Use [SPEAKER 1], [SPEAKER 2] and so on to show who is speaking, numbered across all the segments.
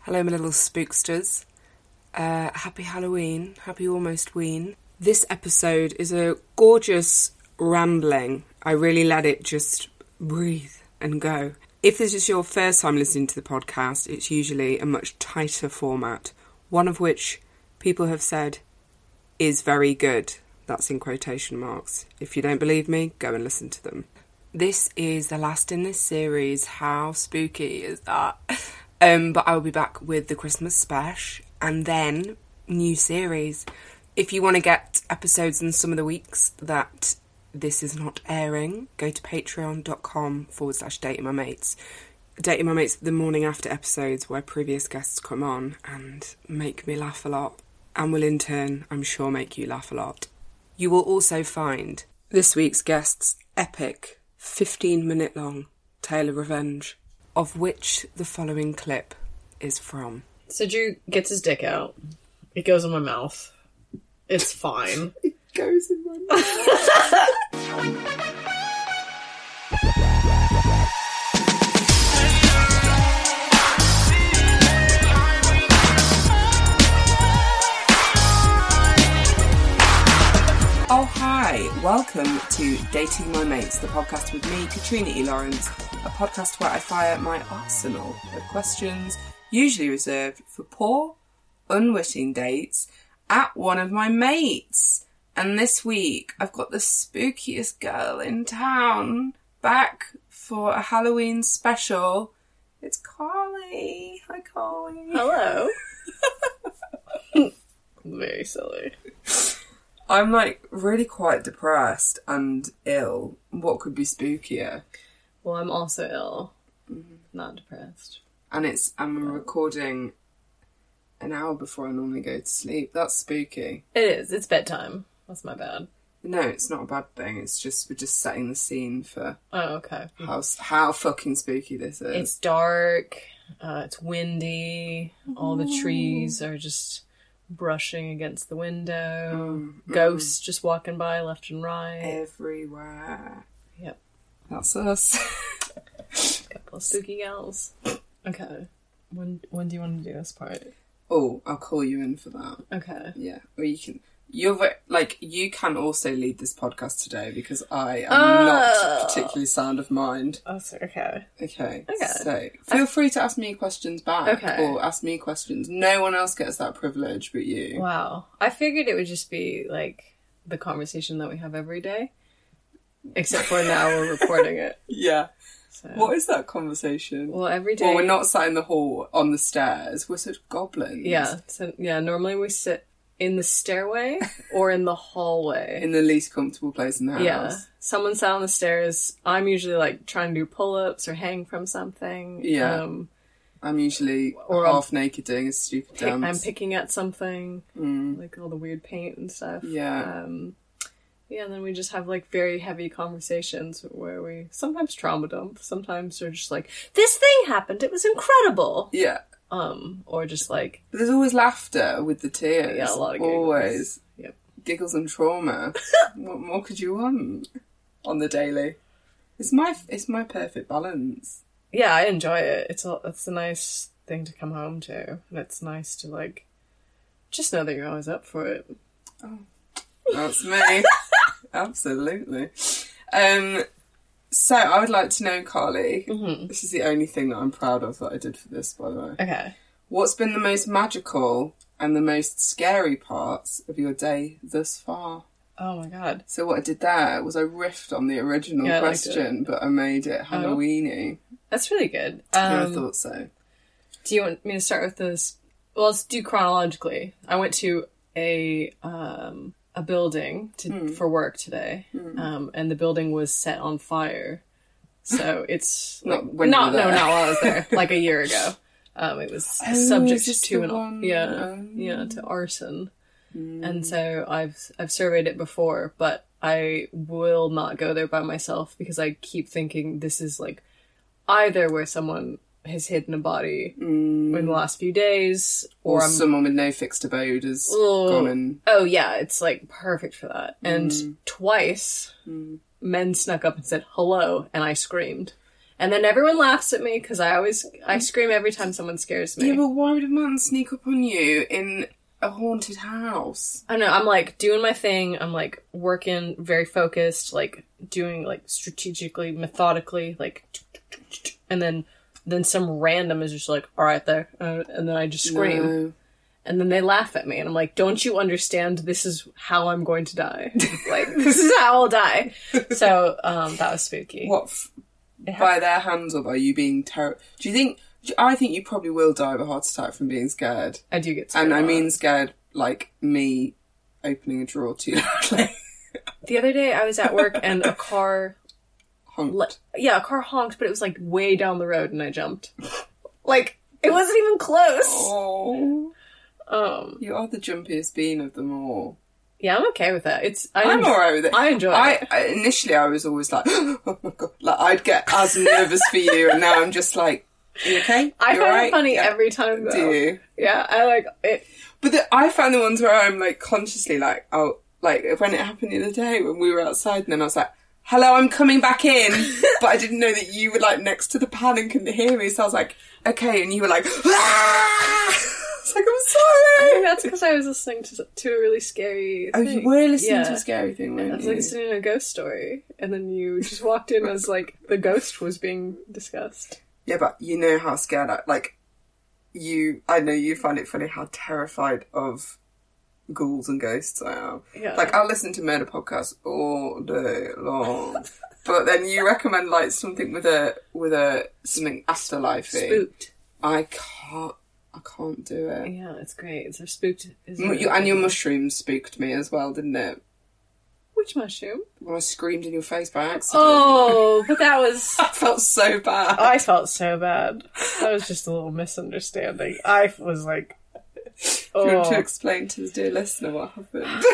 [SPEAKER 1] Hello, my little spooksters. Uh, happy Halloween. Happy almost ween. This episode is a gorgeous rambling. I really let it just breathe and go. If this is your first time listening to the podcast, it's usually a much tighter format, one of which people have said is very good. That's in quotation marks. If you don't believe me, go and listen to them. This is the last in this series. How spooky is that? Um, but I will be back with the Christmas special and then new series. If you want to get episodes in some of the weeks that this is not airing, go to patreon.com forward slash dating my mates. Dating my mates the morning after episodes where previous guests come on and make me laugh a lot and will in turn, I'm sure, make you laugh a lot. You will also find this week's guest's epic 15 minute long tale of revenge, of which the following clip is from.
[SPEAKER 2] So Drew gets his dick out. It goes in my mouth. It's fine.
[SPEAKER 1] Goes in my Oh, hi. Welcome to Dating My Mates, the podcast with me, Katrina E. Lawrence, a podcast where I fire my arsenal of questions, usually reserved for poor, unwitting dates, at one of my mates. And this week, I've got the spookiest girl in town back for a Halloween special. It's Carly. Hi, Carly.
[SPEAKER 2] Hello. Very silly.
[SPEAKER 1] I'm like really quite depressed and ill. What could be spookier?
[SPEAKER 2] Well, I'm also ill. Not depressed.
[SPEAKER 1] And it's I'm recording an hour before I normally go to sleep. That's spooky.
[SPEAKER 2] It is. It's bedtime. That's my bad.
[SPEAKER 1] No, it's not a bad thing. It's just we're just setting the scene for
[SPEAKER 2] Oh, okay.
[SPEAKER 1] how s- how fucking spooky this is.
[SPEAKER 2] It's dark. Uh, it's windy. All the trees are just brushing against the window. Ghosts just walking by left and
[SPEAKER 1] Eh.
[SPEAKER 2] right.
[SPEAKER 1] everywhere.
[SPEAKER 2] Yep.
[SPEAKER 1] That's us.
[SPEAKER 2] Couple of spooky gals. Okay. When when do you want to do this part?
[SPEAKER 1] oh, I'll call you in for that.
[SPEAKER 2] Okay.
[SPEAKER 1] Yeah, or you can. You're ve- like you can also lead this podcast today because I am
[SPEAKER 2] Oh.
[SPEAKER 1] not particularly sound of mind.
[SPEAKER 2] Oh, so- okay.
[SPEAKER 1] Okay.
[SPEAKER 2] Okay.
[SPEAKER 1] So feel free to ask me questions back
[SPEAKER 2] Okay.
[SPEAKER 1] or ask me questions. No one else gets that privilege but you.
[SPEAKER 2] Wow. I figured it would just be like the conversation that we have every day, except for now we're recording it.
[SPEAKER 1] Yeah.
[SPEAKER 2] So.
[SPEAKER 1] What is that conversation?
[SPEAKER 2] Well, every day.
[SPEAKER 1] well, we're not sat in the hall on the stairs. We're such goblins.
[SPEAKER 2] Yeah. So, yeah. Normally we sit in the stairway or in the hallway.
[SPEAKER 1] In the least comfortable place in the house.
[SPEAKER 2] yeah. Someone's down the stairs. I'm usually like trying to do pull ups or hang from something.
[SPEAKER 1] Yeah.
[SPEAKER 2] Um,
[SPEAKER 1] I'm usually
[SPEAKER 2] Or I'm-
[SPEAKER 1] half naked doing a stupid
[SPEAKER 2] pick-
[SPEAKER 1] dance.
[SPEAKER 2] I'm picking at something,
[SPEAKER 1] Mm.
[SPEAKER 2] like all the weird paint and stuff.
[SPEAKER 1] Yeah.
[SPEAKER 2] Um, yeah, and then we just have like very heavy conversations where we sometimes trauma dump, sometimes they're just like, this thing happened, it was incredible.
[SPEAKER 1] Yeah.
[SPEAKER 2] Um, or just like,
[SPEAKER 1] There's always laughter with the tears.
[SPEAKER 2] Yeah, a lot of giggles.
[SPEAKER 1] Always.
[SPEAKER 2] Yep.
[SPEAKER 1] Giggles and trauma. what more could you want on the daily? It's my it's my perfect balance.
[SPEAKER 2] yeah, I enjoy it. It's a, it's a nice thing to come home to, and it's nice to like just know that you're always up for it.
[SPEAKER 1] That's me. Absolutely. Um, so I would like to know, Carly.
[SPEAKER 2] Mm-hmm.
[SPEAKER 1] This is the only thing that I'm proud of that I did for this, by the way.
[SPEAKER 2] Okay.
[SPEAKER 1] What's been the most magical and the most scary parts of your day thus far?
[SPEAKER 2] Oh my god.
[SPEAKER 1] So what I did there was I riffed on the original
[SPEAKER 2] Yeah, I liked
[SPEAKER 1] question, but I made it Halloweeny.
[SPEAKER 2] That's really good.
[SPEAKER 1] Yeah, I
[SPEAKER 2] Um,
[SPEAKER 1] thought so.
[SPEAKER 2] do you want me to start with this? Well, let's do chronologically. I went to a um, a building to,
[SPEAKER 1] Hmm.
[SPEAKER 2] for work today, um, and the building was set on fire. So it's
[SPEAKER 1] Not
[SPEAKER 2] like-
[SPEAKER 1] when you
[SPEAKER 2] not
[SPEAKER 1] were
[SPEAKER 2] no
[SPEAKER 1] there.
[SPEAKER 2] not while I was there, like a year ago. Um, it was
[SPEAKER 1] Oh,
[SPEAKER 2] subject
[SPEAKER 1] is this
[SPEAKER 2] to
[SPEAKER 1] the
[SPEAKER 2] an
[SPEAKER 1] one? Hmm.
[SPEAKER 2] yeah
[SPEAKER 1] Oh.
[SPEAKER 2] yeah to arson, and so I've I've surveyed it before, but I will not go there by myself because I keep thinking this is like either where someone has hidden a body in the last few days, or,
[SPEAKER 1] Or
[SPEAKER 2] I'm
[SPEAKER 1] Oh. someone with no fixed abode has
[SPEAKER 2] Oh.
[SPEAKER 1] gone and
[SPEAKER 2] oh yeah, it's like perfect for that. And twice, men snuck up and said hello, and I screamed, And then everyone laughs at me because I always I scream every time someone scares me.
[SPEAKER 1] Yeah, but why would a man sneak up on you in a haunted house?
[SPEAKER 2] I know. I'm like doing my thing. I'm like working very focused, like doing like strategically, methodically, like, and then then some random is just like, all right, there, uh, and then I just scream,
[SPEAKER 1] No.
[SPEAKER 2] and then they laugh at me, and I'm like, don't you understand? This is how I'm going to die. like this is how I'll die. So um, that was spooky.
[SPEAKER 1] What? F- by their hands or by you being terrible? Do you think? do- I think you probably will die of a heart attack from being scared.
[SPEAKER 2] I do get. scared
[SPEAKER 1] And
[SPEAKER 2] a
[SPEAKER 1] I
[SPEAKER 2] lot.
[SPEAKER 1] mean scared like me opening a drawer too loudly.
[SPEAKER 2] the other day I was at work and a car
[SPEAKER 1] Honked.
[SPEAKER 2] like yeah, a car honked, but it was like way down the road, and I jumped. like it wasn't even close.
[SPEAKER 1] Oh,
[SPEAKER 2] Um,
[SPEAKER 1] you are the jumpiest bean of them all.
[SPEAKER 2] yeah, I'm okay with that. It's I
[SPEAKER 1] I'm
[SPEAKER 2] enjoy,
[SPEAKER 1] alright with it.
[SPEAKER 2] I enjoy
[SPEAKER 1] I
[SPEAKER 2] it.
[SPEAKER 1] I- initially I was always like, oh my god, like I'd get as nervous for you, and now I'm just like, you okay?
[SPEAKER 2] I
[SPEAKER 1] You
[SPEAKER 2] find
[SPEAKER 1] alright?
[SPEAKER 2] it funny
[SPEAKER 1] Yeah.
[SPEAKER 2] every time. Though.
[SPEAKER 1] Do you?
[SPEAKER 2] Yeah, I like it.
[SPEAKER 1] But the, I found the ones where I'm like consciously like, oh, like when it happened the other day when we were outside, and then I was like, hello, I'm coming back in, but I didn't know that you were like next to the pan and couldn't hear me, so I was like, okay, and you were like, ah! it's like
[SPEAKER 2] I
[SPEAKER 1] I'm
[SPEAKER 2] think
[SPEAKER 1] sorry.
[SPEAKER 2] that's because I was listening to to a really scary.
[SPEAKER 1] Oh,
[SPEAKER 2] thing.
[SPEAKER 1] you were listening to
[SPEAKER 2] Yeah.
[SPEAKER 1] a scary thing,
[SPEAKER 2] I
[SPEAKER 1] weren't
[SPEAKER 2] was
[SPEAKER 1] you?
[SPEAKER 2] listening to a ghost story, and then you just walked in as like the ghost was being discussed.
[SPEAKER 1] Yeah, but you know how scared I like you I know you find it funny how terrified of ghouls and ghosts I am.
[SPEAKER 2] Yeah.
[SPEAKER 1] Like I'll listen to murder podcasts all day long. but then you recommend like something with a with a something afterlife
[SPEAKER 2] Spooked.
[SPEAKER 1] I can't I can't do it.
[SPEAKER 2] Yeah, it's great. It's a spooked. Is
[SPEAKER 1] M- you- and your mushrooms spooked me as well, didn't it?
[SPEAKER 2] Which mushroom?
[SPEAKER 1] When I screamed in your face by accident.
[SPEAKER 2] Oh, but that was
[SPEAKER 1] I felt so bad.
[SPEAKER 2] I felt so bad. That was just a little misunderstanding. I was like,
[SPEAKER 1] Do you want to
[SPEAKER 2] oh,
[SPEAKER 1] explain to the dear listener what happened?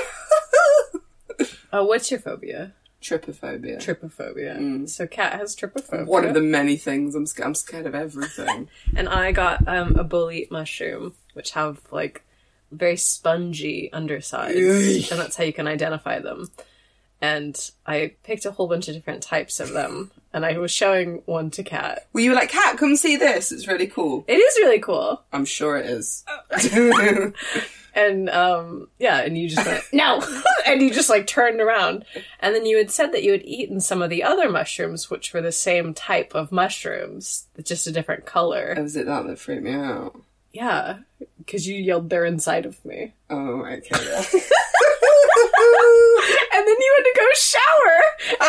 [SPEAKER 2] Uh, what's your phobia?
[SPEAKER 1] Trypophobia.
[SPEAKER 2] Trypophobia. So Kat has trypophobia.
[SPEAKER 1] One of the many things I'm scared. I'm scared of everything.
[SPEAKER 2] And I got um, a bullet mushroom, which have like very spongy undersides,
[SPEAKER 1] Eesh.
[SPEAKER 2] and that's how you can identify them. And I picked a whole bunch of different types of them, and I was showing one to Kat.
[SPEAKER 1] well, you were like, "Cat, come see this. It's really cool."
[SPEAKER 2] It is really cool.
[SPEAKER 1] I'm sure it is.
[SPEAKER 2] and um yeah and you just went no and you just like turned around and then you had said that you had eaten some of the other mushrooms which were the same type of mushrooms just a different color
[SPEAKER 1] was it that that freaked me out?
[SPEAKER 2] yeah because you yelled they're inside of me
[SPEAKER 1] Oh, okay. yeah.
[SPEAKER 2] and then you had to go shower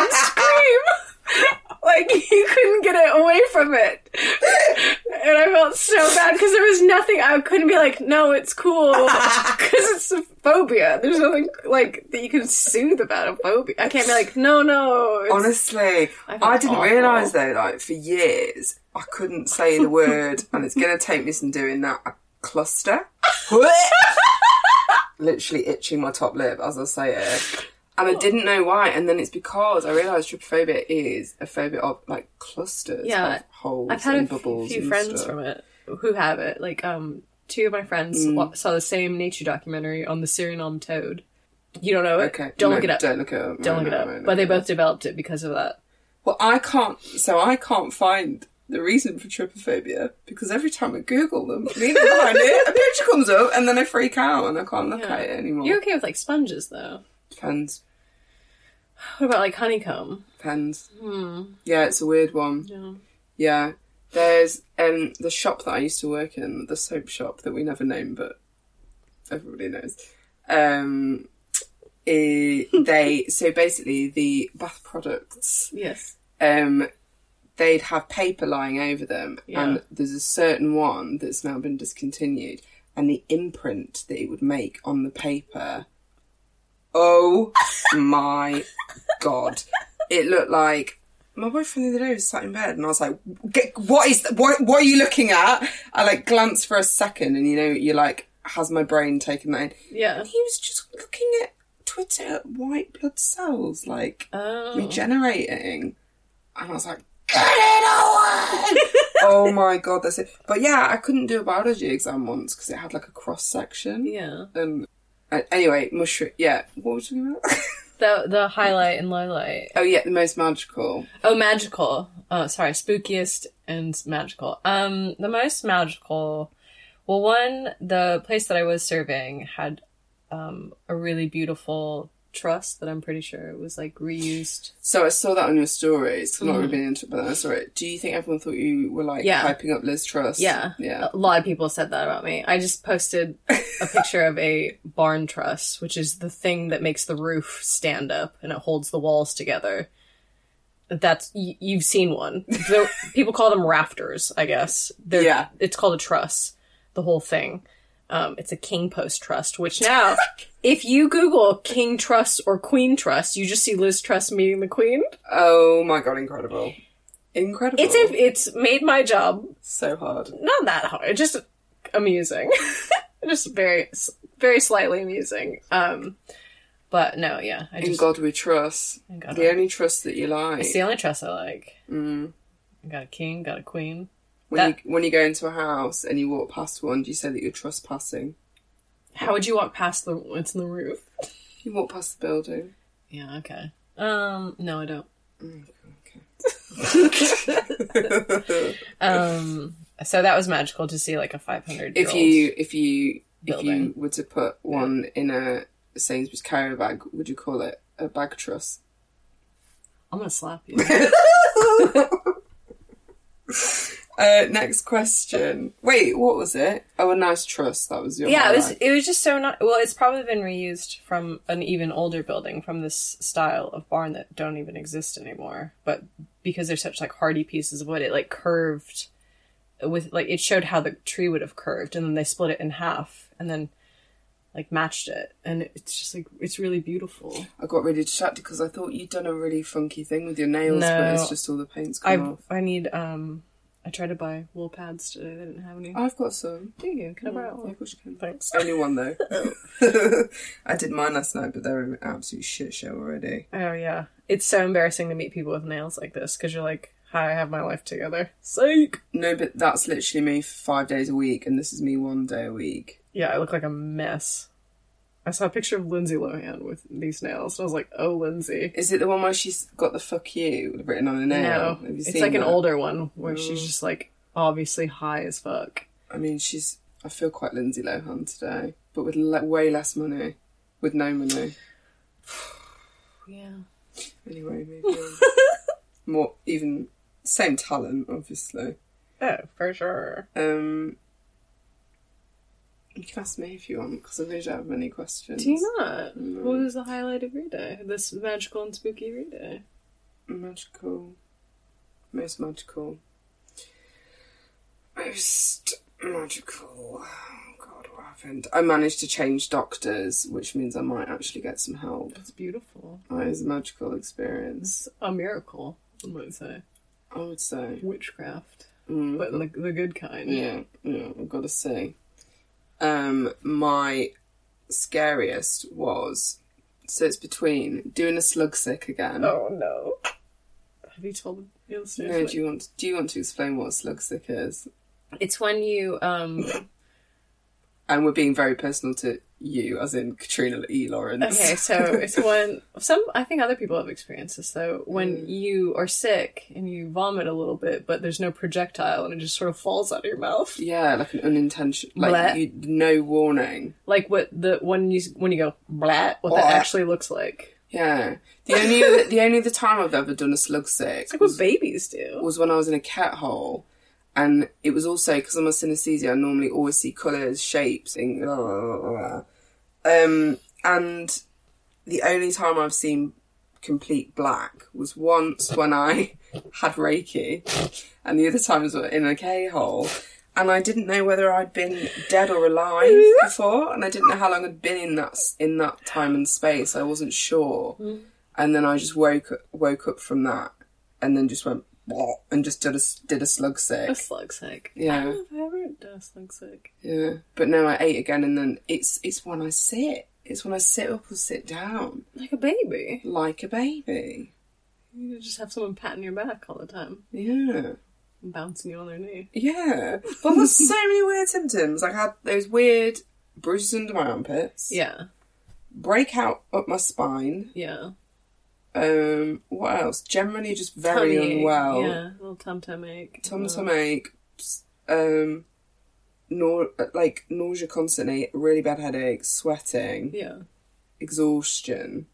[SPEAKER 2] and scream like you couldn't get it away from it and i felt so bad because there was nothing i couldn't be like no it's cool because it's a phobia there's nothing like that you can soothe about a phobia i can't be like no no it's-
[SPEAKER 1] Honestly, I,
[SPEAKER 2] felt
[SPEAKER 1] didn't
[SPEAKER 2] awful.
[SPEAKER 1] realize though. Like for years, I couldn't say the word, and it's gonna take me some doing that. A cluster. Literally itching my top lip as I say it. And I didn't know why, and then it's because I realised trypophobia is a phobia of like clusters,
[SPEAKER 2] Yeah.
[SPEAKER 1] of holes
[SPEAKER 2] I've had
[SPEAKER 1] and
[SPEAKER 2] a
[SPEAKER 1] bubbles.
[SPEAKER 2] few
[SPEAKER 1] and
[SPEAKER 2] friends
[SPEAKER 1] stuff.
[SPEAKER 2] from it who have it. Like, um, two of my friends
[SPEAKER 1] Mm.
[SPEAKER 2] wa- saw the same nature documentary on the Suriname toad. You don't know it?
[SPEAKER 1] Okay,
[SPEAKER 2] Don't
[SPEAKER 1] no,
[SPEAKER 2] look it up. Don't,
[SPEAKER 1] Don't look it up. No,
[SPEAKER 2] look
[SPEAKER 1] no,
[SPEAKER 2] it up.
[SPEAKER 1] no, no,
[SPEAKER 2] but they
[SPEAKER 1] no.
[SPEAKER 2] both developed it because of that.
[SPEAKER 1] Well, I can't. So I can't find the reason for trypophobia because every time I Google them, neither do I know. a picture comes up, and then I freak out and I can't look
[SPEAKER 2] Yeah.
[SPEAKER 1] at it anymore.
[SPEAKER 2] You're okay with like sponges though.
[SPEAKER 1] Depends.
[SPEAKER 2] What about like honeycomb?
[SPEAKER 1] Depends. Yeah, it's a weird one.
[SPEAKER 2] Hmm. Yeah.
[SPEAKER 1] Yeah. There's um the shop that I used to work in, the soap shop that we never name but everybody knows. Um eh, they so basically the bath products
[SPEAKER 2] Yes.
[SPEAKER 1] um they'd have paper lying over them
[SPEAKER 2] Yeah.
[SPEAKER 1] and there's a certain one that's now been discontinued and the imprint that it would make on the paper oh my god it looked like my boyfriend the other day was sat in bed and I was like, "Get- "What is? What, what are you looking at?" I like glanced for a second, and you know, you're like, "Has my brain taken that in?"
[SPEAKER 2] Yeah.
[SPEAKER 1] And he was just looking at Twitter at white blood cells, like
[SPEAKER 2] Oh.
[SPEAKER 1] regenerating. And I was like, get it away! oh my god, that's it. But yeah, I couldn't do a biology exam once because it had like a cross section.
[SPEAKER 2] Yeah.
[SPEAKER 1] And uh, anyway, mushroom. Yeah, what was we talking about?
[SPEAKER 2] the the highlight and lowlight.
[SPEAKER 1] Oh yeah, the most magical.
[SPEAKER 2] Oh, magical. Oh, sorry, spookiest and magical. Um, the most magical. Well, one, the place that I was serving had um, a really beautiful truss that I'm pretty sure was like reused.
[SPEAKER 1] So I saw that on your stories. I've not really been into it, but then I saw it. Do you think everyone thought you were like
[SPEAKER 2] Mm-hmm. Yeah.
[SPEAKER 1] hyping up Liz Truss?
[SPEAKER 2] Yeah,
[SPEAKER 1] Yeah.
[SPEAKER 2] A lot of people said that about me. I just posted a picture of a barn truss, which is the thing that makes the roof stand up and it holds the walls together. That's y- you've seen one. So people call them rafters, I guess. They're,
[SPEAKER 1] Yeah.
[SPEAKER 2] it's called a truss. The whole thing. Um, it's a king post trust, which now, if you Google king truss or queen truss, you just see Liz Truss meeting the queen.
[SPEAKER 1] Oh my god, incredible. Incredible.
[SPEAKER 2] It's a, it's made my job
[SPEAKER 1] so hard.
[SPEAKER 2] not that hard, just amusing. just very, very slightly amusing. Um, but no, yeah, I
[SPEAKER 1] In
[SPEAKER 2] just
[SPEAKER 1] God we trust.
[SPEAKER 2] I got
[SPEAKER 1] The
[SPEAKER 2] a,
[SPEAKER 1] only trust that you like.
[SPEAKER 2] it's the only dress I like.
[SPEAKER 1] Mm.
[SPEAKER 2] I got a king, got a queen.
[SPEAKER 1] When you when you go into a house and you walk past one, do you say that you're trespassing?
[SPEAKER 2] How would you walk past the it's in the roof?
[SPEAKER 1] You walk past the building.
[SPEAKER 2] Yeah, okay. Um, no, I don't. Um, so that was magical to see like a five hundred.
[SPEAKER 1] if you if you if
[SPEAKER 2] Building.
[SPEAKER 1] you were to put one in a Sainsbury's carrier bag, would you call it a bag truss?
[SPEAKER 2] I'm gonna slap you.
[SPEAKER 1] Uh, next question. Wait, what was it? Oh, a nice truss. That was your
[SPEAKER 2] yeah, it was
[SPEAKER 1] highlight.
[SPEAKER 2] it was just so not well. It's probably been reused from an even older building from this style of barn that don't even exist anymore. But because they're such like hardy pieces of wood, it like curved with like it showed how the tree would have curved, and then they split it in half, and then like matched it, and it's just like it's really beautiful.
[SPEAKER 1] I got really distracted because I thought you'd done a really funky thing with your nails, but
[SPEAKER 2] No.
[SPEAKER 1] it's just all the paint's
[SPEAKER 2] I
[SPEAKER 1] come off.
[SPEAKER 2] I need um I tried to buy wool pads today. They didn't have any.
[SPEAKER 1] I've got some.
[SPEAKER 2] Do Oh, you? Can I borrow
[SPEAKER 1] Oh,
[SPEAKER 2] one?
[SPEAKER 1] of course you can.
[SPEAKER 2] Thanks.
[SPEAKER 1] Only one though. I did mine last night, but they're an absolute shit show already.
[SPEAKER 2] Oh yeah, it's so embarrassing to meet people with nails like this because you're like, "Hi, I have my life together." Psych.
[SPEAKER 1] No, but that's literally me five days a week, and this is me one day a week.
[SPEAKER 2] Yeah, I look like a mess. I saw a picture of Lindsay Lohan with these nails, and I was like, "Oh, Lindsay."
[SPEAKER 1] Is it the one where she's got the fuck you written on her nail?
[SPEAKER 2] No,
[SPEAKER 1] Have you
[SPEAKER 2] it's
[SPEAKER 1] seen
[SPEAKER 2] like an
[SPEAKER 1] that?
[SPEAKER 2] older one where she's just like obviously high as fuck.
[SPEAKER 1] I mean, she's. I feel quite Lindsay Lohan today, but with le- way less money, with no money.
[SPEAKER 2] Yeah.
[SPEAKER 1] Anyway, maybe more even same talent, obviously.
[SPEAKER 2] Oh, for sure.
[SPEAKER 1] Um, you can ask me if you want because I really don't have many questions.
[SPEAKER 2] Do you not? What was the highlight of your day? This magical and spooky your day.
[SPEAKER 1] Magical, most magical, most magical. Oh God, what happened? I managed to change doctors, which means I might actually get some help.
[SPEAKER 2] It's beautiful.
[SPEAKER 1] That is a magical experience.
[SPEAKER 2] It's a miracle. I might say
[SPEAKER 1] I would say.
[SPEAKER 2] witchcraft,
[SPEAKER 1] Mm.
[SPEAKER 2] but the the good kind.
[SPEAKER 1] Yeah, yeah, I've got to say. Um, my scariest was so it's between doing a slug sick again.
[SPEAKER 2] Oh no. Have you told the listeners?
[SPEAKER 1] no,
[SPEAKER 2] like-
[SPEAKER 1] do you want do you want to explain what a slug sick is?
[SPEAKER 2] It's when you um
[SPEAKER 1] And we're being very personal to you, as in Katrina E. Lawrence.
[SPEAKER 2] okay, so it's when some I think other people have experienced this though. When
[SPEAKER 1] Mm.
[SPEAKER 2] you are sick and you vomit a little bit, but there's no projectile and it just sort of falls out of your mouth.
[SPEAKER 1] Yeah, like an unintentional, like
[SPEAKER 2] Bleh.
[SPEAKER 1] you, no warning.
[SPEAKER 2] Like what the when you when you go blat, what that
[SPEAKER 1] Blat.
[SPEAKER 2] actually looks like.
[SPEAKER 1] Yeah, the only other, the only other time I've ever done a slug sick
[SPEAKER 2] It's like
[SPEAKER 1] was,
[SPEAKER 2] what babies do.
[SPEAKER 1] was when I was in a cat hole, and it was also because I'm a synesthesia. I normally always see colours, shapes, and blah, blah, blah, blah. um, and the only time I've seen complete black was once when I had Reiki, and the other times were in a K hole. And I didn't know whether I'd been dead or alive before, and I didn't know how long I'd been in that s- in that time and space. I wasn't sure, and then I just woke woke up from that, and then just went "Bleh," and just did a s- did a slug
[SPEAKER 2] A
[SPEAKER 1] sick.
[SPEAKER 2] slug sick. I
[SPEAKER 1] Yeah,
[SPEAKER 2] don't know if I ever done a slug sick.
[SPEAKER 1] yeah. But no, I ate again, and then it's it's when I sit, it's when I sit up or sit down
[SPEAKER 2] Like a baby.
[SPEAKER 1] like a baby.
[SPEAKER 2] You just have someone patting your back all the time.
[SPEAKER 1] Yeah.
[SPEAKER 2] and Bouncing you on their knee.
[SPEAKER 1] Yeah. Well, there's so many weird symptoms. Like, I had those weird bruises under my armpits.
[SPEAKER 2] Yeah.
[SPEAKER 1] breakout up my spine.
[SPEAKER 2] Yeah.
[SPEAKER 1] Um, what else? Generally, just very
[SPEAKER 2] Tummy ache,
[SPEAKER 1] unwell.
[SPEAKER 2] Yeah, little tum tum ache.
[SPEAKER 1] Tum
[SPEAKER 2] Uh,
[SPEAKER 1] tum ache. ps- Um, nor- like nausea constantly, really bad headaches, sweating,
[SPEAKER 2] Yeah.
[SPEAKER 1] exhaustion,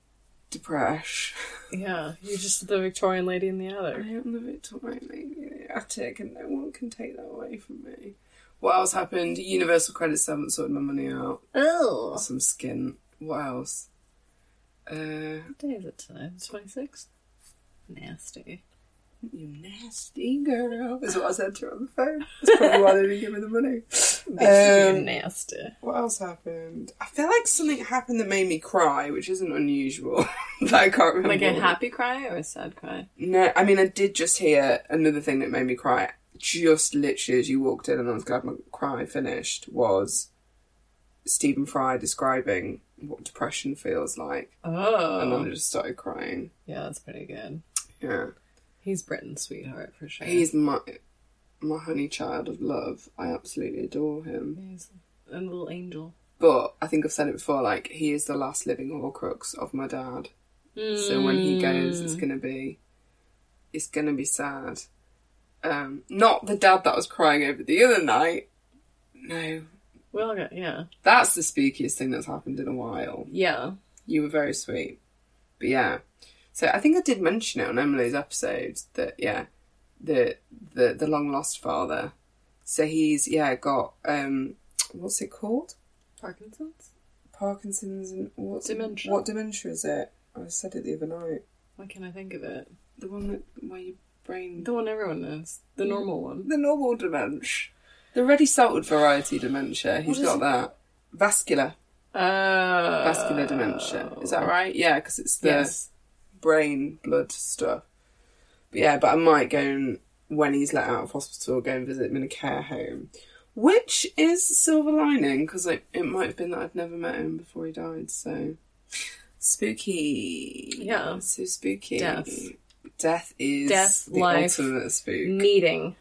[SPEAKER 1] depression.
[SPEAKER 2] Yeah. You're just the Victorian lady in the
[SPEAKER 1] I
[SPEAKER 2] attic.
[SPEAKER 1] am the Victorian lady in the attic, and no one can take that away from me. What else happened? Universal credits haven't sorted my money out.
[SPEAKER 2] Oh.
[SPEAKER 1] Some skin. What else? Uh,
[SPEAKER 2] What day is it today? It's 26th? Nasty.
[SPEAKER 1] you nasty girl is what I said to her on the phone. That's probably why they didn't give me the money.
[SPEAKER 2] You're
[SPEAKER 1] Um,
[SPEAKER 2] nasty.
[SPEAKER 1] what else happened? I feel like something happened that made me cry, which isn't unusual. but I can't remember.
[SPEAKER 2] Like a
[SPEAKER 1] what-
[SPEAKER 2] happy cry or a sad cry?
[SPEAKER 1] No, I mean, I did just hear another thing that made me cry. Just literally as you walked in, and I was glad my cry finished. Was Stephen Fry describing what depression feels like, and
[SPEAKER 2] Oh.
[SPEAKER 1] then I just started crying.
[SPEAKER 2] Yeah, that's pretty good.
[SPEAKER 1] Yeah,
[SPEAKER 2] He's Britain's sweetheart for sure.
[SPEAKER 1] he's my my honey child of love. I absolutely adore him.
[SPEAKER 2] He's a little angel.
[SPEAKER 1] But I think I've said it before. Like he is the last living Horcrux of my dad. So when he goes,
[SPEAKER 2] Mm.
[SPEAKER 1] it's gonna be, it's gonna be sad. Um, not the dad that was crying over the other night. No,
[SPEAKER 2] We all got, yeah.
[SPEAKER 1] that's the spookiest thing that's happened in a while.
[SPEAKER 2] Yeah.
[SPEAKER 1] You were very sweet, but yeah. So I think I did mention it on Emily's episode that yeah, the the the long lost father. So he's yeah got um, what's it called?
[SPEAKER 2] Parkinson's?
[SPEAKER 1] Parkinson's and what
[SPEAKER 2] Dementia.
[SPEAKER 1] What dementia is it? I said it the other night.
[SPEAKER 2] Why can't I think of it?
[SPEAKER 1] The one that where your brain
[SPEAKER 2] The one everyone knows. The normal one.
[SPEAKER 1] the normal dementia, the ready salted variety dementia. He's
[SPEAKER 2] What is
[SPEAKER 1] got
[SPEAKER 2] it?
[SPEAKER 1] that vascular
[SPEAKER 2] Uh,
[SPEAKER 1] vascular dementia. Is that right? Yeah, because it's the
[SPEAKER 2] Yes.
[SPEAKER 1] brain blood stuff. But yeah, but I might go and when he's let out of hospital, go and visit him in a care home, which is a silver lining because it, it might have been that I'd never met him before he died. So spooky.
[SPEAKER 2] Yeah.
[SPEAKER 1] so spooky.
[SPEAKER 2] Death.
[SPEAKER 1] Death is
[SPEAKER 2] Death,
[SPEAKER 1] the
[SPEAKER 2] life,
[SPEAKER 1] ultimate spook.
[SPEAKER 2] Meeting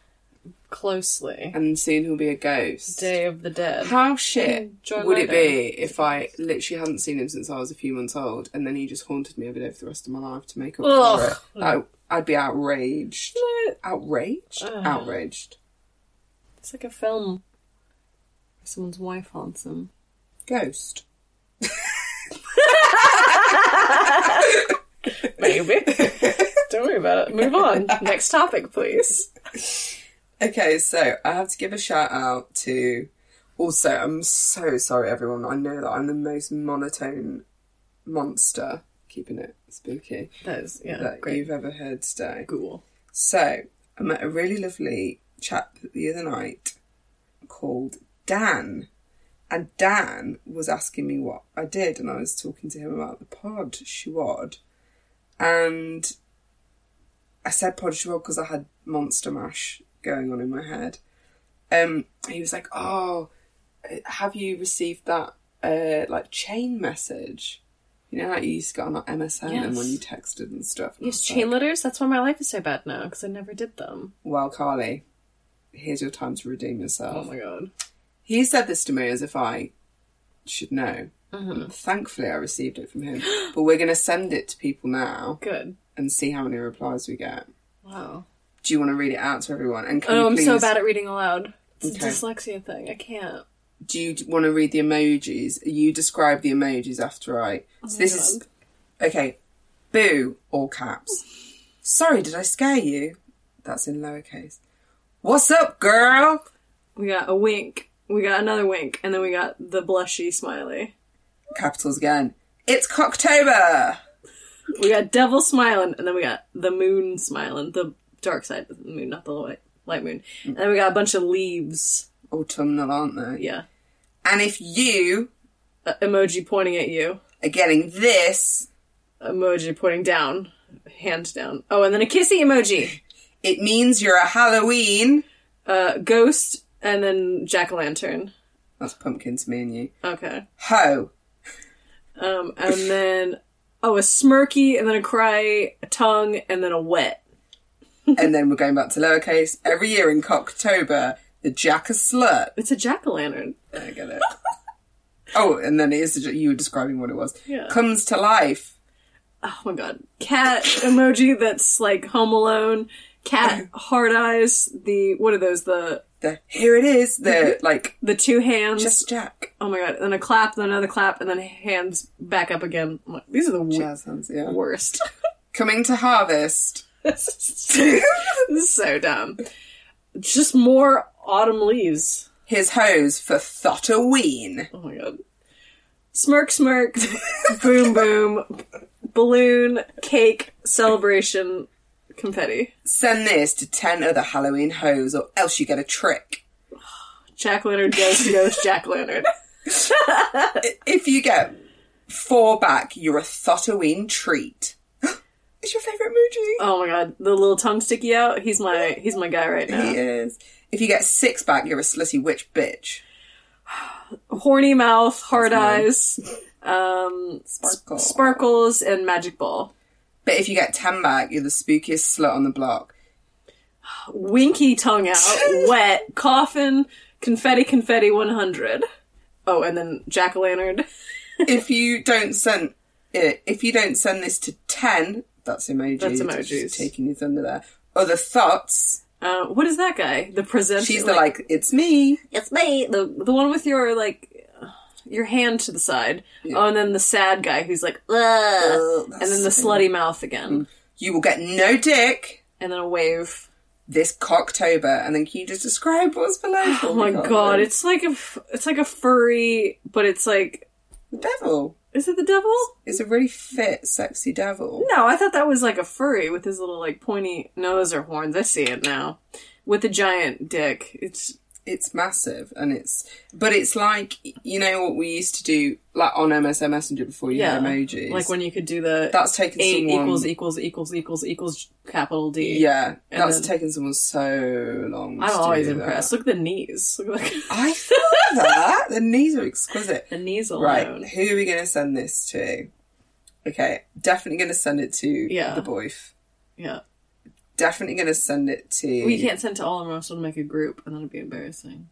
[SPEAKER 2] closely.
[SPEAKER 1] and soon he'll be a ghost.
[SPEAKER 2] Day of the Dead.
[SPEAKER 1] How shit
[SPEAKER 2] Mm, John
[SPEAKER 1] would it
[SPEAKER 2] Lydon.
[SPEAKER 1] be if I literally hadn't seen him since I was a few months old, and then he just haunted me every day for the rest of my life to make up
[SPEAKER 2] Ugh.
[SPEAKER 1] for it? I, I'd be outraged. Outraged?
[SPEAKER 2] Ugh.
[SPEAKER 1] Outraged.
[SPEAKER 2] It's like a film. Someone's wife haunts them.
[SPEAKER 1] Ghost.
[SPEAKER 2] Maybe. Don't worry about it. Move on. Next topic, please.
[SPEAKER 1] Okay, so I have to give a shout out to. Also, I'm so sorry, everyone. I know that I'm the most monotone monster, keeping it spooky,
[SPEAKER 2] That is, yeah,
[SPEAKER 1] that
[SPEAKER 2] great.
[SPEAKER 1] you've ever heard today.
[SPEAKER 2] Ghoul.
[SPEAKER 1] So I met a really lovely chap the other night called Dan. And Dan was asking me what I did, and I was talking to him about the pod shwad. And I said pod shwad because I had Monster Mash going on in my head. Um, he was like, "Oh, have you received that uh, like chain message? You know, like you used to get on like MSN and when
[SPEAKER 2] Yes.
[SPEAKER 1] you texted and stuff." And I
[SPEAKER 2] Use
[SPEAKER 1] was like,
[SPEAKER 2] chain letters? That's why my life is so bad now, because I never did them.
[SPEAKER 1] well, Carly, here's your time to redeem yourself.
[SPEAKER 2] Oh my god.
[SPEAKER 1] He said this to me as if I should know.
[SPEAKER 2] Mm-hmm.
[SPEAKER 1] And thankfully, I received it from him. but we're going to send it to people now
[SPEAKER 2] Good.
[SPEAKER 1] and see how many replies we get.
[SPEAKER 2] Wow.
[SPEAKER 1] Do you want to read it out to everyone? And can
[SPEAKER 2] Oh,
[SPEAKER 1] you
[SPEAKER 2] I'm
[SPEAKER 1] please,
[SPEAKER 2] so bad at reading aloud. It's
[SPEAKER 1] Okay.
[SPEAKER 2] a dyslexia thing. I can't.
[SPEAKER 1] Do you want to read the emojis? You describe the emojis after I.
[SPEAKER 2] Oh
[SPEAKER 1] So this is okay. Boo, all caps. Sorry, did I scare you? That's in lowercase. What's up, girl?
[SPEAKER 2] We got a wink. We got another wink, and then we got the blushy smiley.
[SPEAKER 1] Capitals again. It's Cocktober.
[SPEAKER 2] We got devil smiling, and then we got the moon smiling. The dark side of the moon, not the light, light moon. And then we got a bunch of leaves.
[SPEAKER 1] autumnal, aren't they?
[SPEAKER 2] Yeah.
[SPEAKER 1] And if you
[SPEAKER 2] Uh, emoji pointing at you.
[SPEAKER 1] are getting this,
[SPEAKER 2] Emoji pointing down. Hand down. Oh, and then a kissy emoji.
[SPEAKER 1] it means you're a Halloween.
[SPEAKER 2] Uh, ghost, and then jack o' lantern.
[SPEAKER 1] That's pumpkin to me and you.
[SPEAKER 2] Okay.
[SPEAKER 1] Ho.
[SPEAKER 2] Um, and then oh, a smirky, and then a cry, a tongue, and then a wet.
[SPEAKER 1] and then we're going back to lowercase. Every year in Cocktober, the jack a slut.
[SPEAKER 2] It's a jack o' lantern.
[SPEAKER 1] I get it. Oh, and then it is you were describing what it was.
[SPEAKER 2] Yeah.
[SPEAKER 1] Comes to life.
[SPEAKER 2] Oh my god. Cat emoji that's like home alone. Cat hard eyes. The what are those? The
[SPEAKER 1] The here it is. The like
[SPEAKER 2] the two hands.
[SPEAKER 1] just Jack
[SPEAKER 2] oh my god. Then a clap, then another clap, and then hands back up again. I'm like, these are the wo-
[SPEAKER 1] jazz hands. Yeah.
[SPEAKER 2] worst.
[SPEAKER 1] Coming to harvest.
[SPEAKER 2] this is so- so dumb. Just more autumn leaves.
[SPEAKER 1] His hose for thought a ween.
[SPEAKER 2] Oh my god. Smirk, smirk, boom, boom, balloon, cake, celebration, confetti.
[SPEAKER 1] Send this to ten other Halloween hoes, or else you get a trick.
[SPEAKER 2] Jack Leonard goes goes Jack Leonard.
[SPEAKER 1] If you get four back, you're a thought a ween treat. it's your favorite emoji.
[SPEAKER 2] Oh my god, the little tongue sticky out. He's my he's my guy right now.
[SPEAKER 1] He is. If you get six back, you're a slutty witch bitch.
[SPEAKER 2] Horny mouth, hard eyes, um,
[SPEAKER 1] Sparkle.
[SPEAKER 2] sparkles, and magic ball.
[SPEAKER 1] But if you get ten back, you're the spookiest slut on the block.
[SPEAKER 2] Winky tongue out, wet coffin, confetti, confetti, one hundred. Oh, and then Jack Leonard.
[SPEAKER 1] if you don't send it, if you don't send this to ten, that's emojis.
[SPEAKER 2] That's emojis.
[SPEAKER 1] Just taking his under there. Other thoughts.
[SPEAKER 2] Uh, what is that guy? The presenter.
[SPEAKER 1] She's the like, it's me.
[SPEAKER 2] it's me. The the one with your like your hand to the side. Oh, and then the sad guy who's like, Ugh. and
[SPEAKER 1] Oh, that's Mm.
[SPEAKER 2] then the slutty mouth again,
[SPEAKER 1] You will get no dick
[SPEAKER 2] and then a wave.
[SPEAKER 1] this Cocktober. And then can you just describe what's below?
[SPEAKER 2] Oh my god, it's like a f- it's like a furry, but it's like
[SPEAKER 1] the devil.
[SPEAKER 2] is it the devil?
[SPEAKER 1] It's a really fit, sexy devil.
[SPEAKER 2] No, I thought that was like a furry with his little like pointy nose or horns. I see it now. With a giant dick. It's
[SPEAKER 1] It's massive, and it's but it's like you know what we used to do, like on MSN Messenger before you
[SPEAKER 2] yeah,
[SPEAKER 1] had emojis.
[SPEAKER 2] Like when you could do the
[SPEAKER 1] that's taken
[SPEAKER 2] eight
[SPEAKER 1] someone
[SPEAKER 2] equals equals equals equals equals capital D.
[SPEAKER 1] Yeah,
[SPEAKER 2] And
[SPEAKER 1] that's
[SPEAKER 2] then-
[SPEAKER 1] taken someone so long.
[SPEAKER 2] I'm
[SPEAKER 1] to
[SPEAKER 2] always
[SPEAKER 1] do that.
[SPEAKER 2] impressed. Look at the knees. Look at the,
[SPEAKER 1] I thought that the knees are exquisite.
[SPEAKER 2] the knees
[SPEAKER 1] Right,
[SPEAKER 2] alone.
[SPEAKER 1] who are we going to send this to? Okay, definitely going to send it to
[SPEAKER 2] Yeah.
[SPEAKER 1] the boyf.
[SPEAKER 2] Yeah.
[SPEAKER 1] Definitely going to send it to.
[SPEAKER 2] Well, you can't send to all of them, or else it'll make a group, and that'll be embarrassing.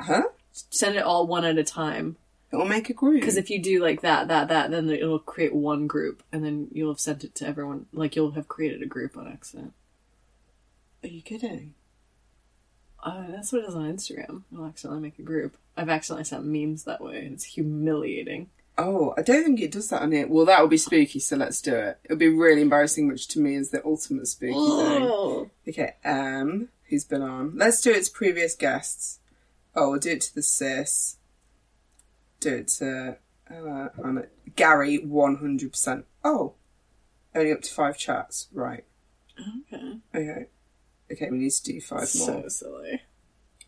[SPEAKER 1] Huh?
[SPEAKER 2] Send it all one at a time.
[SPEAKER 1] It'll make a groove.
[SPEAKER 2] Because if you do like that, that, that, then it'll create one group, and then you'll have sent it to everyone. Like you'll have created a group on accident.
[SPEAKER 1] are you kidding?
[SPEAKER 2] Uh, that's what it is on Instagram. It'll accidentally make a group. I've accidentally sent memes that way, and it's humiliating.
[SPEAKER 1] Oh, I don't think it does that on it. Well, that would be spooky, so let's do it. It would be really embarrassing, which to me is the ultimate spooky thing.
[SPEAKER 2] Ugh.
[SPEAKER 1] Okay, um, who's been on? Let's do it to previous guests. Oh, we'll do it to the sis. Do it to uh, on it. Gary, one hundred percent. Oh, only up to five chats. Right.
[SPEAKER 2] Okay.
[SPEAKER 1] Okay. Okay, we need to do five more.
[SPEAKER 2] So silly.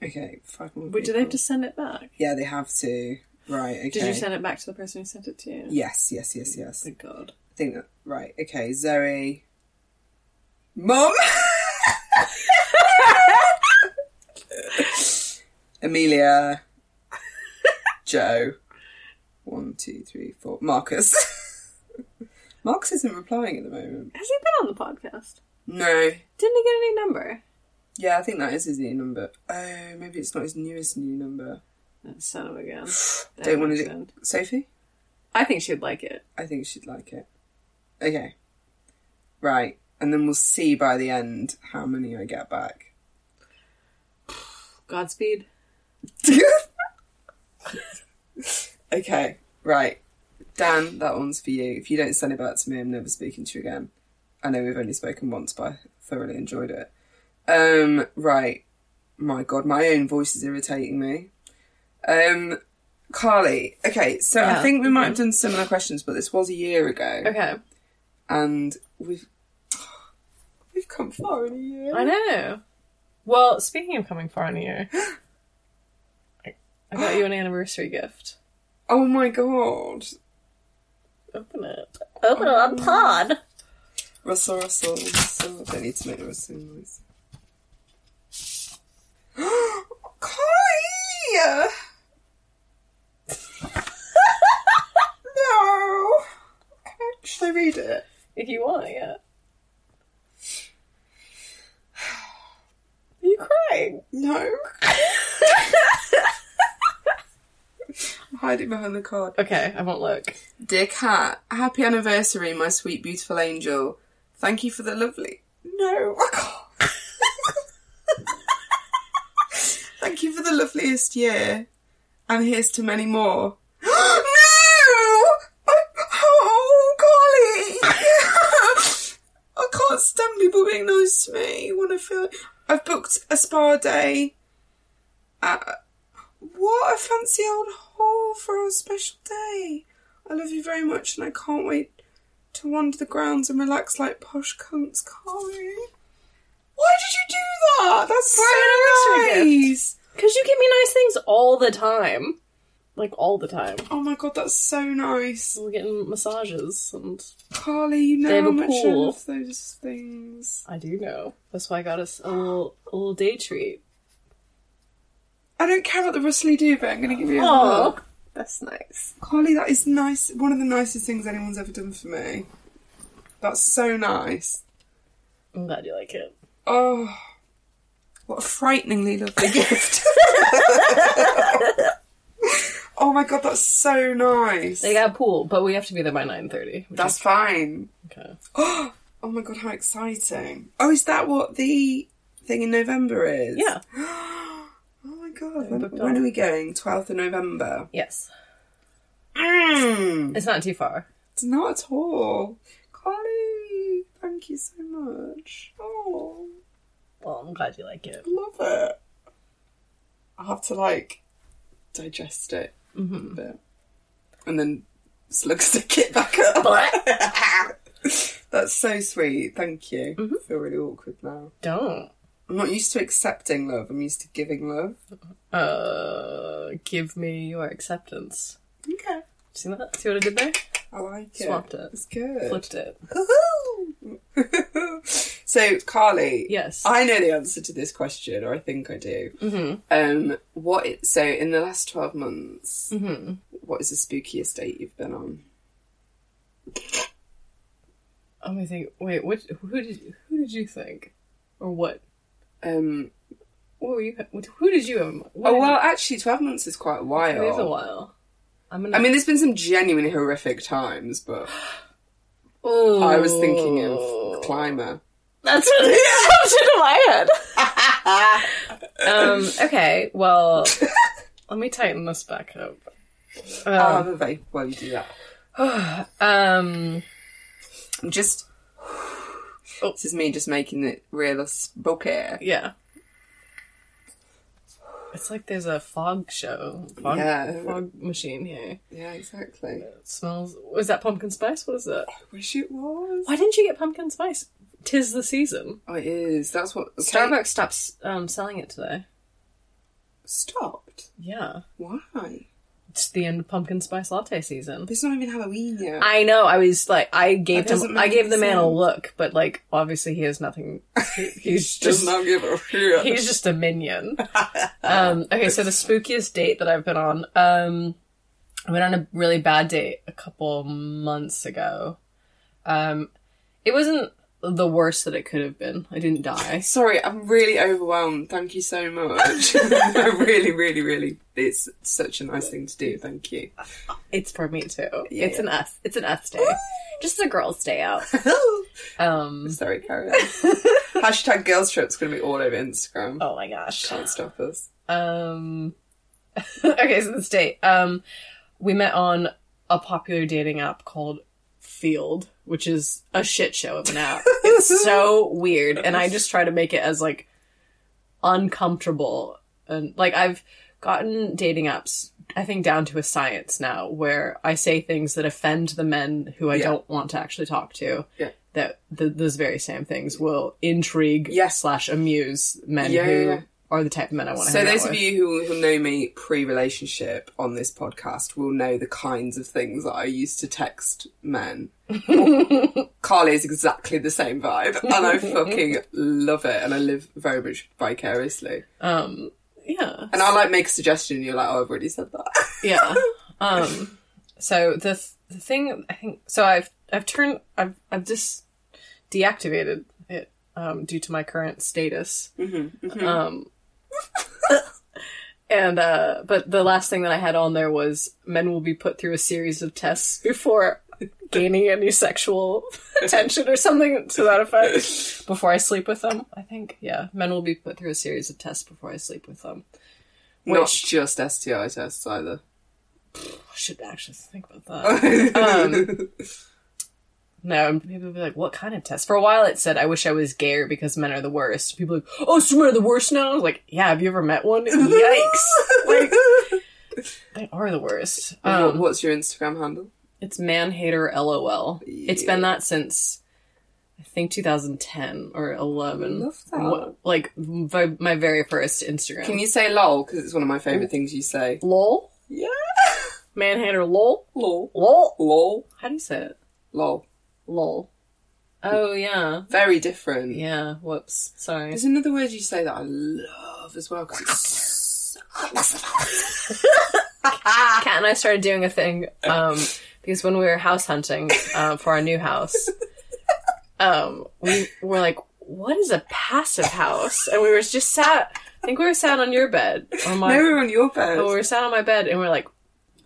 [SPEAKER 1] Okay, five more.
[SPEAKER 2] Wait, do they have
[SPEAKER 1] people.
[SPEAKER 2] to send it back?
[SPEAKER 1] Yeah, they have to. Right. Okay.
[SPEAKER 2] Did you send it back to the person who sent it to you?
[SPEAKER 1] Yes, yes, yes, yes.
[SPEAKER 2] Thank God.
[SPEAKER 1] I think that. Right. Okay, Zoe. Mum. Amelia. Joe. One, two, three, four. Marcus. Marcus isn't replying at the moment.
[SPEAKER 2] Has he been on the podcast?
[SPEAKER 1] No.
[SPEAKER 2] Didn't he get any number?
[SPEAKER 1] Yeah, I think that is his new number. Oh, maybe it's not his newest new number.
[SPEAKER 2] Let's send him again. That
[SPEAKER 1] Don't want
[SPEAKER 2] makes
[SPEAKER 1] to do.
[SPEAKER 2] sense.
[SPEAKER 1] Sophie?
[SPEAKER 2] I think she'd like it.
[SPEAKER 1] I think she'd like it. Okay. Right. And then we'll see by the end how many I get back.
[SPEAKER 2] Godspeed.
[SPEAKER 1] okay, right. Dan, that one's for you. If you don't send it back to me, I'm never speaking to you again. I know we've only spoken once, but I thoroughly enjoyed it. Um, right. My god, my own voice is irritating me. Um, Carly, okay, so I
[SPEAKER 2] Yeah. Mm-hmm.
[SPEAKER 1] think we might have done similar questions, but this was a year ago,
[SPEAKER 2] Okay.
[SPEAKER 1] and we've we've come far in a year.
[SPEAKER 2] I know. Well, speaking of coming far in a year, I- I got you an anniversary gift.
[SPEAKER 1] Oh my god,
[SPEAKER 2] Open it. Mm. Open it on pod.
[SPEAKER 1] Russell, Russell, Russell. Don't need to make the Russell noise. Kai! no! I can't actually read it.
[SPEAKER 2] If you want, yeah. Are you crying?
[SPEAKER 1] No. hiding behind the card.
[SPEAKER 2] Okay, I won't look.
[SPEAKER 1] Dear Cat, happy anniversary, my sweet, beautiful angel. Thank you for the lovely. No, I can't. Thank you for the loveliest year. And here's to many more. no! Oh, Carly! I can't stand people being nice to me when I feel. I've booked a spa day. At... What a fancy old hall for our special day. I love you very much and I can't wait to wander the grounds and relax like posh cunts, Carly. Why did you do that? That's
[SPEAKER 2] For an
[SPEAKER 1] so
[SPEAKER 2] anniversary gift.
[SPEAKER 1] nice.
[SPEAKER 2] Because you give me nice things all the time. Like, all the time.
[SPEAKER 1] Oh my god, that's so nice.
[SPEAKER 2] We're getting massages, and
[SPEAKER 1] Carly, you know
[SPEAKER 2] They have
[SPEAKER 1] how
[SPEAKER 2] a
[SPEAKER 1] much I
[SPEAKER 2] pool.
[SPEAKER 1] love those things.
[SPEAKER 2] I do know. That's why I got us a little, a little day treat.
[SPEAKER 1] I don't care about the rustly do, but I'm going to give you a hug.
[SPEAKER 2] Oh, that's nice.
[SPEAKER 1] Carly, that is nice. One of the nicest things anyone's ever done for me. That's so nice.
[SPEAKER 2] I'm glad you like it.
[SPEAKER 1] Oh, what a frighteningly lovely gift. oh my god, that's so nice.
[SPEAKER 2] They got a pool, but we have to be there by 9.30. which
[SPEAKER 1] That's fine.
[SPEAKER 2] is- okay.
[SPEAKER 1] Oh, oh my god, how exciting. Oh, is that what the thing in November is?
[SPEAKER 2] Yeah.
[SPEAKER 1] oh my god, when,
[SPEAKER 2] booked
[SPEAKER 1] when
[SPEAKER 2] up.
[SPEAKER 1] are we going? 12th of November.
[SPEAKER 2] Yes.
[SPEAKER 1] Mm.
[SPEAKER 2] It's not too far.
[SPEAKER 1] It's not at all. Carly, thank you so much. Oh,
[SPEAKER 2] Well, I'm glad you like it.
[SPEAKER 1] I love it. I'll have to like digest it
[SPEAKER 2] Mm-hmm.
[SPEAKER 1] a bit and then slug stick it back up. That's so sweet. Thank you.
[SPEAKER 2] Mm-hmm.
[SPEAKER 1] I feel really awkward now.
[SPEAKER 2] Don't.
[SPEAKER 1] I'm not used to accepting love. I'm used to giving love.
[SPEAKER 2] Uh, give me your acceptance.
[SPEAKER 1] Okay.
[SPEAKER 2] See that? See what I did there?
[SPEAKER 1] I like it.
[SPEAKER 2] Swapped it.
[SPEAKER 1] It's good.
[SPEAKER 2] Flipped it.
[SPEAKER 1] so, Carly.
[SPEAKER 2] Yes.
[SPEAKER 1] I know the answer to this question, or I think I do. Mm-hmm. Um, what? i- so, in the last twelve months,
[SPEAKER 2] Mm-hmm.
[SPEAKER 1] what is the spookiest date you've been on?
[SPEAKER 2] I'm gonna think. Wait, what? Who did you, who did you think, or what?
[SPEAKER 1] Um,
[SPEAKER 2] What were you? What, who did you? Have, what
[SPEAKER 1] oh
[SPEAKER 2] did
[SPEAKER 1] well, actually, twelve months is quite a while.
[SPEAKER 2] you- it is a while. I'm gonna.
[SPEAKER 1] I mean, there's been some genuinely horrific times, but
[SPEAKER 2] Ooh.
[SPEAKER 1] I was thinking of climber.
[SPEAKER 2] Oh. That's what it comes into my head. um. Okay. Well, let me tighten this back up.
[SPEAKER 1] I'll
[SPEAKER 2] Um.
[SPEAKER 1] have a vape Oh, while you do that.
[SPEAKER 2] um
[SPEAKER 1] I'm just.
[SPEAKER 2] Oh.
[SPEAKER 1] This is me just making it real spooky.
[SPEAKER 2] yeah. It's like there's a fog show, fog,
[SPEAKER 1] Yeah.
[SPEAKER 2] fog machine here.
[SPEAKER 1] Yeah, exactly.
[SPEAKER 2] It smells. Is that pumpkin spice? What is it?
[SPEAKER 1] I wish it was.
[SPEAKER 2] Why didn't you get pumpkin spice? Tis the season.
[SPEAKER 1] Oh, it is. That's what okay.
[SPEAKER 2] Starbucks stops um, selling it today.
[SPEAKER 1] stopped.
[SPEAKER 2] Yeah.
[SPEAKER 1] Why?
[SPEAKER 2] It's the end of pumpkin spice latte season.
[SPEAKER 1] It's not even Halloween yet.
[SPEAKER 2] I know. I was like, I gave
[SPEAKER 1] That doesn't
[SPEAKER 2] him, I
[SPEAKER 1] make
[SPEAKER 2] gave the man a
[SPEAKER 1] sense.
[SPEAKER 2] look, but like, obviously he has nothing. he- He's just,
[SPEAKER 1] not give a shit.
[SPEAKER 2] he's just a minion. um, okay, so the spookiest date that I've been on. Um, I went on a really bad date a couple months ago. Um, it wasn't the worst that it could have been. I didn't die.
[SPEAKER 1] Sorry, I'm really overwhelmed. Thank you so much. I really, really, really. It's such a nice thing to do. Thank you.
[SPEAKER 2] It's for me too.
[SPEAKER 1] Yeah,
[SPEAKER 2] it's
[SPEAKER 1] yeah.
[SPEAKER 2] an us. It's an us day. Just a girls' day out. Um.
[SPEAKER 1] Sorry, carry on. Hashtag girls trip's going to be all over Instagram.
[SPEAKER 2] Oh my gosh.
[SPEAKER 1] Can't stop us.
[SPEAKER 2] Um. okay, so this date. Um, we met on a popular dating app called Field, which is a shit show of an app. it's so weird, and I just try to make it as like uncomfortable and like I've gotten dating apps. I think down to a science now, where I say things that offend the men who I
[SPEAKER 1] Yeah.
[SPEAKER 2] don't want to actually talk to.
[SPEAKER 1] Yeah.
[SPEAKER 2] That th- those very same things will intrigue
[SPEAKER 1] Yeah.
[SPEAKER 2] slash amuse men
[SPEAKER 1] Yeah,
[SPEAKER 2] who
[SPEAKER 1] yeah, yeah.
[SPEAKER 2] are the type of men I want to.
[SPEAKER 1] So,
[SPEAKER 2] hang out
[SPEAKER 1] those of
[SPEAKER 2] with.
[SPEAKER 1] you who, who know me pre relationship on this podcast will know the kinds of things that I used to text men. Carly is exactly the same vibe, and I fucking love it, and I live very much vicariously.
[SPEAKER 2] Um, yeah,
[SPEAKER 1] And I like make a suggestion, and you're like, oh, I've already said that.
[SPEAKER 2] yeah. um, so the th- the thing I think so I've I've turned I've I've just deactivated it Mm-hmm, um, due to my current status. Um, And uh but the last thing that I had on there was men will be put through a series of tests before gaining any sexual attention or something to that effect before I sleep with them. I think yeah, men will be put through a series of tests before I sleep with them.
[SPEAKER 1] Not
[SPEAKER 2] Which
[SPEAKER 1] just STI tests either.
[SPEAKER 2] I should actually think about that. um, no, and people would be like, "What kind of test?" For a while, it said, "I wish I was gayer because men are the worst." People are like, "Oh, so men are the worst now." I was like, "Yeah, have you ever met one?" Yikes! like they are the worst.
[SPEAKER 1] And what-
[SPEAKER 2] Um,
[SPEAKER 1] Um, what's your Instagram handle?
[SPEAKER 2] It's man hater lol. It's been that since I think 2010 or 11.
[SPEAKER 1] Love that.
[SPEAKER 2] Wha- like my, my very first Instagram.
[SPEAKER 1] Can you say lol? Because it's one of my favourite things you say.
[SPEAKER 2] lol?
[SPEAKER 1] Yeah.
[SPEAKER 2] Man hater lol?
[SPEAKER 1] Lol.
[SPEAKER 2] Lol?
[SPEAKER 1] Lol.
[SPEAKER 2] How do you say it?
[SPEAKER 1] Lol.
[SPEAKER 2] Lol. Oh yeah.
[SPEAKER 1] Very different.
[SPEAKER 2] Yeah, whoops. Sorry.
[SPEAKER 1] There's another word you say that I love as well because it's
[SPEAKER 2] Kat and I started doing a thing um, because when we were house hunting uh, for our new house, um, we were like, "What is a passive house?" And we were just sat. I think we were sat on your bed on my.
[SPEAKER 1] No, we're on your bed.
[SPEAKER 2] we were sat on my bed and we are like,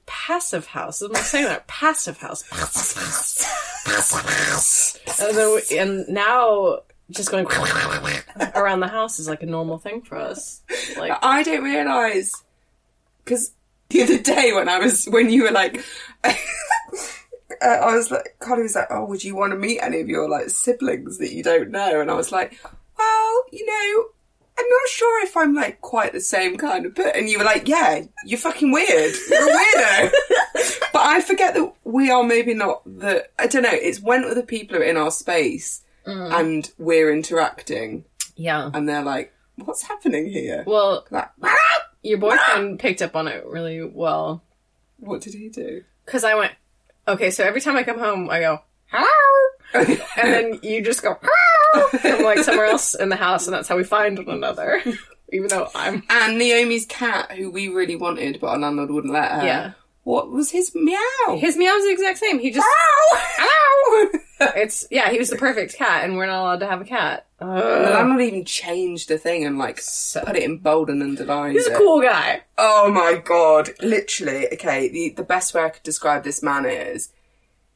[SPEAKER 2] "Passive house." I'm saying that passive house. Passive house. Passive house. And, then we, and now just going around the house is like a normal thing for us. Like
[SPEAKER 1] I don't realise because the other day when I was when you were like, uh, I was like, Carly was like, oh, would you want to meet any of your like siblings that you don't know? And I was like, well, you know. I'm not sure if I'm like quite the same kind of person. And you were like, yeah, you're fucking weird. You're a weirdo. but I forget that we are maybe not the. I don't know. It's when other people are in our space and we're interacting
[SPEAKER 2] yeah.
[SPEAKER 1] and they're like, what's happening here?
[SPEAKER 2] Well,
[SPEAKER 1] Like,
[SPEAKER 2] your boyfriend picked up on it really well
[SPEAKER 1] What did he do?
[SPEAKER 2] because I went, okay, so every time I come home, I go, hello, and then you just go, hello, from like somewhere else in the house, and that's how we find one another. Even though I'm,
[SPEAKER 1] and Naomi's cat, who we really wanted, but our landlord wouldn't let her.
[SPEAKER 2] Yeah.
[SPEAKER 1] What was his meow?
[SPEAKER 2] his meow's the exact same. He just,
[SPEAKER 1] Ow! the
[SPEAKER 2] it's yeah, he was the perfect cat, and we're not allowed to have a cat. Ugh.
[SPEAKER 1] landlord even changed the thing and like
[SPEAKER 2] So-
[SPEAKER 1] put it in bold and underlined.
[SPEAKER 2] He's a
[SPEAKER 1] it.
[SPEAKER 2] cool guy.
[SPEAKER 1] Oh my god! Literally, okay. The the best way I could describe this man is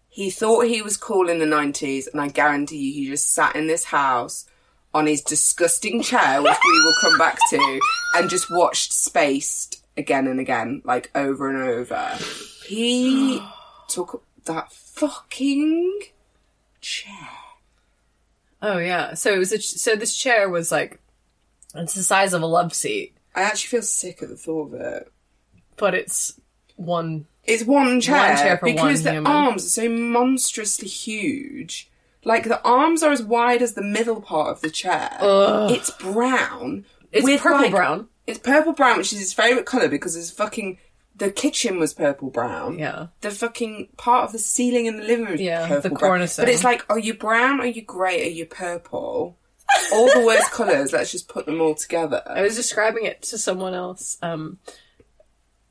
[SPEAKER 1] he thought he was cool in the nineties, and I guarantee you, he just sat in this house on his disgusting chair, which we will come back to, and just watched Spaced again and again, like over and over. He took that fucking chair.
[SPEAKER 2] Oh yeah, so it was a ch- so this chair was like, it's the size of a love seat,
[SPEAKER 1] I actually feel sick at the thought of it.
[SPEAKER 2] but it's one
[SPEAKER 1] It's one chair,
[SPEAKER 2] chair for
[SPEAKER 1] because
[SPEAKER 2] one
[SPEAKER 1] the
[SPEAKER 2] human.
[SPEAKER 1] arms are so monstrously huge. Like the arms are as wide as the middle part of the chair. It's brown.
[SPEAKER 2] It's
[SPEAKER 1] with,
[SPEAKER 2] purple
[SPEAKER 1] like-
[SPEAKER 2] brown.
[SPEAKER 1] It's purple brown, which is his favourite colour because his fucking the kitchen was purple brown.
[SPEAKER 2] Yeah.
[SPEAKER 1] The fucking part of the ceiling in the living room was
[SPEAKER 2] Yeah,
[SPEAKER 1] purple
[SPEAKER 2] the
[SPEAKER 1] brown.
[SPEAKER 2] cornicing.
[SPEAKER 1] But it's like, are you brown? Are you grey? Are you purple? All the worst colours. Let's just put them all together.
[SPEAKER 2] I was describing it to someone else um,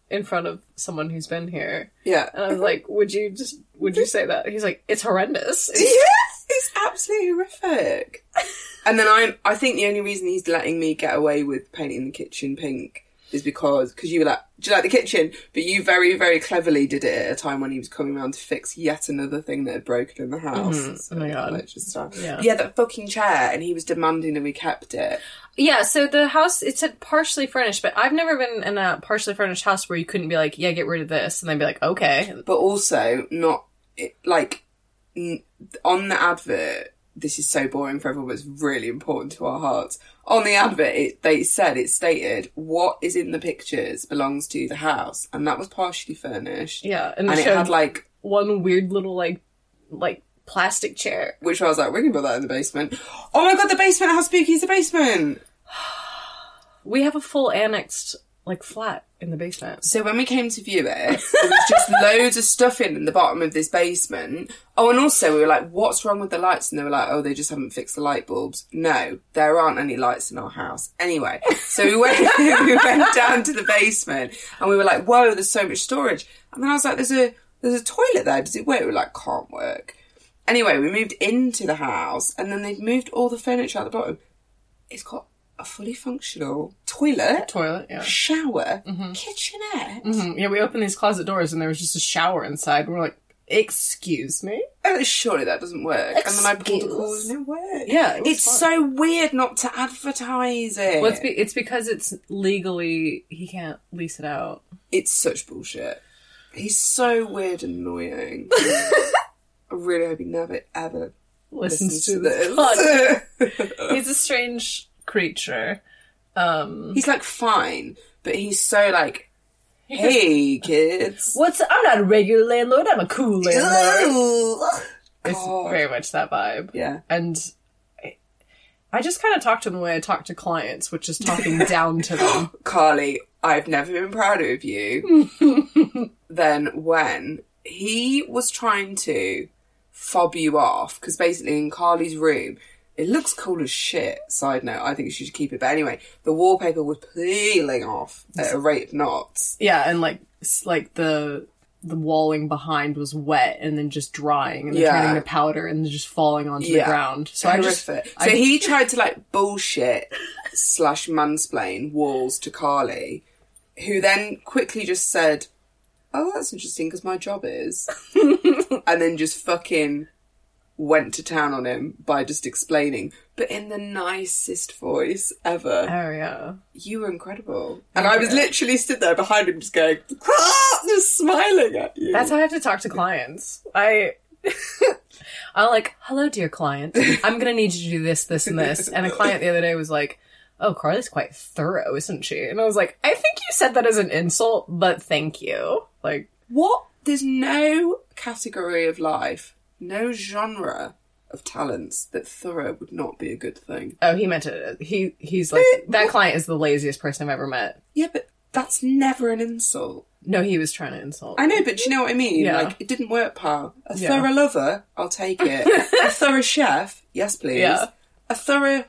[SPEAKER 2] in front of someone who's been here,
[SPEAKER 1] Yeah.
[SPEAKER 2] and I was like, "Would you just would you say that?" He's like, "It's horrendous." It's-
[SPEAKER 1] Yes, it's absolutely horrific. and then I'm, I think the only reason he's letting me get away with painting the kitchen pink is because because you were like, do you like the kitchen? But you very very cleverly did it at a time when he was coming around to fix yet another thing that had broken in the house. So,
[SPEAKER 2] Oh my God.
[SPEAKER 1] like, just, uh,
[SPEAKER 2] Yeah.
[SPEAKER 1] yeah, that fucking chair, and he was demanding that we kept it.
[SPEAKER 2] yeah. So the house it said partially furnished, but I've never been in a partially furnished house where you couldn't be like, "Yeah, get rid of this," and they'd be like, "Okay."
[SPEAKER 1] but also not it, like n- on the advert. This is so boring for everyone, but it's really important to our hearts. On the advert, it, they said it stated what is in the pictures belongs to the house, and that was partially furnished.
[SPEAKER 2] Yeah, and,
[SPEAKER 1] and
[SPEAKER 2] it
[SPEAKER 1] it
[SPEAKER 2] showed
[SPEAKER 1] had like,
[SPEAKER 2] one weird little like like plastic chair.
[SPEAKER 1] which I was like, we can put that in the basement. Oh my god, the basement! How spooky is the basement?
[SPEAKER 2] We have a full annexed like flat in the basement.
[SPEAKER 1] So when we came to view it, there was just loads of stuff in, in the bottom of this basement. Oh, and also we were like, what's wrong with the lights? And they were like, oh, they just haven't fixed the light bulbs. No, there aren't any lights in our house. Anyway, so we went, we went down to the basement and we were like, whoa, there's so much storage. And then I was like, there's a, there's a toilet there. Does it work? We were like, can't work. Anyway, we moved into the house and then they've moved all the furniture out the bottom. It's got a fully functional toilet,
[SPEAKER 2] Toilet, yeah.
[SPEAKER 1] shower, kitchenette,
[SPEAKER 2] Mhm, Yeah, we opened these closet doors and there was just a shower inside. We're like, excuse me?
[SPEAKER 1] Oh, surely that doesn't work. And then I pulled the cord
[SPEAKER 2] Excuse.
[SPEAKER 1] and it worked.
[SPEAKER 2] Yeah, it was
[SPEAKER 1] it's
[SPEAKER 2] fine.
[SPEAKER 1] so weird not to advertise it.
[SPEAKER 2] Well, it's, be- it's because it's legally, he can't lease it out.
[SPEAKER 1] it's such bullshit. He's so weird and annoying. I really hope he never ever
[SPEAKER 2] Listens,
[SPEAKER 1] listens
[SPEAKER 2] to,
[SPEAKER 1] to
[SPEAKER 2] this. podcast.
[SPEAKER 1] this.
[SPEAKER 2] He's a strange creature.
[SPEAKER 1] he's like fine, but he's so like, hey kids.
[SPEAKER 2] What's, I'm not a regular landlord, I'm a cool It's
[SPEAKER 1] God.
[SPEAKER 2] very much that vibe.
[SPEAKER 1] Yeah.
[SPEAKER 2] And I- I just kind of talk to them the way I talk to clients, which is talking down to them.
[SPEAKER 1] Carly, I've never been prouder of you than when he was trying to fob you off because basically in Carly's room, it looks cool as shit. Side note, I think she should keep it. But anyway, the wallpaper was peeling off at a rate of knots.
[SPEAKER 2] Yeah, and like s- like the the walling behind was wet and then just drying and then
[SPEAKER 1] Yeah.
[SPEAKER 2] turning to powder and then just falling onto
[SPEAKER 1] Yeah.
[SPEAKER 2] the ground. So I just
[SPEAKER 1] Horrific.
[SPEAKER 2] I,
[SPEAKER 1] so he tried to like bullshit slash mansplain walls to Carly, who then quickly just said, "Oh, that's interesting because my job is," and then just fucking went to town on him by just explaining, but in the nicest voice ever.
[SPEAKER 2] oh yeah.
[SPEAKER 1] You were incredible, and I was literally stood there behind him, just going, "Ah," just smiling at you.
[SPEAKER 2] That's how I have to talk to clients. I I'm like, hello, dear client. I'm gonna need you to do this, this, and this. And a client the other day was like, "Oh, Carly's quite thorough, isn't she?" And I was like, "I think you said that as an insult, but thank you." Like,
[SPEAKER 1] What? There's no category of life, no genre of talents that thorough would not be a good thing.
[SPEAKER 2] oh, he meant it. He he's like that client is the laziest person I've ever met.
[SPEAKER 1] Yeah, but that's never an insult.
[SPEAKER 2] No, he was trying to insult.
[SPEAKER 1] I know, but do you know what I mean?
[SPEAKER 2] Yeah.
[SPEAKER 1] Like, it didn't work, pal. A
[SPEAKER 2] Yeah.
[SPEAKER 1] thorough lover, I'll take it. a thorough chef, yes, please.
[SPEAKER 2] Yeah.
[SPEAKER 1] A thorough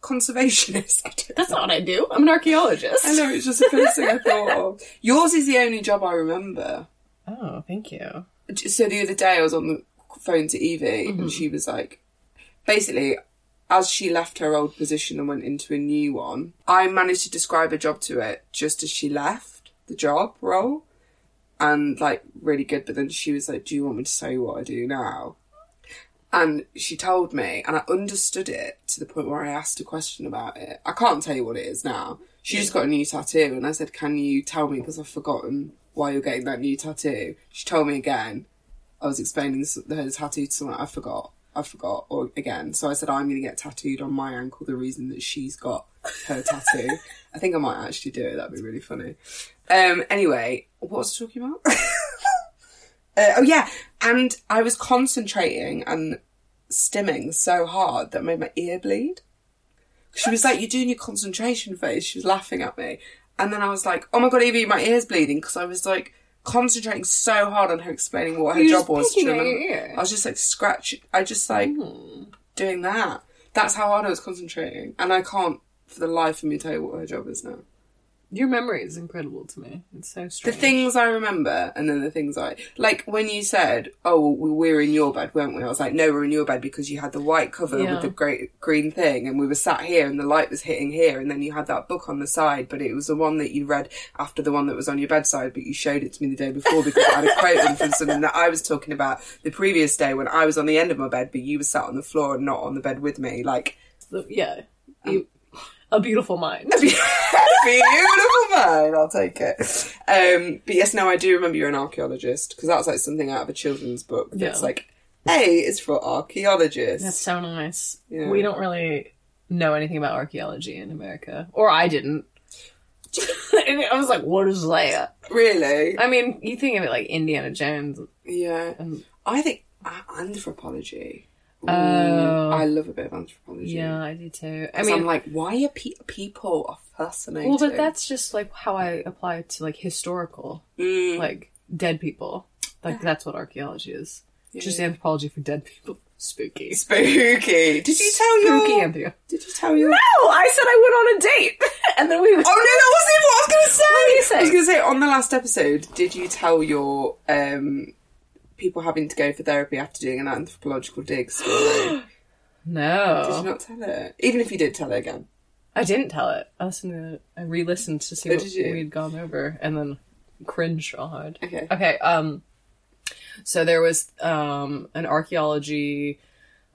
[SPEAKER 1] conservationist. I don't
[SPEAKER 2] That's not what I do. I'm an archaeologist.
[SPEAKER 1] I know, it's just the first thing I thought of. Yours is the only job I remember.
[SPEAKER 2] Oh, thank you.
[SPEAKER 1] so the other day I was on the phone to Evie and she was like, basically, as she left her old position and went into a new one, I managed to describe a job to it just as she left the job role and like really good. But then she was like, Do you want me to say what I do now? And she told me, and I understood it to the point where I asked a question about it. I can't tell you what it is now. She just got a new tattoo, and I said, Can you tell me? Because I've forgotten why you're getting that new tattoo. She told me again. I was explaining s- her tattoo to someone, I forgot. I forgot or again. So I said, I'm going to get tattooed on my ankle the reason that she's got her tattoo. I think I might actually do it. That'd be really funny. Um, anyway, what was I talking about? Uh, oh yeah, and I was concentrating and stimming so hard that it made my ear bleed. She was like, "You're doing your concentration phase." She was laughing at me, and then I was like, "Oh my god, Evie, my ear's bleeding," because I was like concentrating so hard on her explaining what her
[SPEAKER 2] You're
[SPEAKER 1] job
[SPEAKER 2] just
[SPEAKER 1] was. Do you
[SPEAKER 2] picking at your
[SPEAKER 1] remember?
[SPEAKER 2] ear. Hmm.
[SPEAKER 1] I was just like scratching. I just like doing that. That's how hard I was concentrating, and I can't for the life of me tell you what her job is now.
[SPEAKER 2] Your memory is incredible to me. It's so
[SPEAKER 1] The
[SPEAKER 2] strange.
[SPEAKER 1] things I remember, and then the things I like when you said, "Oh, well, we were in your bed, weren't we?" I was like, "No, we were in your bed because you had the white cover
[SPEAKER 2] Yeah.
[SPEAKER 1] with the great green thing, and we were sat here, and the light was hitting here, and then you had that book on the side, but it was the one that you read after the one that was on your bedside, but you showed it to me the day before because I had a quote in from something that I was talking about the previous day when I was on the end of my bed, but you were sat on the floor and not on the bed with me, like."
[SPEAKER 2] So, yeah, You- Um, a beautiful mind.
[SPEAKER 1] Beautiful mind, I'll take it. Um, but yes, no, I do remember you're an archaeologist because that's like something out of a children's book. That's
[SPEAKER 2] Yeah.
[SPEAKER 1] like, A is for archaeologists.
[SPEAKER 2] That's so nice.
[SPEAKER 1] Yeah.
[SPEAKER 2] We don't really know anything about archaeology in America, or I didn't. and I was like, "What is that?"
[SPEAKER 1] really?
[SPEAKER 2] I mean, you think of it like Indiana Jones.
[SPEAKER 1] yeah.
[SPEAKER 2] Um,
[SPEAKER 1] I think uh, anthropology. Ooh,
[SPEAKER 2] Oh.
[SPEAKER 1] I love a bit of anthropology.
[SPEAKER 2] Yeah, I do too. I
[SPEAKER 1] 'Cause
[SPEAKER 2] mean,
[SPEAKER 1] I'm like, why are pe- people are fascinated?
[SPEAKER 2] well, but that's just like how I apply it to like historical,
[SPEAKER 1] Mm.
[SPEAKER 2] like dead people. Like that's what archaeology is. Just anthropology for dead people. Spooky.
[SPEAKER 1] spooky. Did you tell
[SPEAKER 2] Spooky
[SPEAKER 1] your?
[SPEAKER 2] anthropology.
[SPEAKER 1] Did you tell your?
[SPEAKER 2] No, I said I went on a date, and then we.
[SPEAKER 1] Oh no, that wasn't even what I was going to say.
[SPEAKER 2] What were you saying?
[SPEAKER 1] I was going to say on the last episode, did you tell your um, people having to go for therapy after doing an anthropological dig story?
[SPEAKER 2] No.
[SPEAKER 1] Did you not tell her? Even if you did tell her again.
[SPEAKER 2] I didn't tell it. I listened to it. I re-listened to see
[SPEAKER 1] Oh,
[SPEAKER 2] what
[SPEAKER 1] did you?
[SPEAKER 2] we'd gone over, and then cringe so hard.
[SPEAKER 1] Okay.
[SPEAKER 2] Okay. Um. So there was um an archaeology.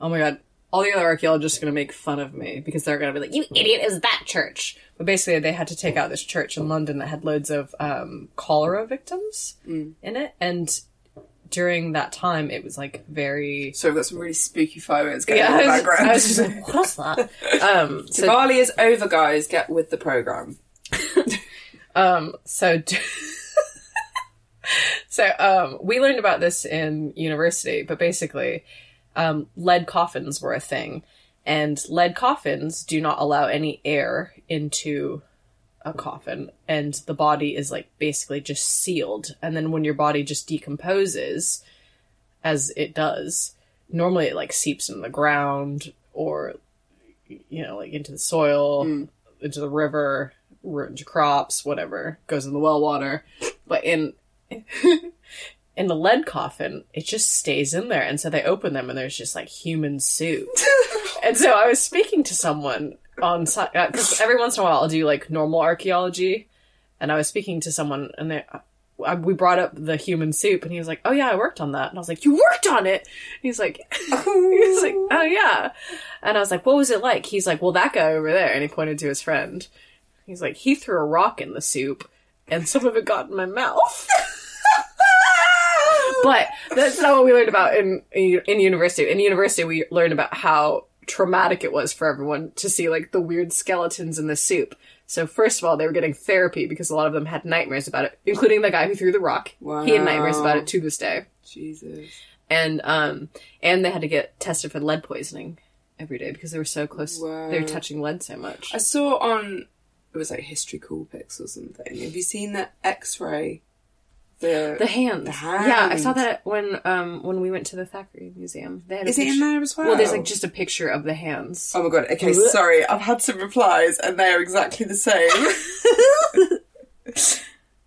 [SPEAKER 2] Oh my god! All the other archaeologists are gonna make fun of me because they're gonna be like, "You idiot! It was that church." But basically, they had to take out this church in London that had loads of um cholera victims
[SPEAKER 1] Mm.
[SPEAKER 2] in it, and during that time, it was like very.
[SPEAKER 1] So we've got some really spooky fireworks going
[SPEAKER 2] Yeah,
[SPEAKER 1] on in the
[SPEAKER 2] I was,
[SPEAKER 1] background.
[SPEAKER 2] I was just like, "What's that?" Um, so
[SPEAKER 1] Bali is over, guys. Get with the program.
[SPEAKER 2] Um, so, so um, we learned about this in university, but basically, um, lead coffins were a thing, and lead coffins do not allow any air into a coffin, and the body is like basically just sealed. And then when your body just decomposes, as it does, normally it like seeps in the ground or you know like into the soil, into the river, ru- into crops, whatever goes in the well water. But in in the lead coffin, it just stays in there, and so they open them, and there's just like human soup. and so I was speaking to someone on because every once in a while I'll do like normal archaeology, and I was speaking to someone, and they. I, we brought up the human soup, and he was like, "Oh yeah, I worked on that." And I was like, "You worked on it?" And he's like, "He's like, oh yeah," and I was like, "What was it like?" He's like, "Well, that guy over there," and he pointed to his friend. He's like, he threw a rock in the soup, and some of it got in my mouth. but that's not what we learned about in in university. In university, we learned about how traumatic it was for everyone to see like the weird skeletons in the soup. So first of all, they were getting therapy because a lot of them had nightmares about it, including the guy who threw the rock. He had nightmares
[SPEAKER 1] Wow.
[SPEAKER 2] about it to this day,
[SPEAKER 1] Jesus.
[SPEAKER 2] and um, and they had to get tested for lead poisoning every day because they were so close.
[SPEAKER 1] Wow.
[SPEAKER 2] They were touching lead so much.
[SPEAKER 1] I saw on it was like History Cool Pics or something. Have you seen that X-ray? The,
[SPEAKER 2] The hands.
[SPEAKER 1] The
[SPEAKER 2] Yeah, I saw
[SPEAKER 1] hands.
[SPEAKER 2] that when um when we went to the Thackeray Museum. They had a
[SPEAKER 1] Is it in
[SPEAKER 2] picture-
[SPEAKER 1] there as well?
[SPEAKER 2] Well, there's like just a picture of the hands.
[SPEAKER 1] Oh my god. Okay, sorry. I've had some replies and they are exactly the same.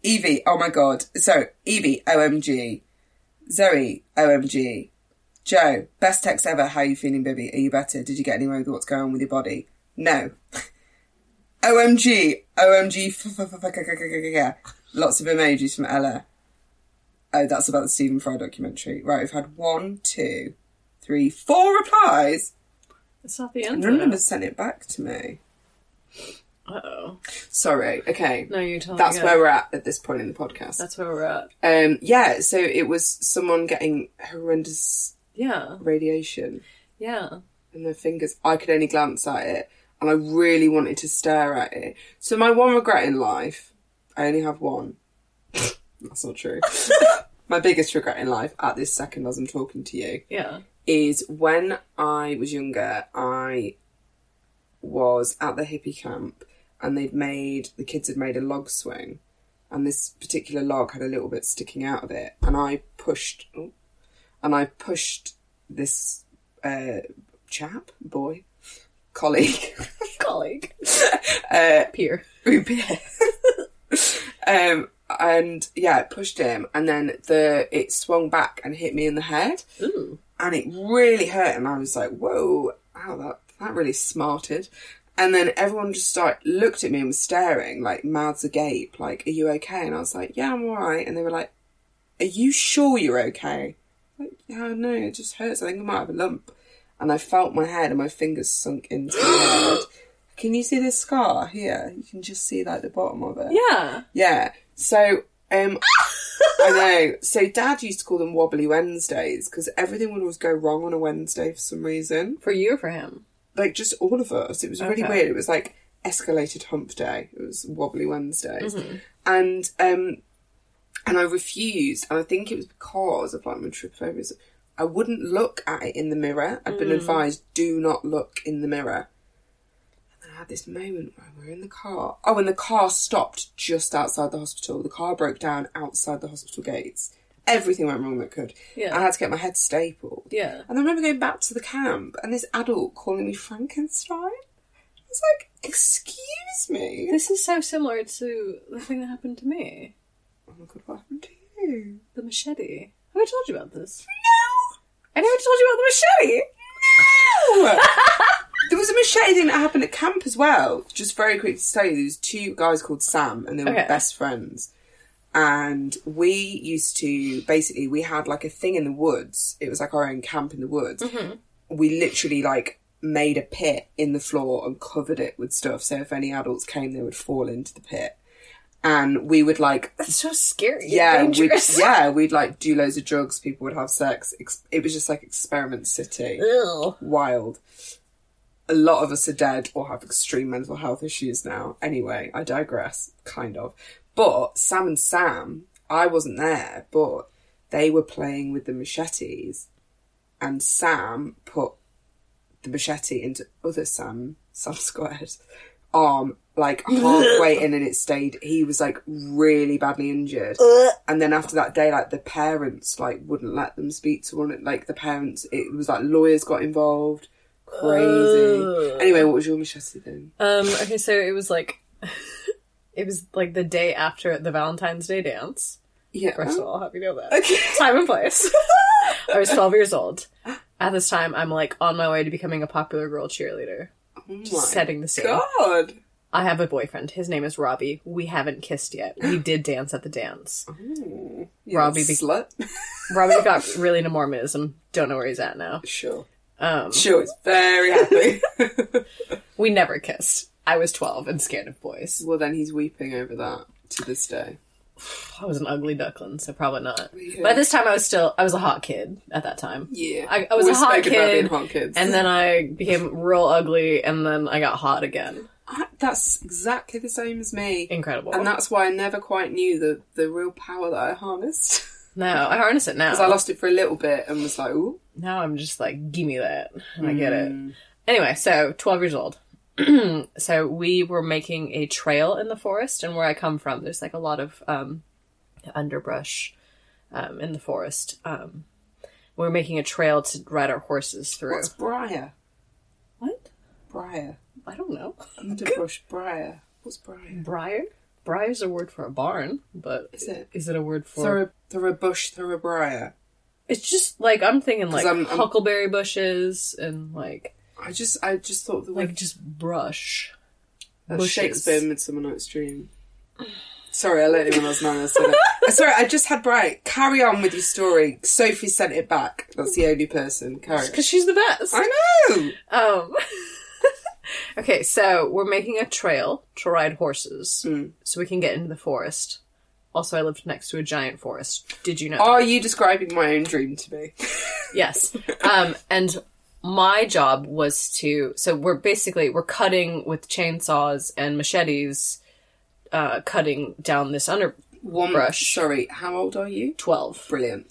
[SPEAKER 1] Evie, oh my god. So Evie, OMG. Zoe, OMG. Joe, best text ever. How you feeling, baby? Are you better? Did you get anywhere with what's going on with your body? No. OMG, OMG, f- f- f- f- yeah. Lots of emojis from Ella. Oh, that's about the Stephen Fry documentary. Right, we've had one, two, three, four replies.
[SPEAKER 2] It's not the
[SPEAKER 1] None of them has sent it back to me.
[SPEAKER 2] Uh oh.
[SPEAKER 1] Sorry. Okay.
[SPEAKER 2] No, you're telling
[SPEAKER 1] That's
[SPEAKER 2] me.
[SPEAKER 1] where we're at at this point in the podcast.
[SPEAKER 2] That's where we're at.
[SPEAKER 1] Um, yeah, so it was someone getting horrendous
[SPEAKER 2] Yeah,
[SPEAKER 1] radiation
[SPEAKER 2] yeah.
[SPEAKER 1] in their fingers. I could only glance at it and I really wanted to stare at it. So, my one regret in life, I only have one. That's not true. my biggest regret in life at this second as I'm talking to you
[SPEAKER 2] Yeah.
[SPEAKER 1] is when I was younger, I was at the hippie camp and they'd made, the kids had made a log swing and this particular log had a little bit sticking out of it and I pushed, oh, and I pushed this uh, chap, boy, colleague,
[SPEAKER 2] Colleague.
[SPEAKER 1] uh,
[SPEAKER 2] Peer.
[SPEAKER 1] root beer. um, and yeah, it pushed him and then the, it swung back and hit me in the head
[SPEAKER 2] Ooh.
[SPEAKER 1] and it really hurt and I was like, Whoa, ow that that really smarted. And then everyone just started looked at me and was staring, like mouths agape, like, Are you okay? And I was like, Yeah, I'm alright and they were like, Are you sure you're okay? Like, yeah, no, it just hurts. I think I might have a lump. And I felt my head and my fingers sunk into my head. Can you see this scar here? You can just see like the bottom of it.
[SPEAKER 2] Yeah.
[SPEAKER 1] Yeah. So, um, I know. So, Dad used to call them Wobbly Wednesdays because everything would always go wrong on a Wednesday for some reason.
[SPEAKER 2] For you or for him?
[SPEAKER 1] Like, just all of us. It was really
[SPEAKER 2] Okay.
[SPEAKER 1] weird. It was like escalated hump day. It was Wobbly Wednesdays.
[SPEAKER 2] Mm-hmm.
[SPEAKER 1] And, um, and I refused, and I think it was because of like my trip phobias. I wouldn't look at it in the mirror. I've
[SPEAKER 2] Mm.
[SPEAKER 1] been advised do not look in the mirror. And then I had this moment where we were in the car. Oh, and the car stopped just outside the hospital. The car broke down outside the hospital gates. Everything went wrong that could.
[SPEAKER 2] Yeah.
[SPEAKER 1] I had to get my head stapled.
[SPEAKER 2] Yeah.
[SPEAKER 1] And I remember going back to the camp and this adult calling me Frankenstein. I was like, excuse me.
[SPEAKER 2] This is so similar to the thing that happened to me.
[SPEAKER 1] Oh my god, what happened to you?
[SPEAKER 2] The machete. Have I told you about this?
[SPEAKER 1] No!
[SPEAKER 2] I never told you about the machete!
[SPEAKER 1] No! there was a machete thing that happened at camp as well. Just very quick to tell you, there was two guys called Sam and they were
[SPEAKER 2] Okay.
[SPEAKER 1] best friends. And we used to basically we had like a thing in the woods. It was like our own camp in the woods.
[SPEAKER 2] Mm-hmm.
[SPEAKER 1] We literally like made a pit in the floor and covered it with stuff. So if any adults came, they would fall into the pit. And we would like
[SPEAKER 2] That's so scary.
[SPEAKER 1] yeah,
[SPEAKER 2] Yeah,
[SPEAKER 1] we'd,
[SPEAKER 2] dangerous.
[SPEAKER 1] yeah, we'd like do loads of drugs. People would have sex. Ex- It was just like experiment city,
[SPEAKER 2] Ew.
[SPEAKER 1] wild. A lot of us are dead or have extreme mental health issues now. Anyway, I digress, kind of. But Sam and Sam, I wasn't there, but they were playing with the machetes, and Sam put the machete into other Sam, Sam Square's arm, like halfway in, and it stayed. He was like really badly injured. And then after that day, like the parents like wouldn't let them speak to one. Like the parents, it was like lawyers got involved. Crazy. Anyway, what was your machete then?
[SPEAKER 2] Um, okay, so it was like it was like the day after the Valentine's Day dance.
[SPEAKER 1] Yeah. Oh
[SPEAKER 2] First of all, I'll have you know that.
[SPEAKER 1] Okay.
[SPEAKER 2] Time and place. I was twelve years old. At this time I'm like on my way to becoming a popular girl cheerleader.
[SPEAKER 1] My
[SPEAKER 2] Just setting the scene.
[SPEAKER 1] God.
[SPEAKER 2] I have a boyfriend. His name is Robbie. We haven't kissed yet. We did dance at the dance.
[SPEAKER 1] Yeah,
[SPEAKER 2] Robbie be-
[SPEAKER 1] slut.
[SPEAKER 2] Robbie got really into Mormonism. Don't know where he's at now.
[SPEAKER 1] sure.
[SPEAKER 2] Um,
[SPEAKER 1] Sure. It's very happy.
[SPEAKER 2] we never kissed. I was 12 and scared of boys.
[SPEAKER 1] well, then he's weeping over that to this day.
[SPEAKER 2] I was an ugly duckling, so probably not.
[SPEAKER 1] Yeah.
[SPEAKER 2] By this time, I was still I was a hot kid at that time.
[SPEAKER 1] Yeah.
[SPEAKER 2] I, I was
[SPEAKER 1] We've
[SPEAKER 2] a hot
[SPEAKER 1] spoken about being
[SPEAKER 2] kid,
[SPEAKER 1] hot kids.
[SPEAKER 2] and then I became real ugly, and then I got hot again.
[SPEAKER 1] I, that's exactly the same as me.
[SPEAKER 2] Incredible.
[SPEAKER 1] And that's why I never quite knew the, the real power that I harnessed.
[SPEAKER 2] no, I harness it now.
[SPEAKER 1] Because I lost it for a little bit and was like, ooh.
[SPEAKER 2] now I'm just like, give me that. And I get it.
[SPEAKER 1] Mm.
[SPEAKER 2] Anyway, so 12 years old. so we were making a trail in the forest, and where I come from, there's like a lot of um, underbrush um, in the forest. Um, we were making a trail to ride our horses through.
[SPEAKER 1] What's briar?
[SPEAKER 2] what?
[SPEAKER 1] Briar.
[SPEAKER 2] I don't know.
[SPEAKER 1] Underbrush briar. What's briar?
[SPEAKER 2] Briar? Briar's a word for a barn, but
[SPEAKER 1] Is it?
[SPEAKER 2] is it a word for?
[SPEAKER 1] Through a, through a bush, through a briar.
[SPEAKER 2] It's just like I'm thinking like
[SPEAKER 1] I'm- I'm-
[SPEAKER 2] huckleberry bushes and like
[SPEAKER 1] I just I just thought the
[SPEAKER 2] like
[SPEAKER 1] word
[SPEAKER 2] just brush.
[SPEAKER 1] like,
[SPEAKER 2] bushes.
[SPEAKER 1] Shakespeare Midsummer Night's Dream. Sorry, I let anyone else know I said it. Uh, Sorry, I just had briar. Carry on with your story. Sophie sent it back. That's the only person. Carry on.
[SPEAKER 2] Because she's the best.
[SPEAKER 1] I know!
[SPEAKER 2] Um. okay, so we're making a trail to ride horses
[SPEAKER 1] Hmm.
[SPEAKER 2] so we can get into the forest. Also, I lived next to a giant forest. Did you know?
[SPEAKER 1] Are you describing my own dream to me?
[SPEAKER 2] Yes. Um, and my job was to so we're basically we're cutting with chainsaws and machetes, uh, cutting down this under
[SPEAKER 1] One
[SPEAKER 2] Brush.
[SPEAKER 1] Sorry, how old are you?
[SPEAKER 2] twelve,
[SPEAKER 1] Brilliant.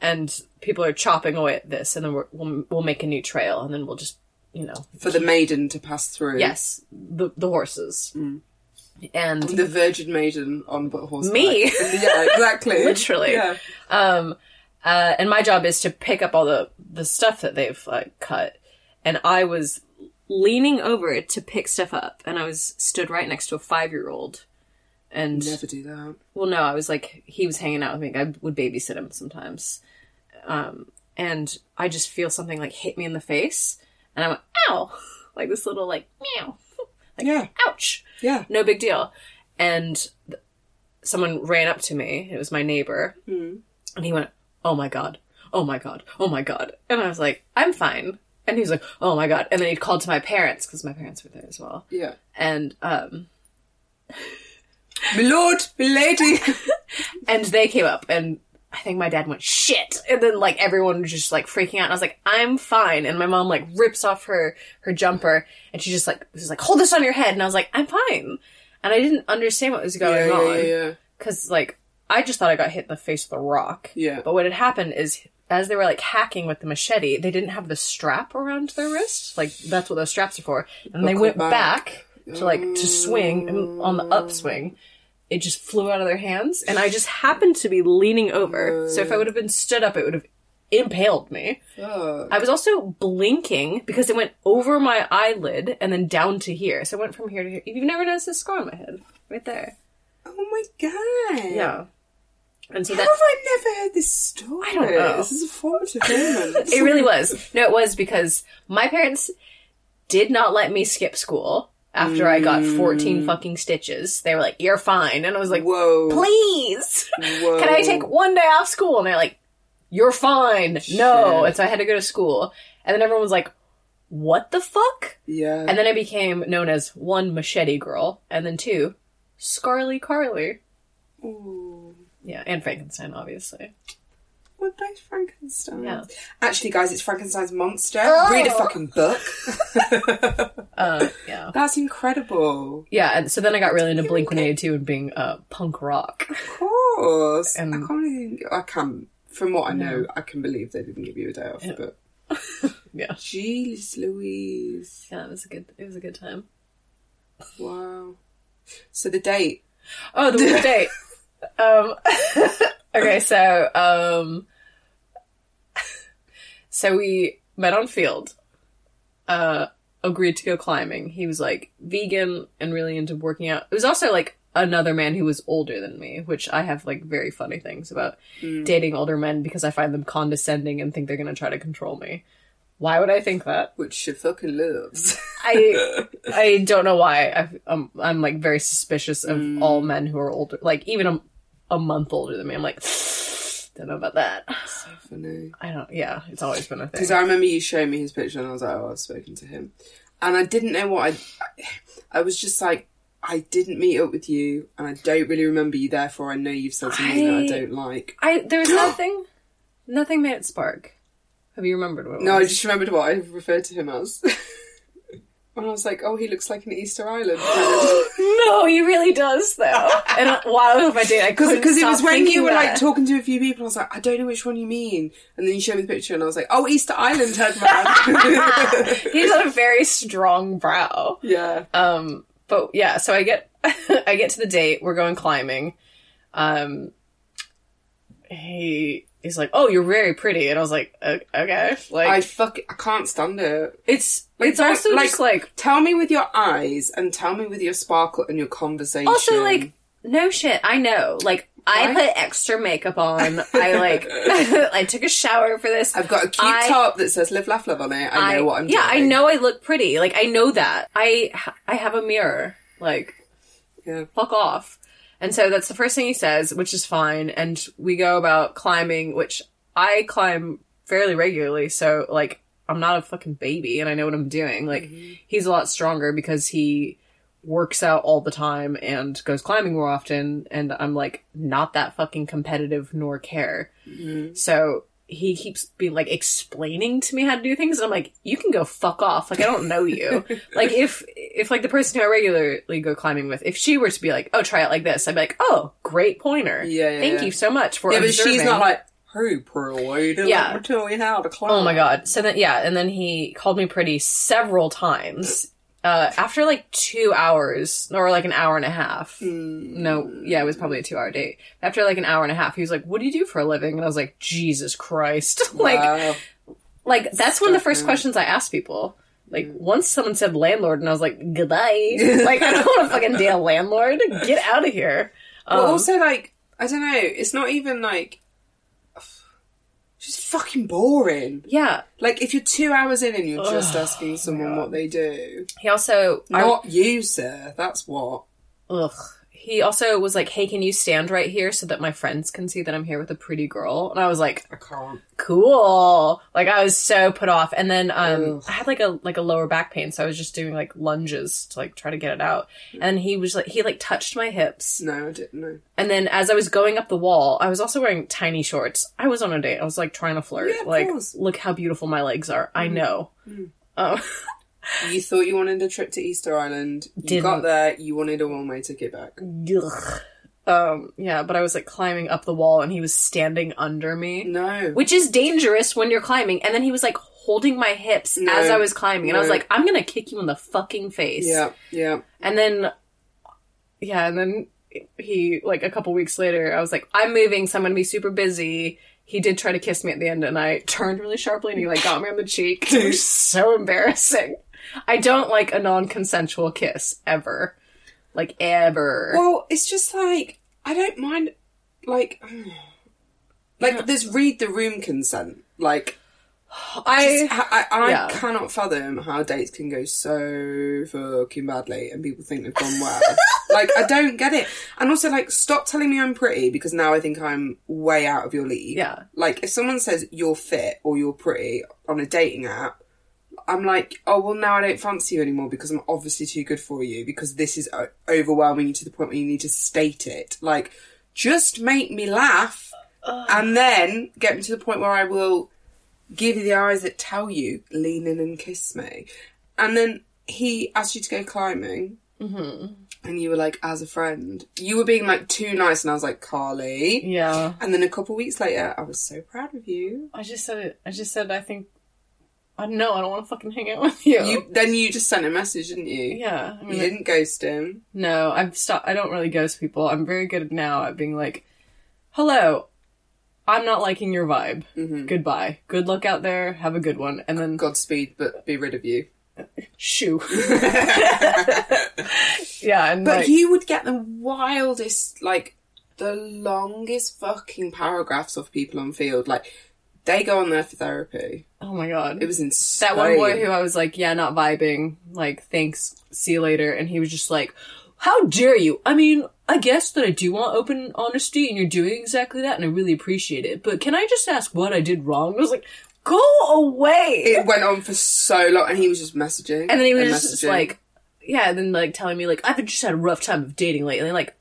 [SPEAKER 2] and people are chopping away at this, and then we're, we'll we'll make a new trail, and then we'll just you know
[SPEAKER 1] For the maiden to pass through.
[SPEAKER 2] yes the the horses and
[SPEAKER 1] The virgin maiden on but horseback.
[SPEAKER 2] Me?
[SPEAKER 1] yeah, exactly.
[SPEAKER 2] Literally.
[SPEAKER 1] Yeah.
[SPEAKER 2] uh, and my job is to pick up all the the stuff that they've like cut and i was leaning over to pick stuff up and i was stood right next to a five year old and
[SPEAKER 1] Never do that.
[SPEAKER 2] well no i was like he was hanging out with me i would babysit him sometimes um, and i just feel something like hit me in the face and i went ow like this little like meow like
[SPEAKER 1] Yeah.
[SPEAKER 2] ouch
[SPEAKER 1] Yeah.
[SPEAKER 2] no big deal. And th- someone ran up to me. It was my neighbor. And he went, Oh my God. Oh my God. Oh my God. And I was like, I'm fine. And he was like, Oh my God. And then he called to my parents because my parents were there as well.
[SPEAKER 1] Yeah.
[SPEAKER 2] And, um,
[SPEAKER 1] My lord, my lady.
[SPEAKER 2] and they came up and I think my dad went shit, and then like everyone was just like freaking out. And I was like, "I'm fine." And my mom like rips off her her jumper, and she just like was like, "Hold this on your head," and I was like, "I'm fine." And I didn't understand what was
[SPEAKER 1] yeah,
[SPEAKER 2] going
[SPEAKER 1] yeah,
[SPEAKER 2] on.
[SPEAKER 1] yeah, yeah.
[SPEAKER 2] because like I just thought I got hit in the face with a rock.
[SPEAKER 1] Yeah.
[SPEAKER 2] But what had happened is as they were like hacking with the machete, they didn't have the strap around their wrist. Like that's what those straps are for. And they
[SPEAKER 1] Buckle
[SPEAKER 2] went
[SPEAKER 1] back.
[SPEAKER 2] back. to like to swing and on the upswing. It just flew out of their hands, and I just happened to be leaning over. So if I would have been stood up, it would have impaled me.
[SPEAKER 1] Fuck.
[SPEAKER 2] I was also blinking because it went over my eyelid and then down to here. So it went from here to here. You've never noticed this scar on my head, right there.
[SPEAKER 1] Oh my Oh god.
[SPEAKER 2] Yeah. And so
[SPEAKER 1] How
[SPEAKER 2] that
[SPEAKER 1] have I never heard this story?
[SPEAKER 2] I don't know.
[SPEAKER 1] This is a formative moment.
[SPEAKER 2] it really was. No, it was because my parents did not let me skip school after I got 14 fucking stitches. They were like, "You're fine." And I was like,
[SPEAKER 1] Mm. Whoa.
[SPEAKER 2] "Please."
[SPEAKER 1] Whoa.
[SPEAKER 2] Can I take one day off school? And they're like, You're fine. No.
[SPEAKER 1] Shit.
[SPEAKER 2] And so I had to go to school. And then everyone was like, What the fuck?
[SPEAKER 1] Yeah.
[SPEAKER 2] And then I became known as one machete girl, and then two, Scarly Carly.
[SPEAKER 1] Ooh.
[SPEAKER 2] Yeah, and Frankenstein, obviously.
[SPEAKER 1] What nice Frankenstein.
[SPEAKER 2] Yeah. Oh.
[SPEAKER 1] Actually, guys, it's Frankenstein's monster. Read a fucking book.
[SPEAKER 2] Uh, yeah.
[SPEAKER 1] That's incredible.
[SPEAKER 2] Yeah, and so then I got really into Blink 182 and being uh, punk rock.
[SPEAKER 1] Of course.
[SPEAKER 2] Um,
[SPEAKER 1] I can't really think. I can. From what I know, I can believe they didn't give you a day off, but.
[SPEAKER 2] Yeah.
[SPEAKER 1] Jeez Louise.
[SPEAKER 2] Yeah, it was a good it was a good time.
[SPEAKER 1] Wow. So the date.
[SPEAKER 2] Oh, the weird date. Um, okay, so um, so we met on field. Uh, agreed to go climbing. He was like vegan and really into working out. It was also like another man who was older than me, which I have like very funny things about dating older men because I find them condescending and think they're gonna try to control me. Why would I think that?
[SPEAKER 1] Which she fucking loves.
[SPEAKER 2] I I don't know why I've, um, I'm like very suspicious of
[SPEAKER 1] Mm.
[SPEAKER 2] all men who are older, like even a, a month older than me. I'm like, don't know about that.
[SPEAKER 1] so funny.
[SPEAKER 2] I don't. Yeah, it's always been a thing.
[SPEAKER 1] Because I remember you showing me his picture and I was like, oh, I've spoken to him. And I didn't know what I. I was just like, I didn't meet up with you and I don't really remember you, therefore I know you've said something that I
[SPEAKER 2] I-
[SPEAKER 1] don't like.
[SPEAKER 2] I there was nothing, nothing made it spark. Have you remembered what? It
[SPEAKER 1] No, I
[SPEAKER 2] was?
[SPEAKER 1] just remembered what I referred to him as. when I was like, oh, he looks like an Easter Island.
[SPEAKER 2] no, he really does though. and uh, while I was on my date, I couldn't
[SPEAKER 1] Because it was
[SPEAKER 2] stop
[SPEAKER 1] when you
[SPEAKER 2] thinking
[SPEAKER 1] were like
[SPEAKER 2] that.
[SPEAKER 1] talking to a few people, I was like, I don't know which one you mean. And then you showed me the picture and I was like, oh, Easter Island head man.
[SPEAKER 2] He's on a very strong brow.
[SPEAKER 1] yeah.
[SPEAKER 2] Um, but yeah, so I get I get to the date. We're going climbing. Um, he he's like, "Oh, you're very pretty," and I was like, "O- "Okay." Like
[SPEAKER 1] I fuck, I can't stand it.
[SPEAKER 2] it's it's
[SPEAKER 1] that-
[SPEAKER 2] also
[SPEAKER 1] like-
[SPEAKER 2] just like
[SPEAKER 1] Tell me with your eyes and tell me with your sparkle and your conversation.
[SPEAKER 2] also like no shit. I know. Like I
[SPEAKER 1] Why?
[SPEAKER 2] put extra makeup on. I like I took a shower for this.
[SPEAKER 1] I've got a cute
[SPEAKER 2] I-
[SPEAKER 1] top that says live, laugh, love on it. I, know what I'm
[SPEAKER 2] yeah,
[SPEAKER 1] doing.
[SPEAKER 2] I know I look pretty. Like I know that. I ha- I have a mirror. Like
[SPEAKER 1] Yeah.
[SPEAKER 2] fuck off. And so that's the first thing he says, which is fine. And we go about climbing, which I climb fairly regularly. So, like, I'm not a fucking baby and I know what I'm doing. Like,
[SPEAKER 1] Mm-hmm.
[SPEAKER 2] he's a lot stronger because he works out all the time and goes climbing more often. And I'm like, not that fucking competitive nor care.
[SPEAKER 1] Mm-hmm.
[SPEAKER 2] So he keeps being like explaining to me how to do things, and I'm like, you can go fuck off. Like I don't know you. like if if like the person who I regularly go climbing with, if she were to be like, oh, try it like this, I'd be like, oh, great pointer.
[SPEAKER 1] Yeah, yeah,
[SPEAKER 2] thank
[SPEAKER 1] yeah.
[SPEAKER 2] you so much for.
[SPEAKER 1] Yeah, but
[SPEAKER 2] observing."
[SPEAKER 1] she's not like, hey, pearl lady,
[SPEAKER 2] Yeah.
[SPEAKER 1] let me tell you how to climb.
[SPEAKER 2] Oh my god. So then yeah, and then he called me pretty several times. Uh, after like two hours or like an hour and a half.
[SPEAKER 1] Hmm.
[SPEAKER 2] No, yeah, it was probably a two hour date. After like an hour and a half, he was like, What do you do for a living? And I was like, Jesus Christ. like
[SPEAKER 1] Wow.
[SPEAKER 2] like that's one of the first questions I ask people. Like once someone said landlord, and I was like, goodbye. like I don't want to fucking date a landlord. Get out of here.
[SPEAKER 1] But
[SPEAKER 2] Um,
[SPEAKER 1] also, like, I don't know, it's not even like. She's fucking boring.
[SPEAKER 2] yeah.
[SPEAKER 1] Like, if you're two hours in and you're just asking someone what they do,
[SPEAKER 2] He also
[SPEAKER 1] not you, sir. That's what.
[SPEAKER 2] I, ugh. He also was like, hey, can you stand right here so that my friends can see that I'm here with a pretty girl? And I was like,
[SPEAKER 1] I can't.
[SPEAKER 2] cool. Like I was so put off. And then um I had like a like a lower back pain, so I was just doing like lunges to like try to get it out. And he was like he like touched my hips.
[SPEAKER 1] No, I didn't know.
[SPEAKER 2] And then as I was going up the wall, I was also wearing tiny shorts. I was on a date. I was like trying to flirt.
[SPEAKER 1] Yeah, of
[SPEAKER 2] like,
[SPEAKER 1] course. Mm-hmm.
[SPEAKER 2] look how beautiful my legs are. I know. Um,
[SPEAKER 1] You thought you wanted a trip to Easter Island. You
[SPEAKER 2] Didn't.
[SPEAKER 1] got there. You wanted a one-way ticket back.
[SPEAKER 2] ugh. um, yeah, but I was like climbing up the wall and he was standing under me,
[SPEAKER 1] No.
[SPEAKER 2] which is dangerous when you're climbing. And then he was like holding my hips
[SPEAKER 1] No.
[SPEAKER 2] as I was climbing. And I was
[SPEAKER 1] No.
[SPEAKER 2] like, I'm going to kick you in the fucking face.
[SPEAKER 1] yeah, yeah.
[SPEAKER 2] And then, yeah, and then he, like, a couple weeks later, I was like, I'm moving, so I'm gonna be super busy. He did try to kiss me at the end, and I turned really sharply and he, like, got me on the cheek. It was so embarrassing. I don't like a non consensual kiss ever. Like, ever.
[SPEAKER 1] Well, it's just like I don't mind. like, like there's read the room consent. Like,
[SPEAKER 2] I
[SPEAKER 1] I, I, I
[SPEAKER 2] Yeah.
[SPEAKER 1] cannot fathom how dates can go so fucking badly and people think they've gone well. like, I don't get it. And also, like, stop telling me I'm pretty because now I think I'm way out of your league.
[SPEAKER 2] Yeah.
[SPEAKER 1] Like, if someone says you're fit or you're pretty on a dating app, I'm like, oh, well, now I don't fancy you anymore because I'm obviously too good for you because this is o- overwhelming you to the point where you need to state it. Like, just make me laugh and then get me to the point where I will give you the eyes that tell you, lean in and kiss me. And then he asked you to go climbing. Mm-hmm. And you were like, as a friend. You were being like too nice, and I was like, Carly.
[SPEAKER 2] yeah.
[SPEAKER 1] And then a couple weeks later, I was so proud of you.
[SPEAKER 2] I just said it. I just said I think. I don't know. I don't want to fucking hang out with you.
[SPEAKER 1] You then you just sent a message, didn't you?
[SPEAKER 2] Oh. yeah. I mean,
[SPEAKER 1] You didn't ghost him.
[SPEAKER 2] No, I've stopped. I don't really ghost people. I'm very good now at being like, "Hello, I'm not liking your vibe.
[SPEAKER 1] Mm-hmm.
[SPEAKER 2] Goodbye. Good luck out there. Have a good one." And then
[SPEAKER 1] Godspeed, but be rid of you.
[SPEAKER 2] shoo. yeah, and
[SPEAKER 1] But
[SPEAKER 2] like,
[SPEAKER 1] you would get the wildest, like, the longest fucking paragraphs of people on field. Like, they go on there for therapy.
[SPEAKER 2] oh my god,
[SPEAKER 1] It was insane.
[SPEAKER 2] that one boy who I was like, "Yeah, not vibing. Like, thanks. See you later." And he was just like, "How dare you? I mean." I guess that I do want open honesty, and you're doing exactly that, and I really appreciate it. But can I just ask what I did wrong? I was like, go away.
[SPEAKER 1] it went on for so long, and he was just messaging.
[SPEAKER 2] And then he was just
[SPEAKER 1] messaging.
[SPEAKER 2] like, yeah, and then like telling me like I've just had a rough time of dating lately. And like,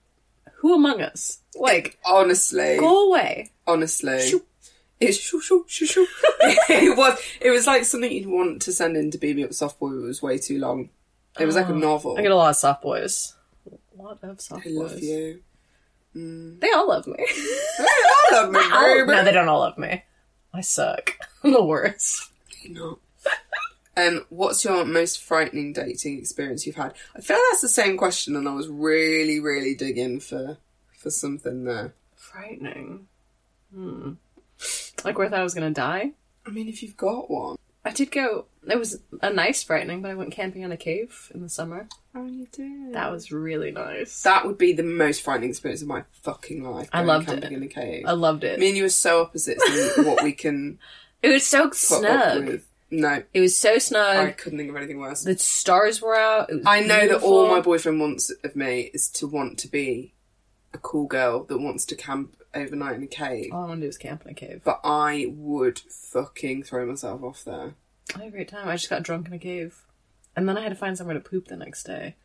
[SPEAKER 2] who among us? Like,
[SPEAKER 1] honestly,
[SPEAKER 2] go away.
[SPEAKER 1] honestly,
[SPEAKER 2] Shoo.
[SPEAKER 1] it's shoo shoo shoo shoo. it was, it was like something you'd want to send in to beat me up soft boy. But it was way too long. It was like a novel.
[SPEAKER 2] Oh, I get a lot of soft boys. A lot of soft
[SPEAKER 1] I
[SPEAKER 2] boys.
[SPEAKER 1] love you.
[SPEAKER 2] They all love me.
[SPEAKER 1] I love me, baby.
[SPEAKER 2] no, they don't all love me. I suck. I'm the worst.
[SPEAKER 1] No. Um, what's your most frightening dating experience you've had? I feel that's the same question, and I was really, really digging for for something there.
[SPEAKER 2] Frightening. Hmm. Like where I thought I was gonna die.
[SPEAKER 1] I mean, if you've got one,
[SPEAKER 2] I did go. It was a nice frightening, but I went camping in a cave in the summer.
[SPEAKER 1] how you do?
[SPEAKER 2] That was really nice.
[SPEAKER 1] That would be the most frightening experience of my fucking life.
[SPEAKER 2] I
[SPEAKER 1] going
[SPEAKER 2] loved
[SPEAKER 1] camping
[SPEAKER 2] it.
[SPEAKER 1] in a cave.
[SPEAKER 2] I loved it.
[SPEAKER 1] Me and you are so opposites in what we can
[SPEAKER 2] it was so
[SPEAKER 1] put up
[SPEAKER 2] snug.
[SPEAKER 1] with. No,
[SPEAKER 2] It was so
[SPEAKER 1] I
[SPEAKER 2] snug.
[SPEAKER 1] couldn't think of anything worse.
[SPEAKER 2] The stars were out. It was
[SPEAKER 1] I know that all my
[SPEAKER 2] beautiful.
[SPEAKER 1] boyfriend wants of me is to want to be a cool girl that wants to camp overnight in a cave.
[SPEAKER 2] All I want to do is camp in a cave.
[SPEAKER 1] But I would fucking throw myself off there.
[SPEAKER 2] I had a great time. I just got drunk in a cave, and then I had to find somewhere to poop the next day,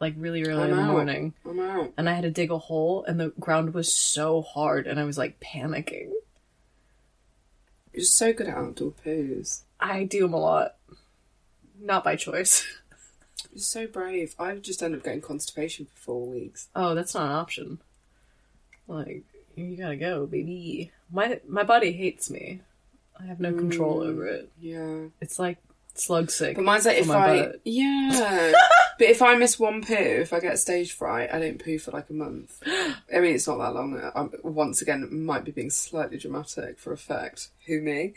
[SPEAKER 2] like really early in the
[SPEAKER 1] out.
[SPEAKER 2] morning.
[SPEAKER 1] I'm out.
[SPEAKER 2] And I had to dig a hole, and the ground was so hard, and I was like panicking.
[SPEAKER 1] You're so good at outdoor poos.
[SPEAKER 2] I do them a lot, not by choice.
[SPEAKER 1] You're so brave. I would just end up getting constipation for four weeks.
[SPEAKER 2] Oh, that's not an option. Like you gotta go, baby. My my body hates me. I have no control over it.
[SPEAKER 1] Yeah.
[SPEAKER 2] It's like slug sick.
[SPEAKER 1] But mine's like
[SPEAKER 2] for
[SPEAKER 1] if
[SPEAKER 2] Mm. my
[SPEAKER 1] I
[SPEAKER 2] butt.
[SPEAKER 1] yeah. but if I miss one poo, if I get stage fright, I don't poo for like a month. I mean, it's not that long. I'm, once again, might be being slightly dramatic for effect. Who me?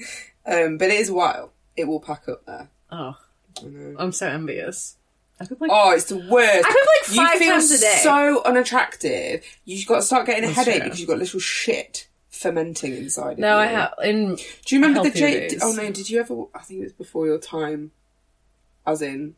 [SPEAKER 1] Um, but it is wild. It will pack up there.
[SPEAKER 2] Oh,
[SPEAKER 1] I know.
[SPEAKER 2] I'm so envious. I could like
[SPEAKER 1] Oh, it's the worst.
[SPEAKER 2] I poop, like, five
[SPEAKER 1] you feel
[SPEAKER 2] times a day.
[SPEAKER 1] So unattractive. You've got to start getting a headache
[SPEAKER 2] true.
[SPEAKER 1] because you've got little shit fermenting inside. of
[SPEAKER 2] no, I
[SPEAKER 1] you.
[SPEAKER 2] have in
[SPEAKER 1] Do you remember the
[SPEAKER 2] healthier
[SPEAKER 1] Jade?
[SPEAKER 2] days.
[SPEAKER 1] Oh no, did you ever? I think it was before your time. As in,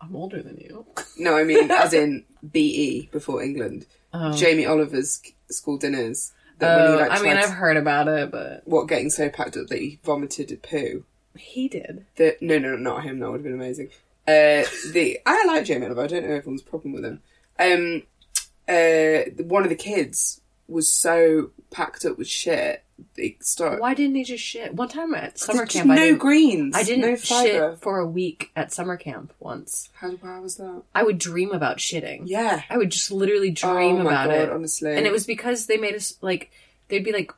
[SPEAKER 2] I'm older than you.
[SPEAKER 1] No, I mean, as in BE before England.
[SPEAKER 2] Oh.
[SPEAKER 1] Jamie Oliver's school dinners.
[SPEAKER 2] Oh,
[SPEAKER 1] he, like,
[SPEAKER 2] I mean,
[SPEAKER 1] tried
[SPEAKER 2] I've
[SPEAKER 1] to-
[SPEAKER 2] heard about it, but
[SPEAKER 1] what getting so packed up that he vomited a poo.
[SPEAKER 2] he did.
[SPEAKER 1] The no, no, not him. That would have been amazing. Uh, the I like Jamie Oliver. I don't know everyone's problem with him. Um, uh, the- one of the kids was so packed up with shit. They started.
[SPEAKER 2] Why didn't he just shit? One time at summer
[SPEAKER 1] There's just
[SPEAKER 2] camp, I
[SPEAKER 1] no
[SPEAKER 2] didn't,
[SPEAKER 1] greens.
[SPEAKER 2] I didn't
[SPEAKER 1] No fibre.
[SPEAKER 2] shit for a week at summer camp once.
[SPEAKER 1] How how was that?
[SPEAKER 2] I would dream about shitting.
[SPEAKER 1] Yeah.
[SPEAKER 2] I would just literally dream
[SPEAKER 1] oh my
[SPEAKER 2] about
[SPEAKER 1] god!
[SPEAKER 2] it.
[SPEAKER 1] Honestly,
[SPEAKER 2] And it was because they made us like there'd be like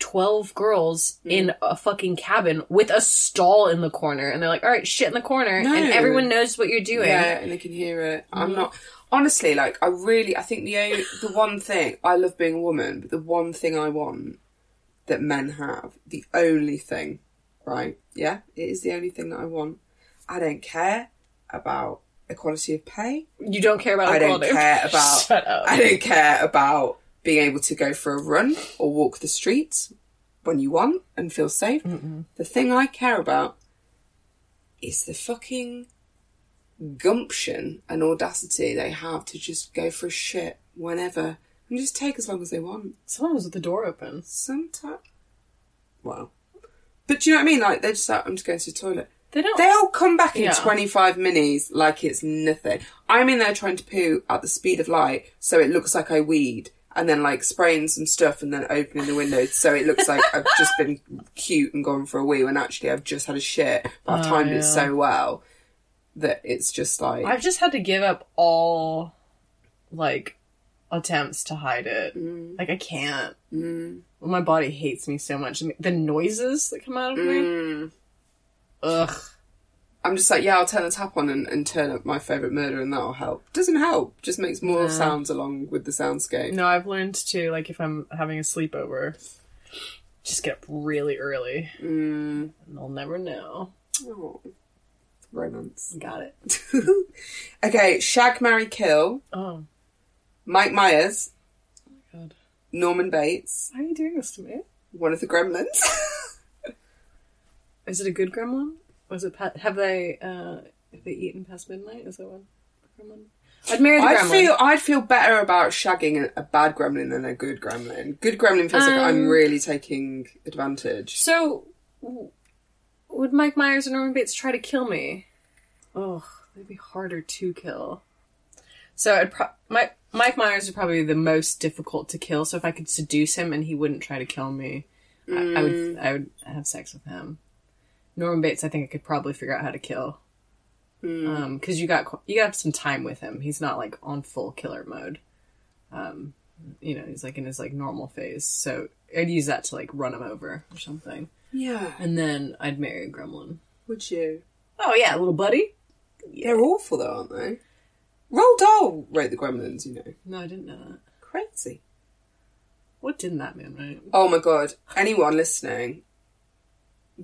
[SPEAKER 2] twelve girls
[SPEAKER 1] Mm.
[SPEAKER 2] in a fucking cabin with a stall in the corner, and they're like, "All right, shit in the corner,"
[SPEAKER 1] No.
[SPEAKER 2] and everyone knows what you're doing.
[SPEAKER 1] Yeah, and they can hear it. I'm not honestly like I really I think the only, the one thing I love being a woman, but the one thing I want that men have, the only thing, right? Yeah, it is the only thing that I want. I don't care about equality of pay.
[SPEAKER 2] You don't care about
[SPEAKER 1] I don't
[SPEAKER 2] equality.
[SPEAKER 1] care about
[SPEAKER 2] Shut up.
[SPEAKER 1] I don't care about being able to go for a run or walk the streets when you want and feel safe. The thing I care about is the fucking gumption and audacity they have to just go for a shit whenever and just take as long as they want.
[SPEAKER 2] Sometimes with the door open.
[SPEAKER 1] Sometimes. Wow. But do you know what I mean? Like, they're just like, I'm just going to the toilet.
[SPEAKER 2] They don't.
[SPEAKER 1] They'll come back in
[SPEAKER 2] Yeah.
[SPEAKER 1] 25 minutes like it's nothing. I'm in there trying to poo at the speed of light so it looks like I weed and then like spraying some stuff and then opening the window so it looks like I've just been cute and gone for a wee when actually I've just had a shit but I've timed it so well that it's just like
[SPEAKER 2] I've just had to give up all, like, attempts to hide it. Like I can't. My body hates me so much. I mean, The noises that come out of me. Ugh.
[SPEAKER 1] I'm just like yeah I'll turn the tap on and, and turn up my favourite murder and that'll help. Doesn't help. Just makes more sounds along with the soundscape.
[SPEAKER 2] No, I've learned to like if I'm having a sleepover, just get up really early,
[SPEAKER 1] Mm.
[SPEAKER 2] and they'll never know.
[SPEAKER 1] Oh. Romance.
[SPEAKER 2] Got it.
[SPEAKER 1] okay, Shag Marry Kill,
[SPEAKER 2] Oh
[SPEAKER 1] Mike Myers,
[SPEAKER 2] my god,
[SPEAKER 1] Norman Bates,
[SPEAKER 2] why are you doing this to me?
[SPEAKER 1] one of the gremlins.
[SPEAKER 2] Is it a good gremlin? Was it pa- have they uh have they eaten past midnight? Is that one gremlin? I'd marry the
[SPEAKER 1] I
[SPEAKER 2] gremlin.
[SPEAKER 1] feel I'd feel better about shagging a, a bad gremlin than a good gremlin. Good gremlin feels like I'm
[SPEAKER 2] Um,
[SPEAKER 1] really taking advantage.
[SPEAKER 2] So w- would Mike Myers and Norman Bates try to kill me? Oh, they'd be harder to kill. So I'd pro- Mike Mike Myers would probably be the most difficult to kill. So if I could seduce him and he wouldn't try to kill me, I, I would I would have sex with him. Norman Bates, I think I could probably figure out how to kill. Um 'cause because you got qu- you got some time with him. He's not like on full killer mode. Um, you know, he's like in his like normal phase. So I'd use that to like run him over or something.
[SPEAKER 1] Yeah.
[SPEAKER 2] And then I'd marry a gremlin.
[SPEAKER 1] Would you?
[SPEAKER 2] Oh yeah, little buddy.
[SPEAKER 1] They're awful though, aren't they? Roald Dahl wrote the gremlins, you know.
[SPEAKER 2] No, I didn't know that.
[SPEAKER 1] Crazy.
[SPEAKER 2] What didn't that man write?
[SPEAKER 1] Oh my god. Anyone listening,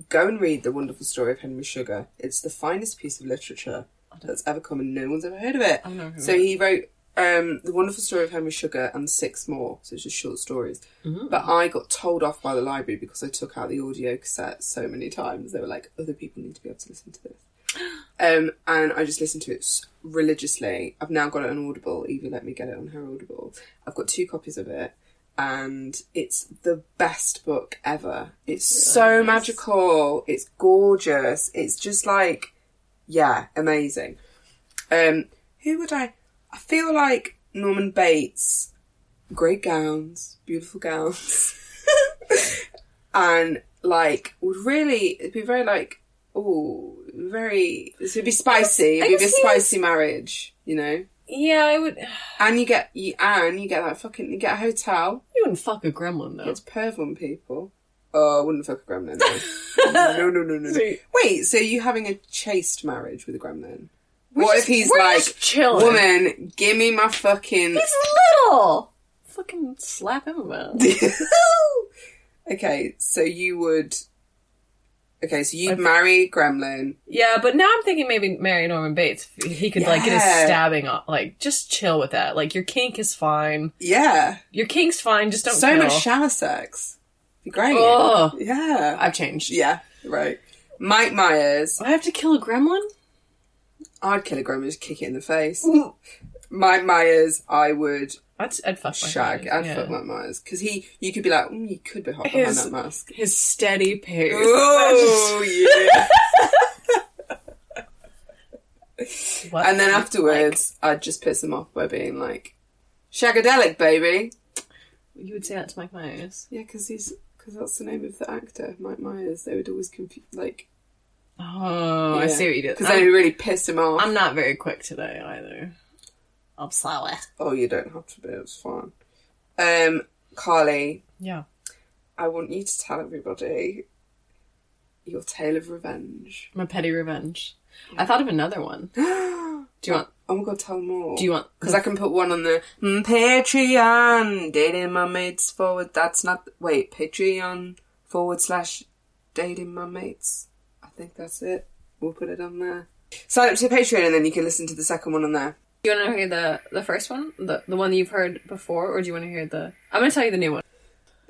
[SPEAKER 1] go and read The Wonderful Story of Henry Sugar. It's the finest piece of literature that's ever come and no one's ever heard of it.
[SPEAKER 2] I've never heard
[SPEAKER 1] So
[SPEAKER 2] of
[SPEAKER 1] he wrote um, The Wonderful Story of Henry Sugar and six more, so it's just short stories. But I got told off by the library because I took out the audio cassette so many times. They were like, other people need to be able to listen to this. Um, and I just listened to it s- religiously. I've now got it on Audible. Eva let me get it on her Audible. I've got two copies of it, and it's the best book ever. It's so magical. It's gorgeous. It's just like, yeah, amazing. Um, who would I? I feel like Norman Bates. Great gowns, beautiful gowns, and like would really it'd be very like oh very this would be spicy.
[SPEAKER 2] I
[SPEAKER 1] It'd be a
[SPEAKER 2] guess he is-
[SPEAKER 1] spicy marriage, you know.
[SPEAKER 2] Yeah, I would.
[SPEAKER 1] And you get you and you get that fucking you get a hotel.
[SPEAKER 2] You wouldn't fuck a gremlin though.
[SPEAKER 1] It's perv on people. Oh, I wouldn't fuck a gremlin. No, no, no, no, no. no.
[SPEAKER 2] See-
[SPEAKER 1] Wait, so you're having a chaste marriage with a gremlin? what if he's
[SPEAKER 2] we're
[SPEAKER 1] like,
[SPEAKER 2] just chilling.
[SPEAKER 1] woman, give me my fucking.
[SPEAKER 2] He's little. Fucking slap him about.
[SPEAKER 1] okay, so you would. Okay, so you'd marry gremlin.
[SPEAKER 2] yeah, but now I'm thinking maybe marry Norman Bates. He could like get his
[SPEAKER 1] Yeah.
[SPEAKER 2] stabbing off. Like just chill with that. Like your kink is fine.
[SPEAKER 1] Yeah,
[SPEAKER 2] Your kink's fine. Just don't.
[SPEAKER 1] so
[SPEAKER 2] kill.
[SPEAKER 1] much shower sex. Be great.
[SPEAKER 2] Ugh.
[SPEAKER 1] Yeah,
[SPEAKER 2] I've changed.
[SPEAKER 1] yeah, right. Mike Myers.
[SPEAKER 2] I have to kill a gremlin.
[SPEAKER 1] I'd kill a gremlin, just kick it in the face. Mike Myers, I would
[SPEAKER 2] I'd, I'd fuck my
[SPEAKER 1] shag.
[SPEAKER 2] gremlin,
[SPEAKER 1] I'd fuck Mike Myers because he, you could be like, mm, you could be hot behind
[SPEAKER 2] His-
[SPEAKER 1] that mask.
[SPEAKER 2] His steady pace.
[SPEAKER 1] Oh yeah.
[SPEAKER 2] What
[SPEAKER 1] and then
[SPEAKER 2] the
[SPEAKER 1] afterwards, I'd just piss him off by being like, "Shagadelic, baby."
[SPEAKER 2] You would say that to Mike Myers.
[SPEAKER 1] Yeah, because he's because that's the name of the actor, Mike Myers. They would always confuse like
[SPEAKER 2] Oh, I
[SPEAKER 1] Yeah.
[SPEAKER 2] see what you did.
[SPEAKER 1] because
[SPEAKER 2] I'm,
[SPEAKER 1] they really pissed him off.
[SPEAKER 2] I'm not very quick today either. I'm sorry.
[SPEAKER 1] oh, you don't have to be. It's fine. Um, Carly,
[SPEAKER 2] Yeah.
[SPEAKER 1] I want you to tell everybody your tale of revenge.
[SPEAKER 2] My petty revenge. I thought of another one. Do you want?
[SPEAKER 1] Oh my god, tell more.
[SPEAKER 2] Do you want?
[SPEAKER 1] Because I can put one on the mm, Patreon. Dating my mates forward. That's not. Wait, Patreon forward slash dating my mates. I think that's it. We'll put it on there. Sign up to Patreon and then you can listen to the second one on there.
[SPEAKER 2] Do you want to hear the the first one, the the one you've heard before, or do you want to hear the? I'm gonna tell you the new one.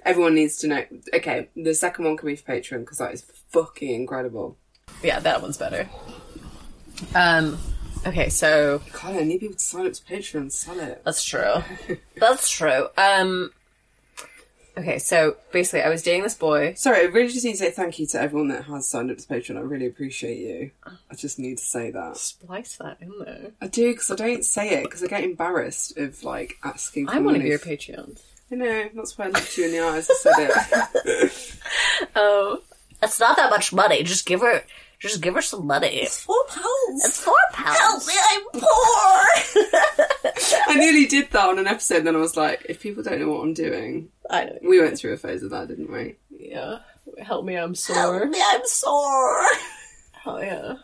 [SPEAKER 1] Everyone needs to know. Okay, the second one can be for Patreon because that is fucking incredible.
[SPEAKER 2] Yeah, that one's better. Um, okay, so
[SPEAKER 1] God, I need people to sign up to Patreon. Sell it.
[SPEAKER 2] That's true. That's true. Um Okay, so basically I was dating this boy.
[SPEAKER 1] Sorry, I really just need to say thank you to everyone that has signed up to Patreon. I really appreciate you. I just need to say that.
[SPEAKER 2] Splice that in there.
[SPEAKER 1] I do because I don't say it because I get embarrassed of like asking. For
[SPEAKER 2] I'm one of
[SPEAKER 1] money.
[SPEAKER 2] your Patreons.
[SPEAKER 1] I know that's why I looked you in the eyes and said it.
[SPEAKER 2] Oh.
[SPEAKER 3] It's not that much money. Just give her, just give her some money. It's four pounds. It's four pounds. I'm poor.
[SPEAKER 1] I nearly did that on an episode. Then I was like, if people don't know what I'm doing,
[SPEAKER 2] I know.
[SPEAKER 1] we went through a phase of that, didn't we?
[SPEAKER 2] Yeah. Help me, I'm sore.
[SPEAKER 3] I'm sore.
[SPEAKER 2] Oh yeah.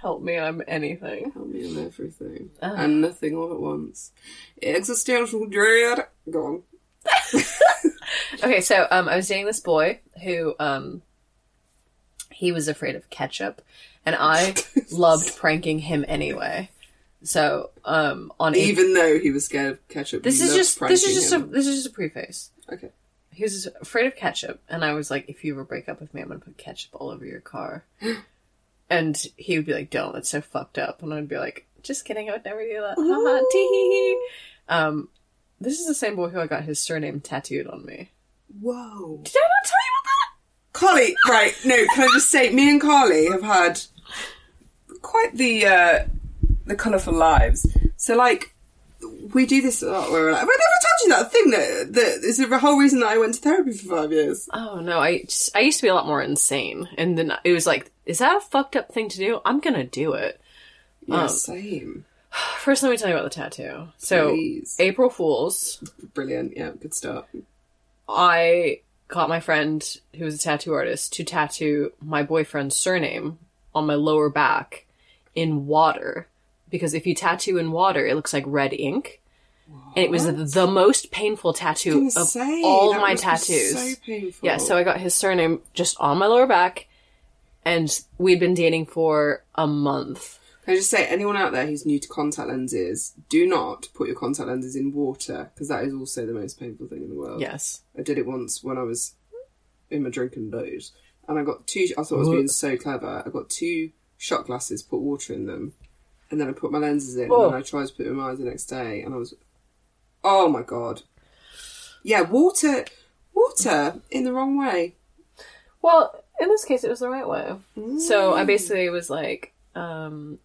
[SPEAKER 2] Help me, I'm anything.
[SPEAKER 1] Tell me on everything
[SPEAKER 2] Ah.
[SPEAKER 1] and nothing all at once. Existential dread. Go on.
[SPEAKER 2] Okay, so um I was dating this boy who um he was afraid of ketchup and I loved pranking him anyway. So um on April-
[SPEAKER 1] Even though he was scared of ketchup,
[SPEAKER 2] This
[SPEAKER 1] he
[SPEAKER 2] is
[SPEAKER 1] loved
[SPEAKER 2] just this is
[SPEAKER 1] pranking
[SPEAKER 2] just
[SPEAKER 1] him.
[SPEAKER 2] a this is just a preface.
[SPEAKER 1] okay.
[SPEAKER 2] He was afraid of ketchup, and I was like, "If you ever break up with me, I'm gonna put ketchup all over your car." and he would be like, "Don't, that's so fucked up." And I'd be like, "Just kidding, I would never do that." Haha, tee hee hee. Um, this is the same boy who I got his surname tattooed on me.
[SPEAKER 1] Whoa.
[SPEAKER 2] Did I not tell you about that?
[SPEAKER 1] Carly, right, no, can I just say, me and Carly have had quite the uh, the colourful lives. So, like, we do this oh, a lot where we're like, have I never told you that thing that, that is the whole reason that I went to therapy for five years?
[SPEAKER 2] Oh no, I just, I used to be a lot more insane, and then it was like, "Is that a fucked up thing to do?" I'm gonna do it. Oh.
[SPEAKER 1] Yeah, same.
[SPEAKER 2] First, let me tell you about the tattoo. So,
[SPEAKER 1] Please.
[SPEAKER 2] April Fools.
[SPEAKER 1] Brilliant, yeah, good start.
[SPEAKER 2] I got my friend who was a tattoo artist to tattoo my boyfriend's surname on my lower back in water because if you tattoo in water, it looks like red ink. And it was the most painful tattoo of
[SPEAKER 1] Insane.
[SPEAKER 2] all
[SPEAKER 1] that
[SPEAKER 2] my
[SPEAKER 1] must be
[SPEAKER 2] tattoos.
[SPEAKER 1] so painful.
[SPEAKER 2] Yeah, so I got his surname just on my lower back, and we'd been dating for a month.
[SPEAKER 1] Can I just say, anyone out there who's new to contact lenses, do not put your contact lenses in water because that is also the most painful thing in the world.
[SPEAKER 2] Yes.
[SPEAKER 1] I did it once when I was in my drunken days, and I got two. I thought I was being so clever. I got two shot glasses, put water in them, and then I put my lenses in, and then I tried to put them in my eyes the next day, and I was, oh my god, yeah, water, water in the wrong way.
[SPEAKER 2] Well, in this case, it was the right way. So I basically was like, um,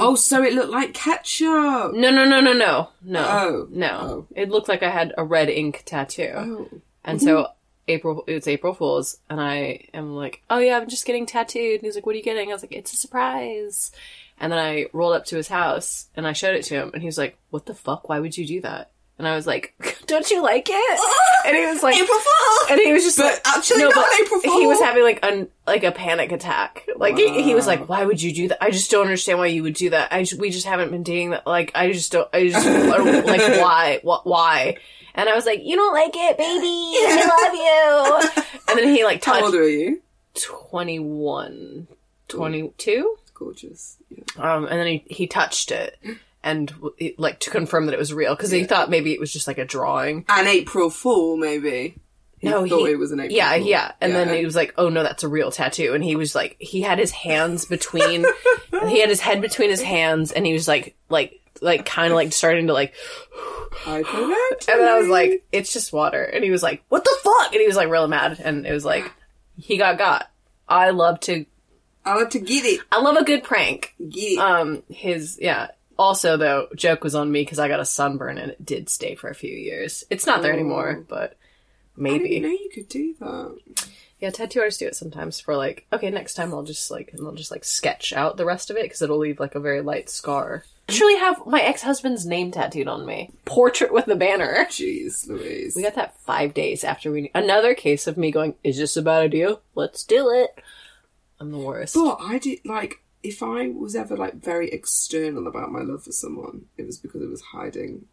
[SPEAKER 1] Oh, so it looked like ketchup.
[SPEAKER 2] No, no, no, no, no, no,
[SPEAKER 1] Oh.
[SPEAKER 2] no.
[SPEAKER 1] Oh.
[SPEAKER 2] It looked like I had a red ink tattoo,
[SPEAKER 1] Oh,
[SPEAKER 2] and so April, it's April Fool's, and I am like, oh yeah, I'm just getting tattooed. And he's like, what are you getting? I was like, it's a surprise. And then I rolled up to his house and I showed it to him, and he was like, what the fuck? Why would you do that? And I was like, don't you like it? And he was like,
[SPEAKER 1] April Fool!
[SPEAKER 2] And he was just
[SPEAKER 1] But
[SPEAKER 2] like,
[SPEAKER 1] actually not April
[SPEAKER 2] He was
[SPEAKER 1] Fool.
[SPEAKER 2] having like an like a panic attack. Like he, he was like, "Why would you do that? I just don't understand why you would do that. I just, we just haven't been dating that. Like I just don't. I just like why? What? Why?" And I was like, "You don't like it, baby. I love you." And then he like
[SPEAKER 1] how old
[SPEAKER 2] touched
[SPEAKER 1] are you?
[SPEAKER 2] 21, 22?
[SPEAKER 1] Gorgeous. Yeah.
[SPEAKER 2] um, and then he, he touched it and w- it, like to confirm that it was real because he thought maybe it was just like a drawing.
[SPEAKER 1] An April Fool, maybe. He
[SPEAKER 2] No,
[SPEAKER 1] thought
[SPEAKER 2] he-
[SPEAKER 1] it was an April.
[SPEAKER 2] Yeah,
[SPEAKER 1] Fool.
[SPEAKER 2] yeah. And then
[SPEAKER 1] Yeah.
[SPEAKER 2] he was like, "Oh no, that's a real tattoo." And he was like, he had his hands between, he had his head between his hands, and he was like, like, like, kind of like starting to like.
[SPEAKER 1] I don't know.
[SPEAKER 2] And then I was like, "It's just water." And he was like, "What the fuck?" And he was like, real mad. And it was like, he got got. I love to,
[SPEAKER 1] I'll have to get it.
[SPEAKER 2] I love a good prank.
[SPEAKER 1] Get it.
[SPEAKER 2] Um, his yeah. Also, though, joke was on me because I got a sunburn and it did stay for a few years. It's not there anymore, but
[SPEAKER 1] I didn't know
[SPEAKER 2] maybe.
[SPEAKER 1] you could do that.
[SPEAKER 2] Yeah, tattoo artists do it sometimes for like, okay, next time I'll just like, and I'll just like sketch out the rest of it because it'll leave like a very light scar. I Actually, have my ex husband's name tattooed on me, portrait with the banner.
[SPEAKER 1] Jeez, Louise.
[SPEAKER 2] We got that five days after we. Another case of me going, is this a bad idea? Let's do it. I'm the worst.
[SPEAKER 1] but I did like if I was ever like very external about my love for someone, it was because it was hiding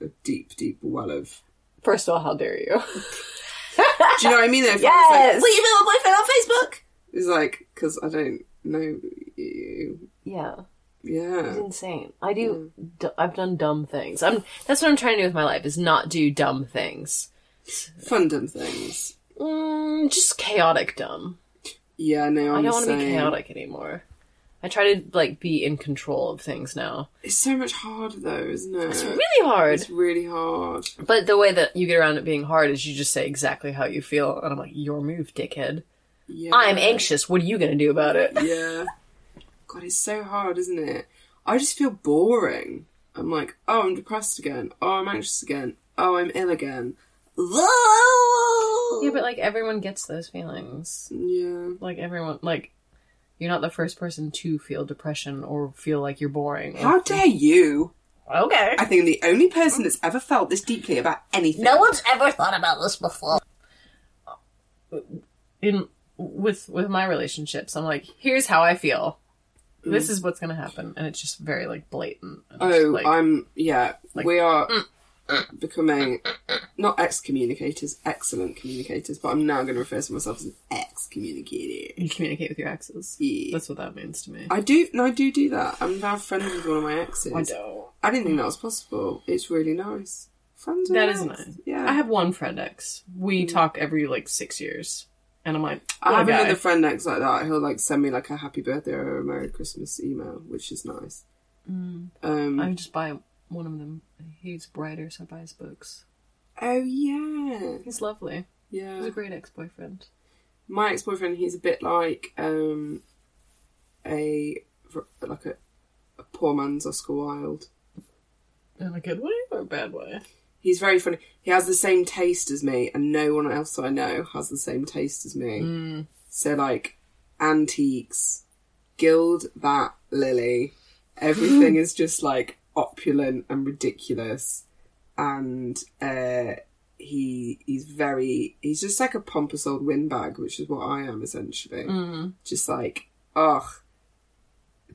[SPEAKER 1] a deep, deep well of.
[SPEAKER 2] First of all, how dare you?
[SPEAKER 1] Do you know what I mean? If I was like,
[SPEAKER 2] Yes.
[SPEAKER 1] "Will you be my boyfriend on Facebook?" It's like because I don't know you.
[SPEAKER 2] Yeah. Mm.
[SPEAKER 1] Yeah.
[SPEAKER 2] It's insane. I do. D- I've done dumb things. I'm. That's what I'm trying to do with my life is not do dumb things.
[SPEAKER 1] Fun dumb things.
[SPEAKER 2] Mm, just chaotic dumb.
[SPEAKER 1] Yeah, no,
[SPEAKER 2] I
[SPEAKER 1] I'm
[SPEAKER 2] don't
[SPEAKER 1] want to
[SPEAKER 2] be chaotic anymore. I try to like be in control of things now.
[SPEAKER 1] It's so much harder though, isn't it? It's
[SPEAKER 2] Really hard.
[SPEAKER 1] It's really hard.
[SPEAKER 2] But the way that you get around it being hard is you just say exactly how you feel, and I'm like, your move, dickhead.
[SPEAKER 1] Yeah.
[SPEAKER 2] I'm anxious. What are you gonna do about it?
[SPEAKER 1] Yeah. God, it's so hard, isn't it? I just feel boring. I'm like, oh, I'm depressed again. Oh, I'm anxious again. Oh, I'm ill again.
[SPEAKER 2] Yeah, but like everyone gets those feelings.
[SPEAKER 1] Yeah.
[SPEAKER 2] Like everyone, like you're not the first person to feel depression or feel like you're boring.
[SPEAKER 1] How dare you?
[SPEAKER 2] Okay.
[SPEAKER 1] I think I'm the only person that's ever felt this deeply about anything.
[SPEAKER 3] No one's ever thought about this before.
[SPEAKER 2] in with with my relationships i'm like here's how i feel this is what's gonna happen and it's just very like blatant and
[SPEAKER 1] Oh,
[SPEAKER 2] just, like,
[SPEAKER 1] I'm yeah.
[SPEAKER 2] like- mm,
[SPEAKER 1] we are becoming not excommunicators, excellent communicators, but I'm now going to refer to myself as an excommunicator.
[SPEAKER 2] you communicate with your exes
[SPEAKER 1] Yeah.
[SPEAKER 2] that's what that means to me
[SPEAKER 1] I do. No, I do do that. I'm now friends with one of my exes.
[SPEAKER 2] I don't
[SPEAKER 1] I didn't think that was possible. It's really nice. Friends. with
[SPEAKER 2] that
[SPEAKER 1] an
[SPEAKER 2] is
[SPEAKER 1] ex.
[SPEAKER 2] nice
[SPEAKER 1] Yeah. Mm-hmm.
[SPEAKER 2] i have one friend ex we talk every like six years and i'm like
[SPEAKER 1] I
[SPEAKER 2] "What
[SPEAKER 1] have
[SPEAKER 2] a guy."
[SPEAKER 1] another friend next like that. He'll like send me like a happy birthday or a merry Christmas email, which is nice. Um.
[SPEAKER 2] Mm. i just buy one of them he's a writer so i buy his books
[SPEAKER 1] oh yeah.
[SPEAKER 2] he's lovely he's
[SPEAKER 1] Yeah.
[SPEAKER 2] a great ex-boyfriend
[SPEAKER 1] my ex-boyfriend he's a bit like um a like a, a poor man's oscar wilde
[SPEAKER 2] in a good way or a bad way
[SPEAKER 1] he's very funny he has the same taste as me and no one else i know has the same taste as me
[SPEAKER 2] Mm-hmm.
[SPEAKER 1] so like antiques gild that lily everything is just like opulent and ridiculous and uh he he's very he's just like a pompous old windbag which is what i am essentially
[SPEAKER 2] Mm.
[SPEAKER 1] just like ugh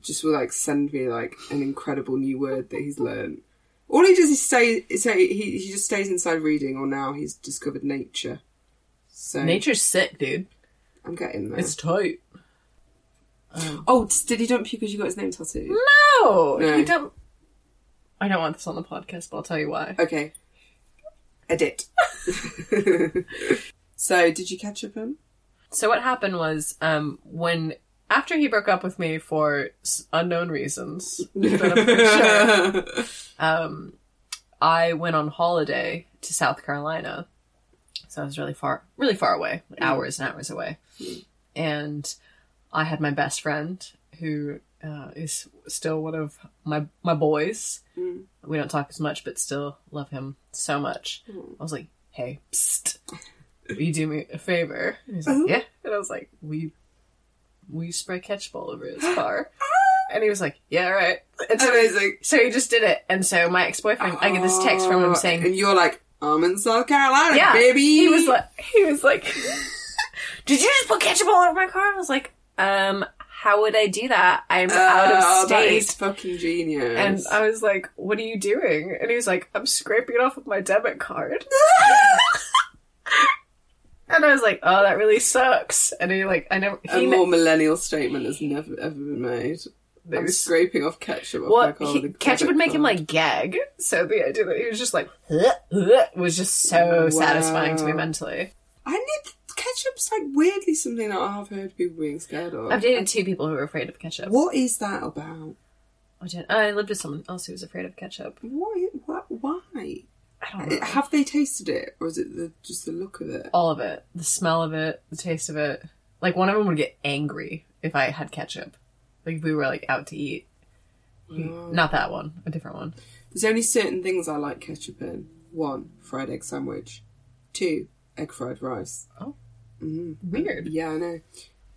[SPEAKER 1] just will like send me like an incredible new word that he's learned all he does is say say he, he just stays inside reading or now he's discovered nature so
[SPEAKER 2] nature's sick dude
[SPEAKER 1] i'm getting there
[SPEAKER 2] it's tight
[SPEAKER 1] oh did he dump you because you got his name tattooed
[SPEAKER 2] No,
[SPEAKER 1] No.
[SPEAKER 2] Oh, you don't. I don't want this on the podcast, but I'll tell you why.
[SPEAKER 1] okay edit so did you catch up him
[SPEAKER 2] So what happened was, um, when after he broke up with me for s- unknown reasons, that I'm pretty sure, um, I went on holiday to South Carolina. So I was really far, really far away, like hours and hours away, and I had my best friend who uh, is still one of my my boys. We don't talk as much, but still love him so much. I was like, "Hey, psst, will you do me a favor?" And he's like, "Yeah," and I was like, "Will you, will you spray ketchup all over his car?" and he was like, "Yeah, all right." And so,
[SPEAKER 1] amazing Uh,
[SPEAKER 2] so he just did it. And so my ex boyfriend, I get this text from him saying,
[SPEAKER 1] Oh, and you're like i'm in south carolina
[SPEAKER 2] yeah,
[SPEAKER 1] baby
[SPEAKER 2] He was like, he was like, did you just put ketchup all over my car? I was like, um, how would I do that? I'm out
[SPEAKER 1] Oh,
[SPEAKER 2] of
[SPEAKER 1] that is
[SPEAKER 2] state.
[SPEAKER 1] fucking genius
[SPEAKER 2] And uh, I was like, what are you doing? And he was like, I'm scraping it off with my debit card. and I was like, oh, that really sucks. And he like, I never,
[SPEAKER 1] a
[SPEAKER 2] he,
[SPEAKER 1] more
[SPEAKER 2] ne-
[SPEAKER 1] millennial statement has never ever been made. I'm
[SPEAKER 2] There's-
[SPEAKER 1] scraping off ketchup off my
[SPEAKER 2] well,
[SPEAKER 1] car.
[SPEAKER 2] he,
[SPEAKER 1] with a
[SPEAKER 2] ketchup would
[SPEAKER 1] credit
[SPEAKER 2] make him
[SPEAKER 1] card.
[SPEAKER 2] like gag. So the idea that he was just like, "Huh, huh," was just so satisfying to me
[SPEAKER 1] Wow.
[SPEAKER 2] mentally.
[SPEAKER 1] I need ketchup's like weirdly something that I have heard people being scared of.
[SPEAKER 2] I've dated two people who were afraid of ketchup.
[SPEAKER 1] What is that about?
[SPEAKER 2] I, didn't, I lived with someone else who was afraid of ketchup.
[SPEAKER 1] What? i- what why?
[SPEAKER 2] I don't know.
[SPEAKER 1] Have they tasted it, or is it the, just the look of it?
[SPEAKER 2] All of it. The smell of it, the taste of it. Like, one of them would get angry if I had ketchup. Like, if we were, like, out to eat. He- Not that one. A different one.
[SPEAKER 1] There's only certain things I like ketchup in. One, fried egg sandwich. Two, egg fried rice.
[SPEAKER 2] Weird.
[SPEAKER 1] Yeah, I know.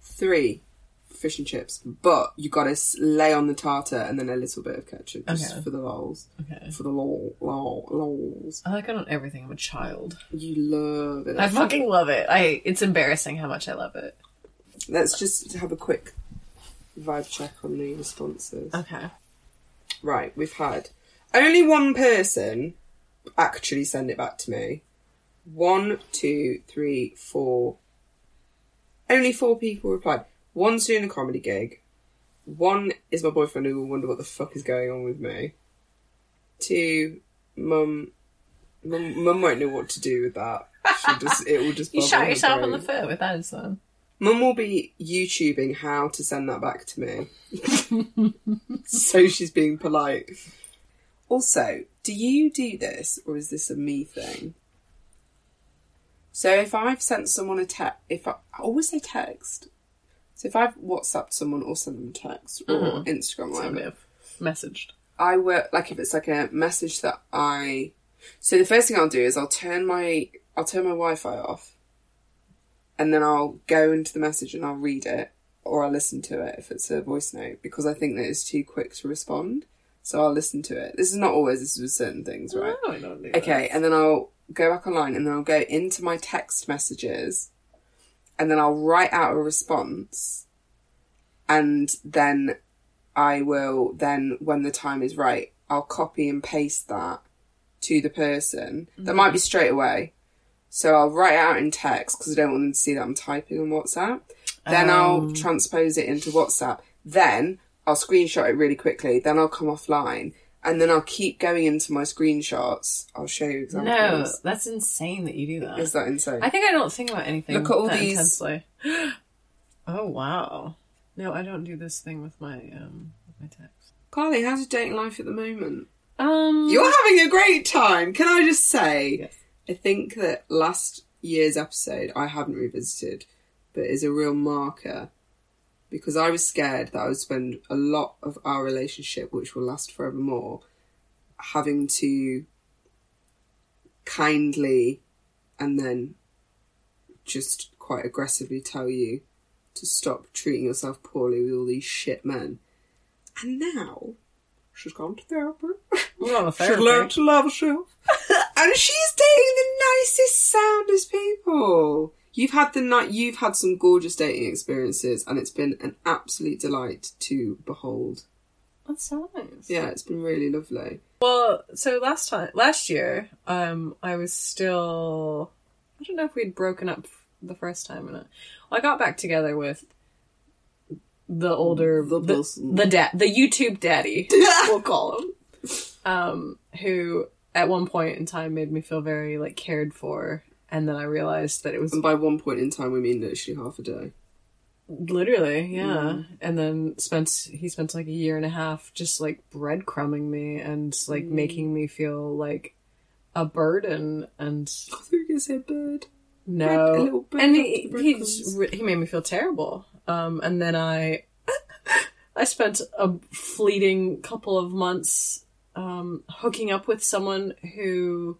[SPEAKER 1] Three, fish and chips. But you got to lay on the tartar and then a little bit of ketchup just
[SPEAKER 2] Okay.
[SPEAKER 1] for the lols.
[SPEAKER 2] Okay.
[SPEAKER 1] For the lol, lol, lols.
[SPEAKER 2] I like it on everything. I'm a child.
[SPEAKER 1] You love it.
[SPEAKER 2] I fucking love it. I. It's embarrassing how much I love it.
[SPEAKER 1] Let's just have a quick vibe check on the responses.
[SPEAKER 2] Okay.
[SPEAKER 1] Right, we've had only one person actually send it back to me. One, two, three, four. Only four people replied. One's doing a comedy gig. One is my boyfriend who will wonder what the fuck is going on with me. Two, mum, mum, mum won't know what to do with that. She'll just, it will just.
[SPEAKER 2] You
[SPEAKER 1] bubble
[SPEAKER 2] shot
[SPEAKER 1] her
[SPEAKER 2] yourself in the
[SPEAKER 1] brain.
[SPEAKER 2] foot with that Islam.
[SPEAKER 1] Mum will be YouTubing how to send that back to me. so she's being polite. Also, do you do this or is this a me thing? So if I've sent someone a text, if I, I always say text. So if I've WhatsApped someone or sent them a text or Instagram, or
[SPEAKER 2] Sort
[SPEAKER 1] whatever,
[SPEAKER 2] of messaged.
[SPEAKER 1] I work like if it's like a message that I. So the first thing I'll do is I'll turn my I'll turn my Wi-Fi off, and then I'll go into the message and I'll read it or I'll listen to it if it's a voice note because I think that it's too quick to respond. So I'll listen to it. This is not always. This is with certain things, right?
[SPEAKER 2] No, I don't do that.
[SPEAKER 1] Okay, and then I'll go back online and then I'll go into my text messages and then I'll write out a response and then I will then when the time is right, I'll copy and paste that to the person.
[SPEAKER 2] Mm-hmm.
[SPEAKER 1] That might be straight away. So I'll write it out in text because I don't want them to see that I'm typing on WhatsApp. Then
[SPEAKER 2] Um.
[SPEAKER 1] I'll transpose it into WhatsApp. Then I'll screenshot it really quickly. Then I'll come offline. And then I'll keep going into my screenshots. I'll show you
[SPEAKER 2] No,
[SPEAKER 1] examples.
[SPEAKER 2] that's insane that you do that.
[SPEAKER 1] Is that insane?
[SPEAKER 2] I think I don't think about anything
[SPEAKER 1] Look at all
[SPEAKER 2] that
[SPEAKER 1] these-
[SPEAKER 2] intensely. oh wow. No, I don't do this thing with my um with my text.
[SPEAKER 1] Carly, how's your dating life at the moment?
[SPEAKER 2] Um
[SPEAKER 1] You're having a great time. Can I just say,
[SPEAKER 2] Yes.
[SPEAKER 1] I think that last year's episode I haven't revisited, but is a real marker because I was scared that I would spend a lot of our relationship, which will last forevermore, having to kindly and then just quite aggressively tell you to stop treating yourself poorly with all these shit men. And now she's gone to therapy.
[SPEAKER 2] we're on a
[SPEAKER 1] Should
[SPEAKER 2] therapy.
[SPEAKER 1] learn to love herself. and she's dating the nicest, soundest people. You've had the night. You've had some gorgeous dating experiences, and it's been an absolute delight to behold.
[SPEAKER 2] That's so nice.
[SPEAKER 1] Yeah, it's been really lovely.
[SPEAKER 2] Well, so last time last year, um I was still I don't know if we'd broken up the first time or not. I got back together with the older
[SPEAKER 1] The
[SPEAKER 2] the,
[SPEAKER 1] Wilson.
[SPEAKER 2] the dad the YouTube daddy we'll call him um who at one point in time made me feel very like cared for and then I realized that it was
[SPEAKER 1] And by one point in time, we mean literally half a day.
[SPEAKER 2] literally yeah and then spent he spent like a year and a half just like breadcrumbing me and
[SPEAKER 1] Mm.
[SPEAKER 2] like making me feel like a burden and
[SPEAKER 1] I thought you were going to say a bird. Bread- a little
[SPEAKER 2] No,
[SPEAKER 1] bread
[SPEAKER 2] and
[SPEAKER 1] after
[SPEAKER 2] he he,
[SPEAKER 1] breadcrumbs.
[SPEAKER 2] just re- he made me feel terrible. Um, and then I I spent a fleeting couple of months um, hooking up with someone who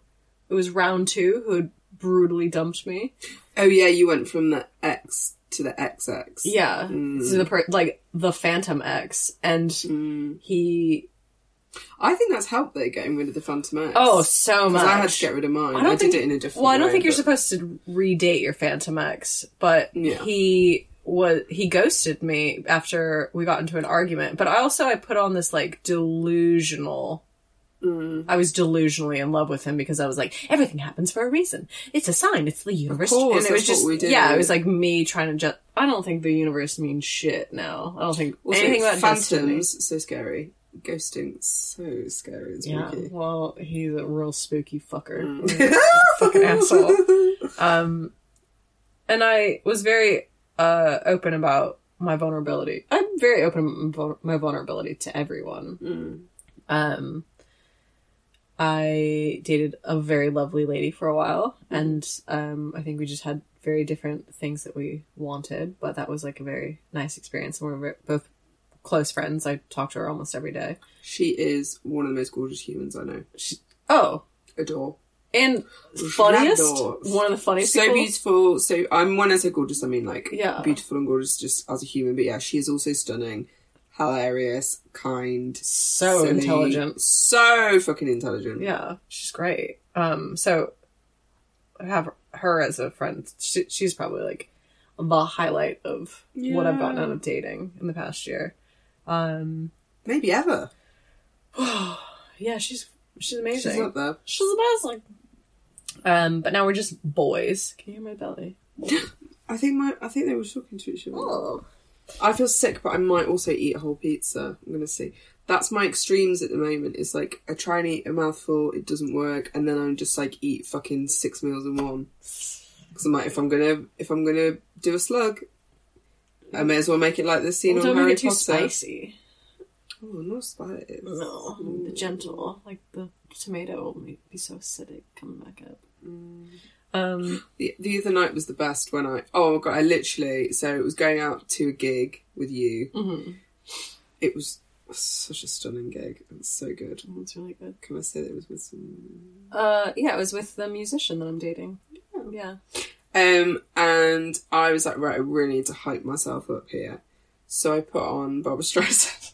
[SPEAKER 2] it was round two who had brutally dumped me.
[SPEAKER 1] Oh yeah, you went from the X to the XX.
[SPEAKER 2] Yeah, so
[SPEAKER 1] Mm.
[SPEAKER 2] the per- like the Phantom X, and he
[SPEAKER 1] I think that's helped though, getting rid of the Phantom X.
[SPEAKER 2] oh so much.
[SPEAKER 1] because I had to get rid of mine. I, did it in a different.
[SPEAKER 2] Well, I don't
[SPEAKER 1] way,
[SPEAKER 2] think you're
[SPEAKER 1] but-
[SPEAKER 2] supposed to redate your Phantom X, but
[SPEAKER 1] Yeah.
[SPEAKER 2] he was he ghosted me after we got into an argument. But I also I put on this like delusional.
[SPEAKER 1] Mm.
[SPEAKER 2] I was delusionally in love with him because I was like, everything happens for a reason. It's a sign. It's the universe,
[SPEAKER 1] course,
[SPEAKER 2] and it was
[SPEAKER 1] that's what
[SPEAKER 2] just
[SPEAKER 1] we do.
[SPEAKER 2] yeah. It was like me trying to just. I don't think the universe means shit now. I don't think
[SPEAKER 1] Also,
[SPEAKER 2] anything about
[SPEAKER 1] phantoms
[SPEAKER 2] destiny.
[SPEAKER 1] so scary. Ghosting so scary and
[SPEAKER 2] Yeah,
[SPEAKER 1] spooky. Mm.
[SPEAKER 2] well, he's a real spooky fucker. Fucking asshole. Um, and I was very uh, open about my vulnerability. I'm very open about my vul- my vulnerability to everyone.
[SPEAKER 1] Mm.
[SPEAKER 2] Um, I dated a very lovely lady for a while, and um, I think we just had very different things that we wanted, but that was like a very nice experience. And we're ve- both close friends. I talk to her almost every day.
[SPEAKER 1] She is one of the most gorgeous humans I know.
[SPEAKER 2] She, oh,
[SPEAKER 1] Adore.
[SPEAKER 2] and funniest
[SPEAKER 1] Ragdoll.
[SPEAKER 2] one of the funniest
[SPEAKER 1] So
[SPEAKER 2] people.
[SPEAKER 1] beautiful. So I'm when I say gorgeous, I mean like
[SPEAKER 2] Yeah.
[SPEAKER 1] beautiful and gorgeous just as a human. But yeah, she is also stunning, hilarious, kind,
[SPEAKER 2] so
[SPEAKER 1] silly,
[SPEAKER 2] intelligent
[SPEAKER 1] so fucking intelligent.
[SPEAKER 2] yeah she's great um so I have her as a friend she, she's probably like the highlight of what i've gotten out of dating in the past year um
[SPEAKER 1] Maybe ever.
[SPEAKER 2] yeah she's she's
[SPEAKER 1] She's
[SPEAKER 2] amazing
[SPEAKER 1] up there.
[SPEAKER 2] she's amazing um but now we're just boys can you hear my belly
[SPEAKER 1] I think my I think they were talking to each other.
[SPEAKER 2] oh
[SPEAKER 1] I feel sick, but I might also eat a whole pizza. I'm gonna see. That's my extremes at the moment. It's like I try and eat a mouthful, it doesn't work, and then I'm just like eat fucking six meals in one. Because I'm like, if I'm gonna if I'm gonna do a slug, I may as well make it like the scene
[SPEAKER 2] Well,
[SPEAKER 1] on
[SPEAKER 2] don't
[SPEAKER 1] Harry
[SPEAKER 2] make it too
[SPEAKER 1] Potter.
[SPEAKER 2] spicy.
[SPEAKER 1] Oh, not spicy.
[SPEAKER 2] The gentle, like the tomato, will be be so acidic coming back up. Um,
[SPEAKER 1] The, the other night was the best when I oh god I literally so it was going out to a gig with you.
[SPEAKER 2] Mm-hmm.
[SPEAKER 1] It was such a stunning gig. It was so good.
[SPEAKER 2] it's really good.
[SPEAKER 1] Can I say that it was with some
[SPEAKER 2] Uh, yeah, it was with the musician that I'm dating.
[SPEAKER 1] Oh.
[SPEAKER 2] Yeah.
[SPEAKER 1] Um, and I was like, right, I really need to hype myself up here. So I put on Barbara Streisand.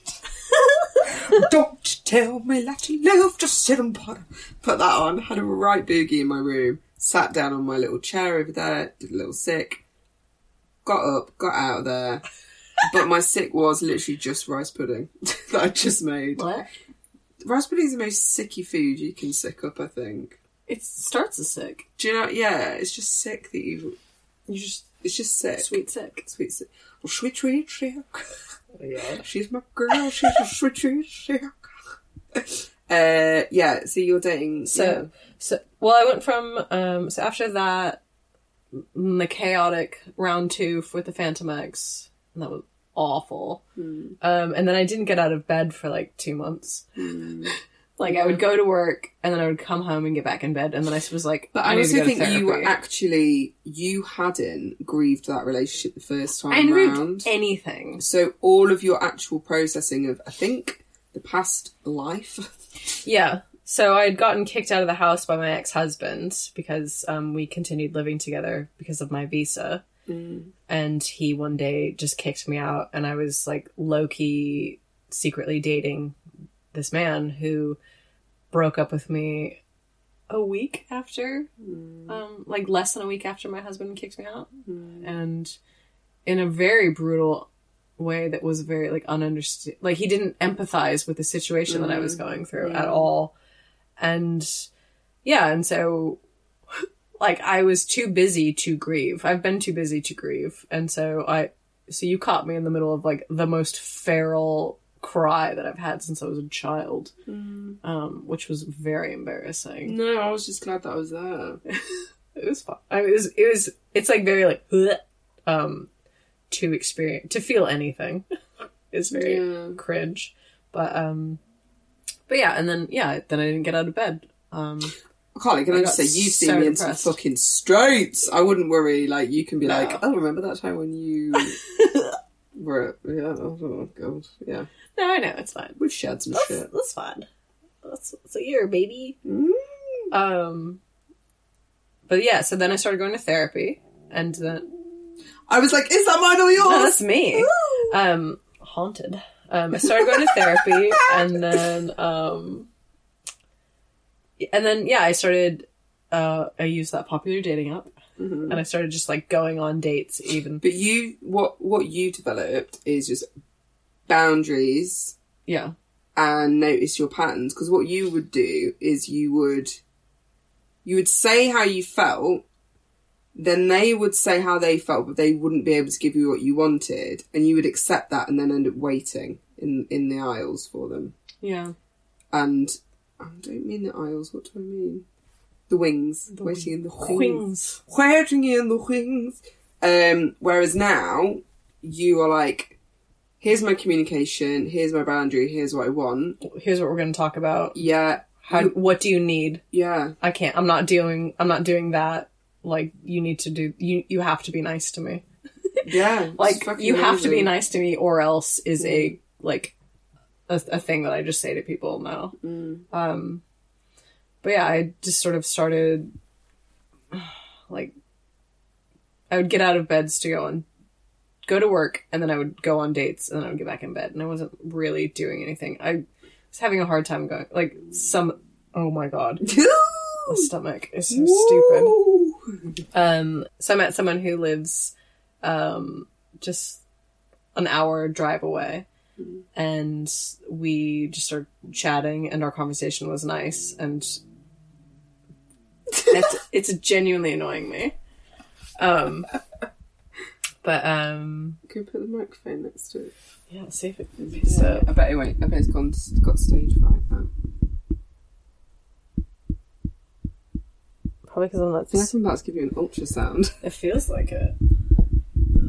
[SPEAKER 1] Don't tell me that you love, just sit and put, put that on. Had a right boogie in my room. Sat down on my little chair over there, did a little sick. Got up, got out of there. but my sick was literally just rice pudding that I just made.
[SPEAKER 2] What?
[SPEAKER 1] Rice pudding is the most sicky food you can sick up, I think.
[SPEAKER 2] It starts as sick.
[SPEAKER 1] Do you know? Yeah, it's just sick that you.
[SPEAKER 2] You just
[SPEAKER 1] It's just sick.
[SPEAKER 2] sweet sick.
[SPEAKER 1] sweet sick. Well, sweet, sweet, sick. She's my girl. She's a sweet, sweet, sick. Uh, yeah. So you're dating.
[SPEAKER 2] So, so well, I went from um. So after that, m- the chaotic round two with the Phantom X, and that was awful.
[SPEAKER 1] Hmm.
[SPEAKER 2] Um, and then I didn't get out of bed for like two months.
[SPEAKER 1] Hmm.
[SPEAKER 2] like I would go to work, and then I would come home and get back in bed, and then I was like,
[SPEAKER 1] But
[SPEAKER 2] I,
[SPEAKER 1] I,
[SPEAKER 2] need to
[SPEAKER 1] also
[SPEAKER 2] go to
[SPEAKER 1] think you were
[SPEAKER 2] therapy.
[SPEAKER 1] actually you hadn't grieved that relationship the first time
[SPEAKER 2] I didn't read
[SPEAKER 1] round.
[SPEAKER 2] anything.
[SPEAKER 1] so all of your actual processing of I think the past life.
[SPEAKER 2] Yeah. So I had gotten kicked out of the house by my ex husband because um, we continued living together because of my visa. And he one day just kicked me out, and I was like low key secretly dating this man who broke up with me a week after, um, like less than a week after my husband kicked me out. And in a very brutal way that was very like ununderstood like he didn't empathize with the situation that i was going through at all and yeah and so like i was too busy to grieve i've been too busy to grieve and so i so you caught me in the middle of like the most feral cry that i've had since i was a child um which was very embarrassing
[SPEAKER 1] No, I was just glad that I was there.
[SPEAKER 2] it was fun i mean, it was it was it's like very like bleh, um to experience to feel anything is very
[SPEAKER 1] Yeah.
[SPEAKER 2] cringe but um but yeah and then yeah then i didn't get out of bed um
[SPEAKER 1] Carly, can I,
[SPEAKER 2] I
[SPEAKER 1] just say
[SPEAKER 2] got
[SPEAKER 1] you've
[SPEAKER 2] so
[SPEAKER 1] seen me into the
[SPEAKER 2] depressed.
[SPEAKER 1] fucking straits? I wouldn't worry. Like you can be
[SPEAKER 2] No.
[SPEAKER 1] like, oh, remember that time when you were? Yeah, oh, oh god, yeah.
[SPEAKER 2] no i know it's fine
[SPEAKER 1] We've shared some
[SPEAKER 3] That's,
[SPEAKER 1] shit. Mm-hmm.
[SPEAKER 3] that's fine. That's, that's a year, baby.
[SPEAKER 2] um but yeah so then i started going to therapy and then
[SPEAKER 1] I was like, is that mine or
[SPEAKER 2] Oh,
[SPEAKER 1] yours?
[SPEAKER 2] that's me. Um, haunted. Um, I started going to therapy, and then, um, and then, yeah, I started. Uh, I used that popular dating app, and I started just like going on dates. Even
[SPEAKER 1] Mm-hmm. but you, what what you developed is just boundaries
[SPEAKER 2] yeah,
[SPEAKER 1] and notice your patterns. Because what you would do is you would you would say how you felt. Then they would say how they felt, but they wouldn't be able to give you what you wanted, and you would accept that, and then end up waiting in in the aisles for them.
[SPEAKER 2] yeah,
[SPEAKER 1] and I don't mean the aisles. What do I mean? The wings, waiting in the wings,
[SPEAKER 2] wings.
[SPEAKER 1] waiting in the wings. Um, whereas now you are like, here's my communication, here's my boundary, here's what I want.
[SPEAKER 2] Here's what we're going to talk about.
[SPEAKER 1] Yeah,
[SPEAKER 2] How? What do you need?
[SPEAKER 1] yeah,
[SPEAKER 2] I can't. I'm not doing. I'm not doing that. Like you need to do. You you have to be nice to me.
[SPEAKER 1] yeah. it's
[SPEAKER 2] like
[SPEAKER 1] fucking
[SPEAKER 2] you have to be
[SPEAKER 1] amazing. Mm.
[SPEAKER 2] nice to me or else is a like a, a thing that i just say to people now um
[SPEAKER 1] Mm.
[SPEAKER 2] but yeah i just sort of started like i would get out of beds to go on go to work and then i would go on dates and then i would get back in bed and i wasn't really doing anything i was having a hard time going like some oh my god my stomach is so stupid
[SPEAKER 1] Ooh.
[SPEAKER 2] um, so I met someone who lives um, just an hour drive away, and we just started chatting, and our conversation was nice, and it's, it's genuinely annoying me. Um, But um,
[SPEAKER 1] Can we put the microphone next to it?
[SPEAKER 2] yeah, let's see if it picks up.
[SPEAKER 1] uh, I bet it won't. I bet it's gone, got stage fright now.
[SPEAKER 2] Probably because I'm not.
[SPEAKER 1] I think I'm about to give you an ultrasound.
[SPEAKER 2] It feels like it.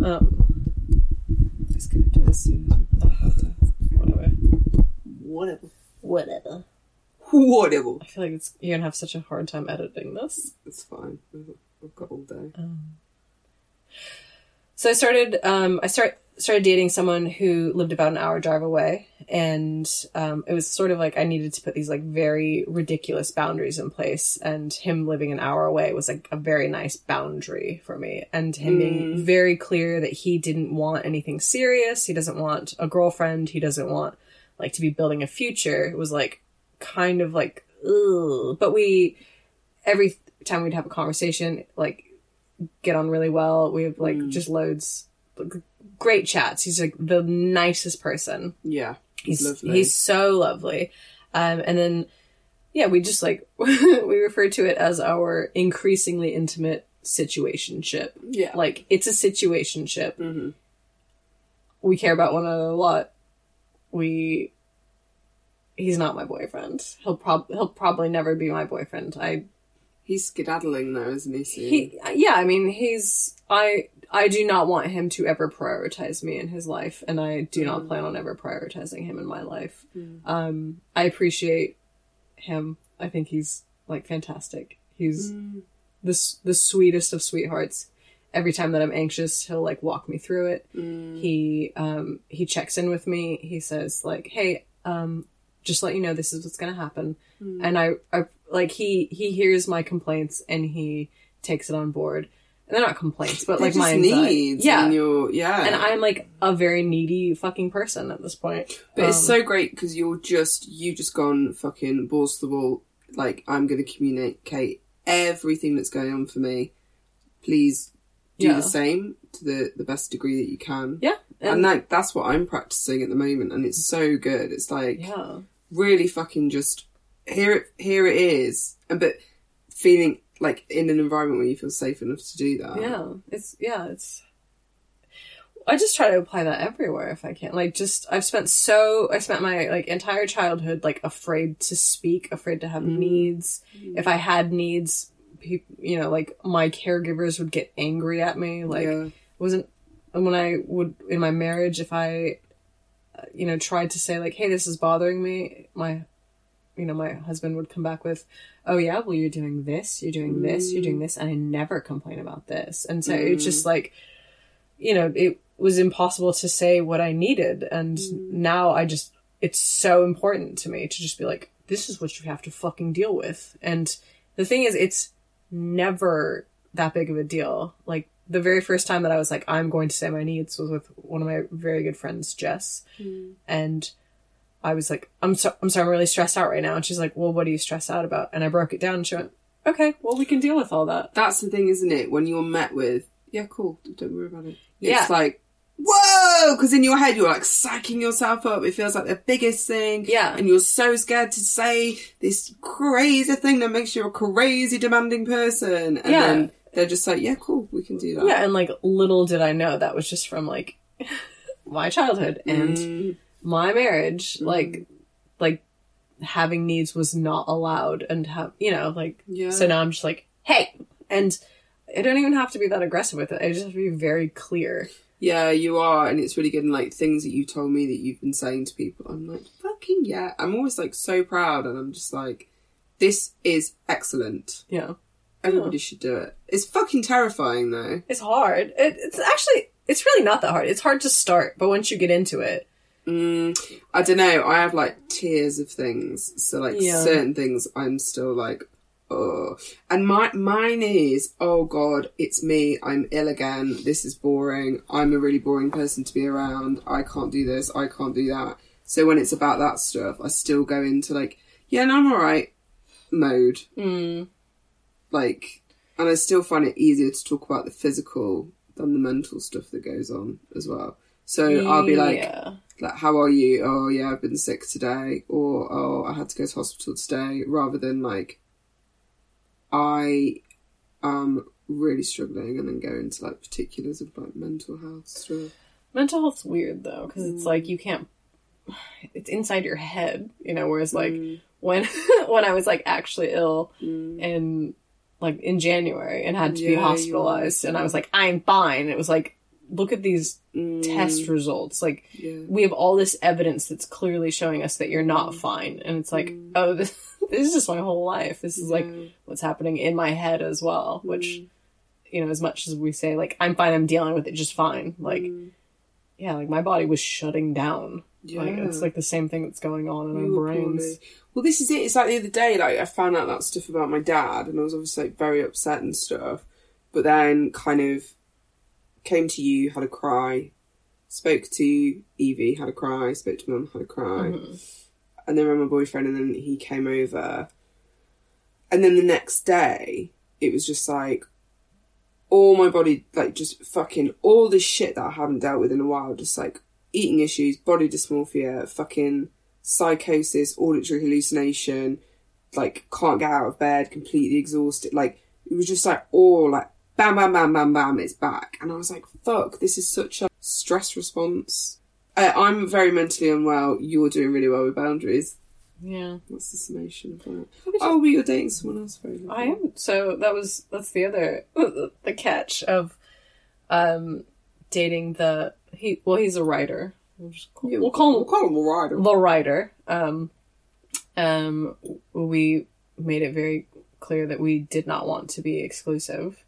[SPEAKER 2] Um,
[SPEAKER 1] It's going to do it as soon as we put that out there.
[SPEAKER 2] whatever.
[SPEAKER 1] Whatever.
[SPEAKER 3] Whatever.
[SPEAKER 1] Whatever.
[SPEAKER 2] I feel like it's you're gonna have such a hard time editing this.
[SPEAKER 1] It's fine. I've- I've got all day.
[SPEAKER 2] So I started. Um, I start started dating someone who lived about an hour drive away, and um, it was sort of like I needed to put these like very ridiculous boundaries in place. And him living an hour away was like a very nice boundary for me. And him being very clear that he didn't want anything serious. He doesn't want a girlfriend. He doesn't want like to be building a future. It was like kind of like ugh. But we every time we'd have a conversation, like get on really well. We have like just loads g- great chats. He's like the nicest person.
[SPEAKER 1] Yeah.
[SPEAKER 2] He's
[SPEAKER 1] lovely.
[SPEAKER 2] he's so lovely. Um, and then yeah, we just like we refer to it as our increasingly intimate situationship.
[SPEAKER 1] Yeah.
[SPEAKER 2] Like it's a situationship. We care about one another a lot. We he's not my boyfriend. He'll prob he'll probably never be my boyfriend. I
[SPEAKER 1] He's skedaddling though, isn't he? Soon?
[SPEAKER 2] he uh, yeah i mean he's i i do not want him to ever prioritize me in his life and i do not plan on ever prioritizing him in my life um i appreciate him i think he's like fantastic
[SPEAKER 1] Mm.
[SPEAKER 2] he's
[SPEAKER 1] Mm-hmm.
[SPEAKER 2] the s the sweetest of sweethearts every time that i'm anxious he'll like walk me through it he um he checks in with me he says like hey um just let you know this is what's going to happen
[SPEAKER 1] Hmm.
[SPEAKER 2] and I, I like he he hears my complaints and he takes it on board and they're not complaints but
[SPEAKER 1] They're
[SPEAKER 2] like my
[SPEAKER 1] just
[SPEAKER 2] anxiety.
[SPEAKER 1] needs.
[SPEAKER 2] yeah
[SPEAKER 1] And you're, yeah.
[SPEAKER 2] and i'm like a very needy fucking person at this point
[SPEAKER 1] But it's
[SPEAKER 2] Um,
[SPEAKER 1] so great because you're just you just gone fucking balls to the wall. Like I'm going to communicate everything that's going on for me. Please do
[SPEAKER 2] Yeah.
[SPEAKER 1] the same to the the best degree that you can.
[SPEAKER 2] yeah
[SPEAKER 1] And, like that's what I'm practicing at the moment, and it's so good. It's like
[SPEAKER 2] yeah
[SPEAKER 1] really fucking just here it here it is, and but feeling like in an environment where you feel safe enough to do that.
[SPEAKER 2] yeah it's yeah it's i just try to apply that everywhere if i can like just i've spent so i spent my like entire childhood like afraid to speak afraid to have needs if i had needs peop you know like my caregivers would get angry at me like
[SPEAKER 1] Yeah.
[SPEAKER 2] wasn't and when i would in my marriage if i uh, you know tried to say like hey this is bothering me my you know, my husband would come back with, "Oh yeah, well you're doing this, you're doing this, you're doing this," and I never complain about this. And so it's just like, you know, it was impossible to say what I needed, and now I just it's so important to me to just be like, "This is what you have to fucking deal with." And the thing is, it's never that big of a deal. Like the very first time that I was like, "I'm going to say my needs," was with one of my very good friends, Jess, and. I was like, I'm so I'm sorry, I'm really stressed out right now. And she's like, Well, what are you stressed out about? And I broke it down and she went, Okay, well we can deal with all that.
[SPEAKER 1] That's the thing, isn't it? When you're met with, yeah, cool, don't worry about it.
[SPEAKER 2] Yeah.
[SPEAKER 1] It's like, whoa! Because in your head, you're like psyching yourself up. It feels like the biggest thing.
[SPEAKER 2] Yeah.
[SPEAKER 1] And you're so scared to say this crazy thing that makes you a crazy demanding person. And
[SPEAKER 2] Yeah.
[SPEAKER 1] then they're just like, yeah, cool, we can do that.
[SPEAKER 2] Yeah, and like little did I know that was just from like my
[SPEAKER 1] Hmm.
[SPEAKER 2] childhood and my marriage. Like like having needs was not allowed and have you know, like
[SPEAKER 1] Yeah.
[SPEAKER 2] so now I'm just like, Hey and I don't even have to be that aggressive with it. I just have to be very clear.
[SPEAKER 1] Yeah, you are, and it's really good. And like things that you told me that you've been saying to people, I'm like, fucking yeah. I'm always like so proud, and I'm just like, this is excellent.
[SPEAKER 2] Yeah.
[SPEAKER 1] Everybody should do it. It's fucking terrifying though.
[SPEAKER 2] It's hard. It, it's actually it's really not that hard. It's hard to start, but once you get into it,
[SPEAKER 1] Mm, I don't know. I have like tiers of things. So like
[SPEAKER 2] Yeah.
[SPEAKER 1] certain things, I'm still like, oh. And my mine is, oh god, it's me. I'm ill again. This is boring. I'm a really boring person to be around. I can't do this. I can't do that. So when it's about that stuff, I still go into like, yeah, no, I'm alright mode. Hmm. Like, and I still find it easier to talk about the physical than the mental stuff that goes on as well. So I'll be like,
[SPEAKER 2] Yeah.
[SPEAKER 1] like how are you oh yeah i've been sick today or oh i had to go to hospital today rather than like i um really struggling and then go into like particulars of like mental health stuff.
[SPEAKER 2] Mental health's weird though, because
[SPEAKER 1] Hmm.
[SPEAKER 2] it's like you can't. It's inside your head, you know. Whereas like
[SPEAKER 1] Hmm.
[SPEAKER 2] when when I was like actually ill and like in January and had to be
[SPEAKER 1] Yeah, you were.
[SPEAKER 2] hospitalized, and I was like, I'm fine. It was like, look at these test
[SPEAKER 1] Hmm.
[SPEAKER 2] results. Like
[SPEAKER 1] Mm, Yeah.
[SPEAKER 2] we have all this evidence that's clearly showing us that you're not fine, and it's like, oh, this, this is just my whole life. This is like
[SPEAKER 1] Mm.
[SPEAKER 2] what's happening in my head as well, which you know, as much as we say, like, I'm fine, I'm dealing with it just fine. Like, yeah, like my body was shutting down. Like,
[SPEAKER 1] Yeah.
[SPEAKER 2] it's like the same thing that's going on in
[SPEAKER 1] You
[SPEAKER 2] our
[SPEAKER 1] were
[SPEAKER 2] brains.
[SPEAKER 1] poorly. Well, this is it. It's like the other day, like I found out that stuff about my dad, and I was obviously like, very upset and stuff. But then, kind of came to you, had a cry, spoke to Evie, had a cry, spoke to Mum, had a
[SPEAKER 2] Mm-hmm.
[SPEAKER 1] cry, and then rang my boyfriend, and then he came over. And then the next day, it was just like all my body, like just fucking all this shit that I haven't dealt with in a while, just like eating issues, body dysmorphia, fucking psychosis, auditory hallucination, like can't get out of bed, completely exhausted. Like it was just like all like bam, bam, bam, bam, bam, it's back. And I was like, fuck, this is such a stress response. Uh, I'm very mentally unwell. You're doing really well with boundaries.
[SPEAKER 2] Yeah.
[SPEAKER 1] What's the summation of that? Oh, but you're dating someone else. Very
[SPEAKER 2] I am. So that was, that's the other, the catch of, um, dating the, he, well, he's a writer. We'll, just call, we'll call him
[SPEAKER 1] we'll call him a rider.
[SPEAKER 2] the writer um um we made it very clear that we did not want to be exclusive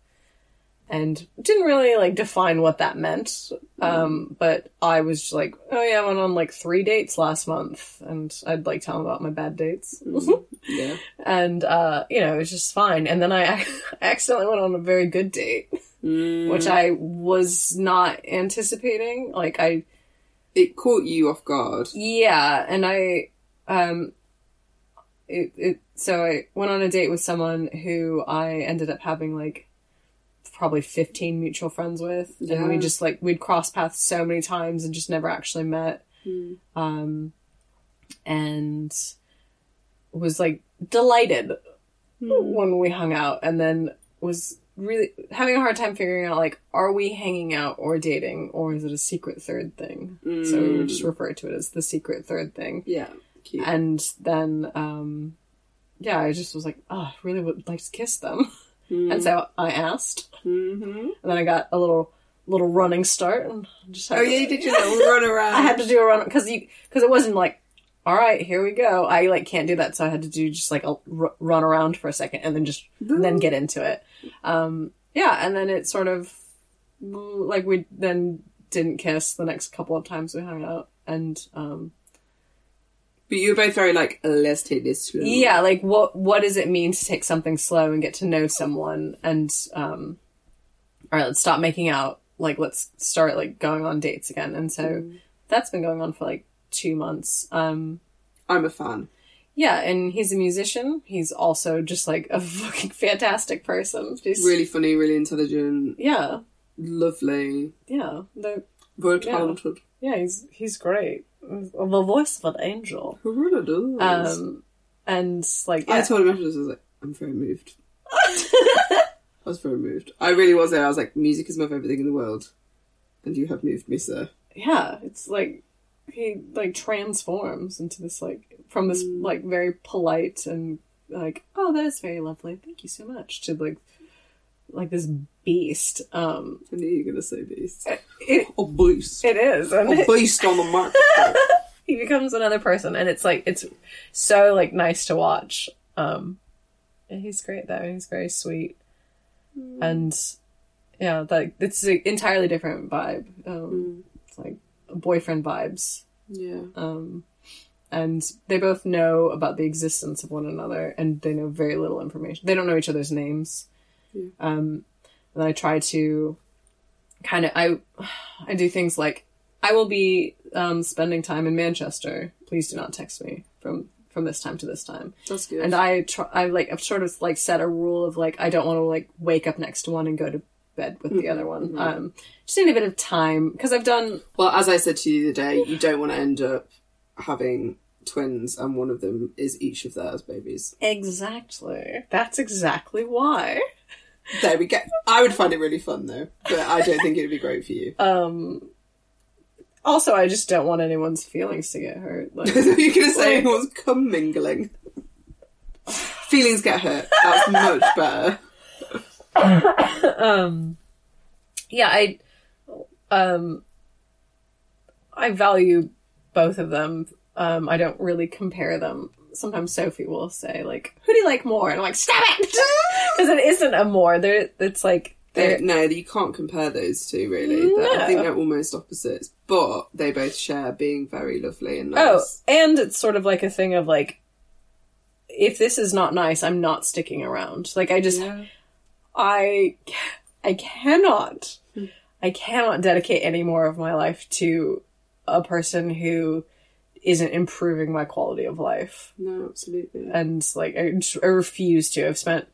[SPEAKER 2] and didn't really like define what that meant um but i was just like oh yeah i went on like three dates last month and i'd like tell him about my bad dates
[SPEAKER 1] Mm. Yeah.
[SPEAKER 2] and uh you know it was just fine and then i ac- accidentally went on a very good date
[SPEAKER 1] Mm.
[SPEAKER 2] which i was not anticipating like i
[SPEAKER 1] It caught you off guard.
[SPEAKER 2] yeah, and I, um, it, it, so I went on a date with someone who I ended up having like probably 15 mutual friends with. And we
[SPEAKER 1] Yeah.
[SPEAKER 2] just like, we'd cross paths so many times and just never actually met. Um, and was like delighted
[SPEAKER 1] Hmm. Mm.
[SPEAKER 2] when we hung out and then was really having a hard time figuring out like are we hanging out or dating or is it a secret third thing Mm. so we
[SPEAKER 1] Mm.
[SPEAKER 2] would just refer to it as the secret third thing
[SPEAKER 1] Yeah. Cute.
[SPEAKER 2] and then um yeah i just was like oh i really would like to kiss them
[SPEAKER 1] Mm.
[SPEAKER 2] and so i asked
[SPEAKER 1] Mm-hmm.
[SPEAKER 2] and then i got a little little running start and just had
[SPEAKER 1] Oh
[SPEAKER 2] to-
[SPEAKER 1] yeah, you did your little run around.
[SPEAKER 2] I had to do a run because you because it wasn't like all right here we go I like can't do that so I had to do just like a r- run around for a second and then just and then get into it um yeah and then it sort of like we then didn't kiss the next couple of times we hung out and um
[SPEAKER 1] But you were both very like, let's take this slow.
[SPEAKER 2] yeah like what what does it mean to take something slow and get to know someone and um all right let's stop making out like let's start like going on dates again and so
[SPEAKER 1] Mm-hmm.
[SPEAKER 2] that's been going on for like two months um
[SPEAKER 1] I'm a fan.
[SPEAKER 2] Yeah, and he's a musician. He's also just like a fucking fantastic person. He's-
[SPEAKER 1] Really funny, really intelligent,
[SPEAKER 2] Yeah,
[SPEAKER 1] lovely,
[SPEAKER 2] yeah, the,
[SPEAKER 1] very
[SPEAKER 2] Yeah.
[SPEAKER 1] talented.
[SPEAKER 2] yeah. He's he's great. The voice of an angel.
[SPEAKER 1] Who really does?
[SPEAKER 2] Um, and like
[SPEAKER 1] I
[SPEAKER 2] yeah,
[SPEAKER 1] told him afterwards, I was like, I'm very moved. I was very moved. I really was there. I was like, music is my favourite thing in the world. And you have moved me, sir.
[SPEAKER 2] yeah, it's like he like transforms into this like from this like very polite and like oh that is very lovely thank you so much to like like this beast um
[SPEAKER 1] I knew you were going to say beast.
[SPEAKER 2] it
[SPEAKER 1] A beast.
[SPEAKER 2] it is and
[SPEAKER 1] A
[SPEAKER 2] it-
[SPEAKER 1] beast on the microphone.
[SPEAKER 2] he becomes another person and it's like it's so like nice to watch um and he's great though he's very sweet and yeah like it's an entirely different vibe um it's like boyfriend vibes
[SPEAKER 1] yeah.
[SPEAKER 2] um and they both know about the existence of one another and they know very little information they don't know each other's names
[SPEAKER 1] Yeah.
[SPEAKER 2] um and i try to kind of i i do things like i will be um spending time in manchester please do not text me from from this time to this time
[SPEAKER 1] That's good.
[SPEAKER 2] and i try i like i've sort of like set a rule of like i don't want to like wake up next to one and go to bed with the other one um just need a bit of time because i've done
[SPEAKER 1] Well, as I said to you the other day, you don't want to end up having twins and one of them is each of theirs babies.
[SPEAKER 2] Exactly. That's exactly why.
[SPEAKER 1] There we go. I would find it really fun though, but I don't think it'd be great for you.
[SPEAKER 2] Um, Also, I just don't want anyone's feelings to get hurt. Like,
[SPEAKER 1] You're gonna say anyone's cum mingling. Feelings get hurt. That's much better.
[SPEAKER 2] um, yeah, I, um, I value both of them. Um, I don't really compare them. Sometimes Sophie will say like, "Who do you like more?" And I'm like, "Stop it," because it isn't a more. There, it's like
[SPEAKER 1] They,
[SPEAKER 2] they're
[SPEAKER 1] no, you can't compare those two really. They're- I think they're almost opposites, but they both share being very lovely and
[SPEAKER 2] Oh,
[SPEAKER 1] nice.
[SPEAKER 2] and it's sort of like a thing of like, if this is not nice, I'm not sticking around. Like I just, I, I cannot, I cannot dedicate any more of my life to a person who isn't improving my quality of life.
[SPEAKER 1] no, absolutely.
[SPEAKER 2] And like, I, just- I refuse to. I've spent,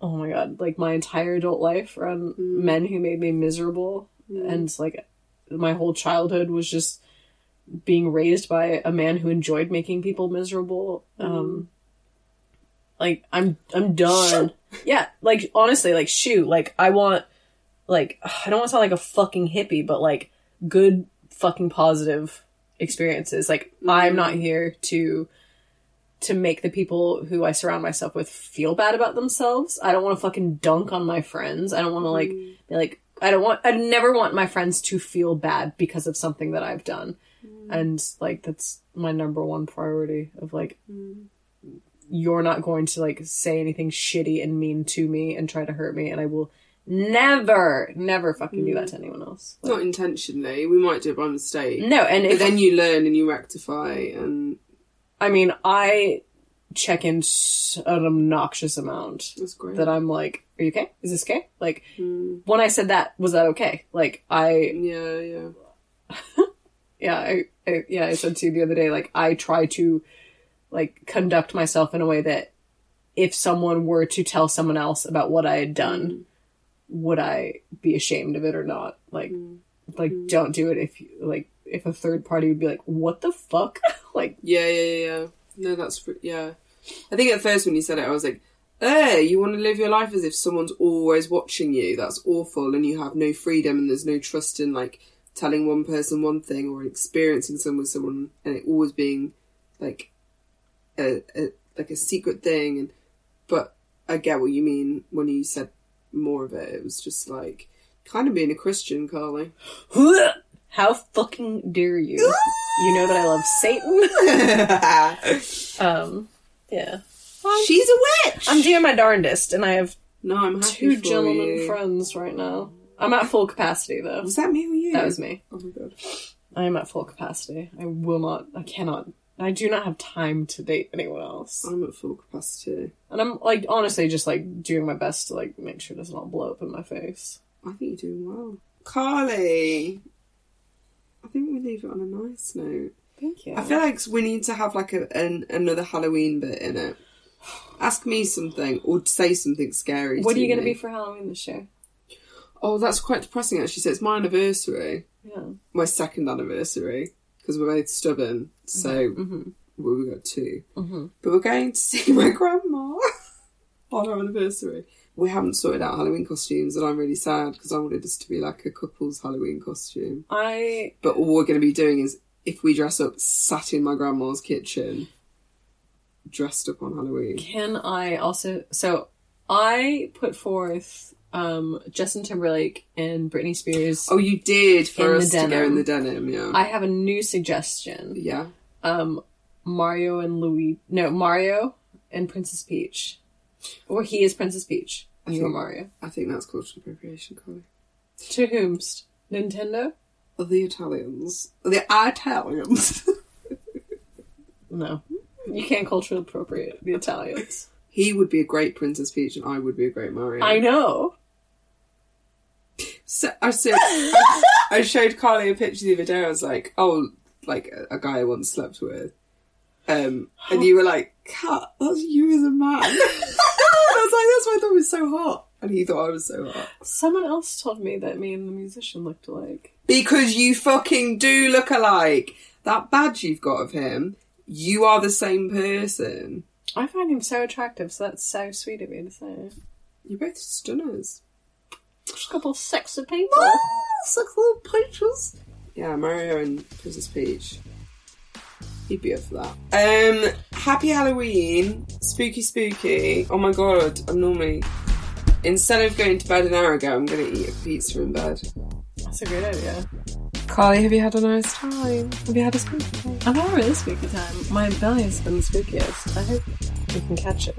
[SPEAKER 2] oh my god, like my entire adult life around men who made me miserable, and like, my whole childhood was just being raised by a man who enjoyed making people miserable. Um, like I'm, I'm done. Yeah, like honestly, like shoot, like I want, like I don't want to sound like a fucking hippie, but like good fucking positive experiences. Like I'm not here to to make the people who I surround myself with feel bad about themselves. I don't want to fucking dunk on my friends. I don't want to like
[SPEAKER 1] Mm.
[SPEAKER 2] be like I don't want I never want my friends to feel bad because of something that I've done.
[SPEAKER 1] Mm.
[SPEAKER 2] And like that's my number one priority of like
[SPEAKER 1] Mm.
[SPEAKER 2] you're not going to like say anything shitty and mean to me and try to hurt me and I will never never fucking do
[SPEAKER 1] Mm.
[SPEAKER 2] that to anyone else. Like,
[SPEAKER 1] Not intentionally. We might do it by mistake.
[SPEAKER 2] no, and
[SPEAKER 1] But
[SPEAKER 2] if
[SPEAKER 1] then you learn and you rectify and
[SPEAKER 2] I mean, I check in s- an obnoxious amount
[SPEAKER 1] that's great. Hmm.
[SPEAKER 2] that I'm like, "Are you okay? Is this okay?" Like when I said that, was that okay? Like I,
[SPEAKER 1] yeah, yeah.
[SPEAKER 2] yeah, I, I, yeah, I said to you the other day, like I try to like conduct myself in a way that if someone were to tell someone else about what I had done, would I be ashamed of it or not? Like, like don't do it if you, like if a third party would be like, "What the fuck?" like,
[SPEAKER 1] Yeah, yeah, yeah, yeah. No, that's fr- yeah. I think at first when you said it, I was like, "Hey, you want to live your life as if someone's always watching you? That's awful, and you have no freedom, and there's no trust in like telling one person one thing or experiencing something with someone, and it always being like a, a like a secret thing." And but I get what you mean when you said more of it. It was just like kind of being a Christian, Carly.
[SPEAKER 2] how fucking dare you? you know that I love Satan. um, yeah.
[SPEAKER 1] She's a witch.
[SPEAKER 2] I'm doing my darndest, and I have
[SPEAKER 1] No, I'm happy
[SPEAKER 2] two
[SPEAKER 1] for
[SPEAKER 2] gentlemen
[SPEAKER 1] you.
[SPEAKER 2] friends right now. I'm at full capacity, though.
[SPEAKER 1] Was that me or you?
[SPEAKER 2] That was me.
[SPEAKER 1] Oh my god.
[SPEAKER 2] I am at full capacity. I will not. I cannot. I do not have time to date anyone else.
[SPEAKER 1] I'm at full capacity.
[SPEAKER 2] And I'm like honestly just like doing my best to like make sure it doesn't all blow up in my face.
[SPEAKER 1] I think you're doing well. Carly! I think we leave it on a nice note.
[SPEAKER 2] Thank you.
[SPEAKER 1] I feel like we need to have like a, an, another Halloween bit in it. Ask me something or say something scary.
[SPEAKER 2] what are
[SPEAKER 1] to
[SPEAKER 2] you going to
[SPEAKER 1] me.
[SPEAKER 2] be for Halloween this year?
[SPEAKER 1] Oh, that's quite depressing actually. So it's my anniversary,
[SPEAKER 2] Yeah.
[SPEAKER 1] my second anniversary, because we're both stubborn. So
[SPEAKER 2] mm-hmm.
[SPEAKER 1] well, we got 2 But we're going to see my grandma on our anniversary. We haven't sorted out Halloween costumes, and I'm really sad because I wanted us to be like a couple's Halloween costume.
[SPEAKER 2] I
[SPEAKER 1] But all we're going to be doing is if we dress up, sat in my grandma's kitchen, dressed up on Halloween.
[SPEAKER 2] Can I also? So I put forth um, Justin Timberlake and Britney Spears.
[SPEAKER 1] Oh, you did
[SPEAKER 2] In
[SPEAKER 1] for
[SPEAKER 2] the
[SPEAKER 1] us to go in
[SPEAKER 2] denim.
[SPEAKER 1] the denim, yeah.
[SPEAKER 2] I have a new suggestion.
[SPEAKER 1] yeah.
[SPEAKER 2] Um, Mario and Louis. No, Mario and Princess Peach, or he is Princess Peach. and You are
[SPEAKER 1] think-
[SPEAKER 2] Mario.
[SPEAKER 1] I think that's cultural appropriation, Carly.
[SPEAKER 2] To whomst? Nintendo?
[SPEAKER 1] The Italians. The Italians.
[SPEAKER 2] No, you can't culturally appropriate the Italians.
[SPEAKER 1] he would be a great Princess Peach and I would be a great Mario.
[SPEAKER 2] I know.
[SPEAKER 1] So, I, so, I, I showed Carly a picture the other day. I was like, oh, like a, a guy I once slept with. Um, and you were like, cat, that's you as a man. I was like, that's why I thought it was so hot. And he thought I was so hot.
[SPEAKER 2] Someone else told me that me and the musician looked alike.
[SPEAKER 1] Because you fucking do look alike. That badge you've got of him, you are the same person.
[SPEAKER 2] I find him so attractive, so that's so sweet of you to say.
[SPEAKER 1] You're both stunners.
[SPEAKER 3] Just a couple of sexy people.
[SPEAKER 1] Ah, Six little peaches. Yeah, Mario and Princess Peach. He'd be up for that. Um, Happy Halloween, spooky, spooky. Oh my god, I'm normally instead of going to bed an hour ago, I'm gonna eat a pizza in bed.
[SPEAKER 2] That's a great idea.
[SPEAKER 1] Carly, have you had a nice time? Have you had a spooky time?
[SPEAKER 2] I'm having a really spooky time. My belly has been the spookiest. I hope we can catch it.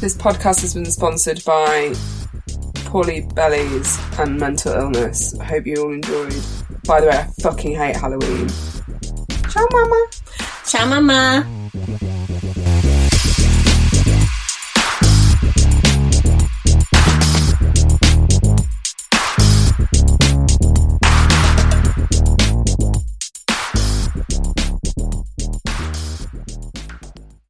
[SPEAKER 1] This podcast has been sponsored by poorly bellies and mental illness. I hope you all enjoyed. By the way, I fucking hate Halloween. Ciao, mama.
[SPEAKER 3] Ciao, mama.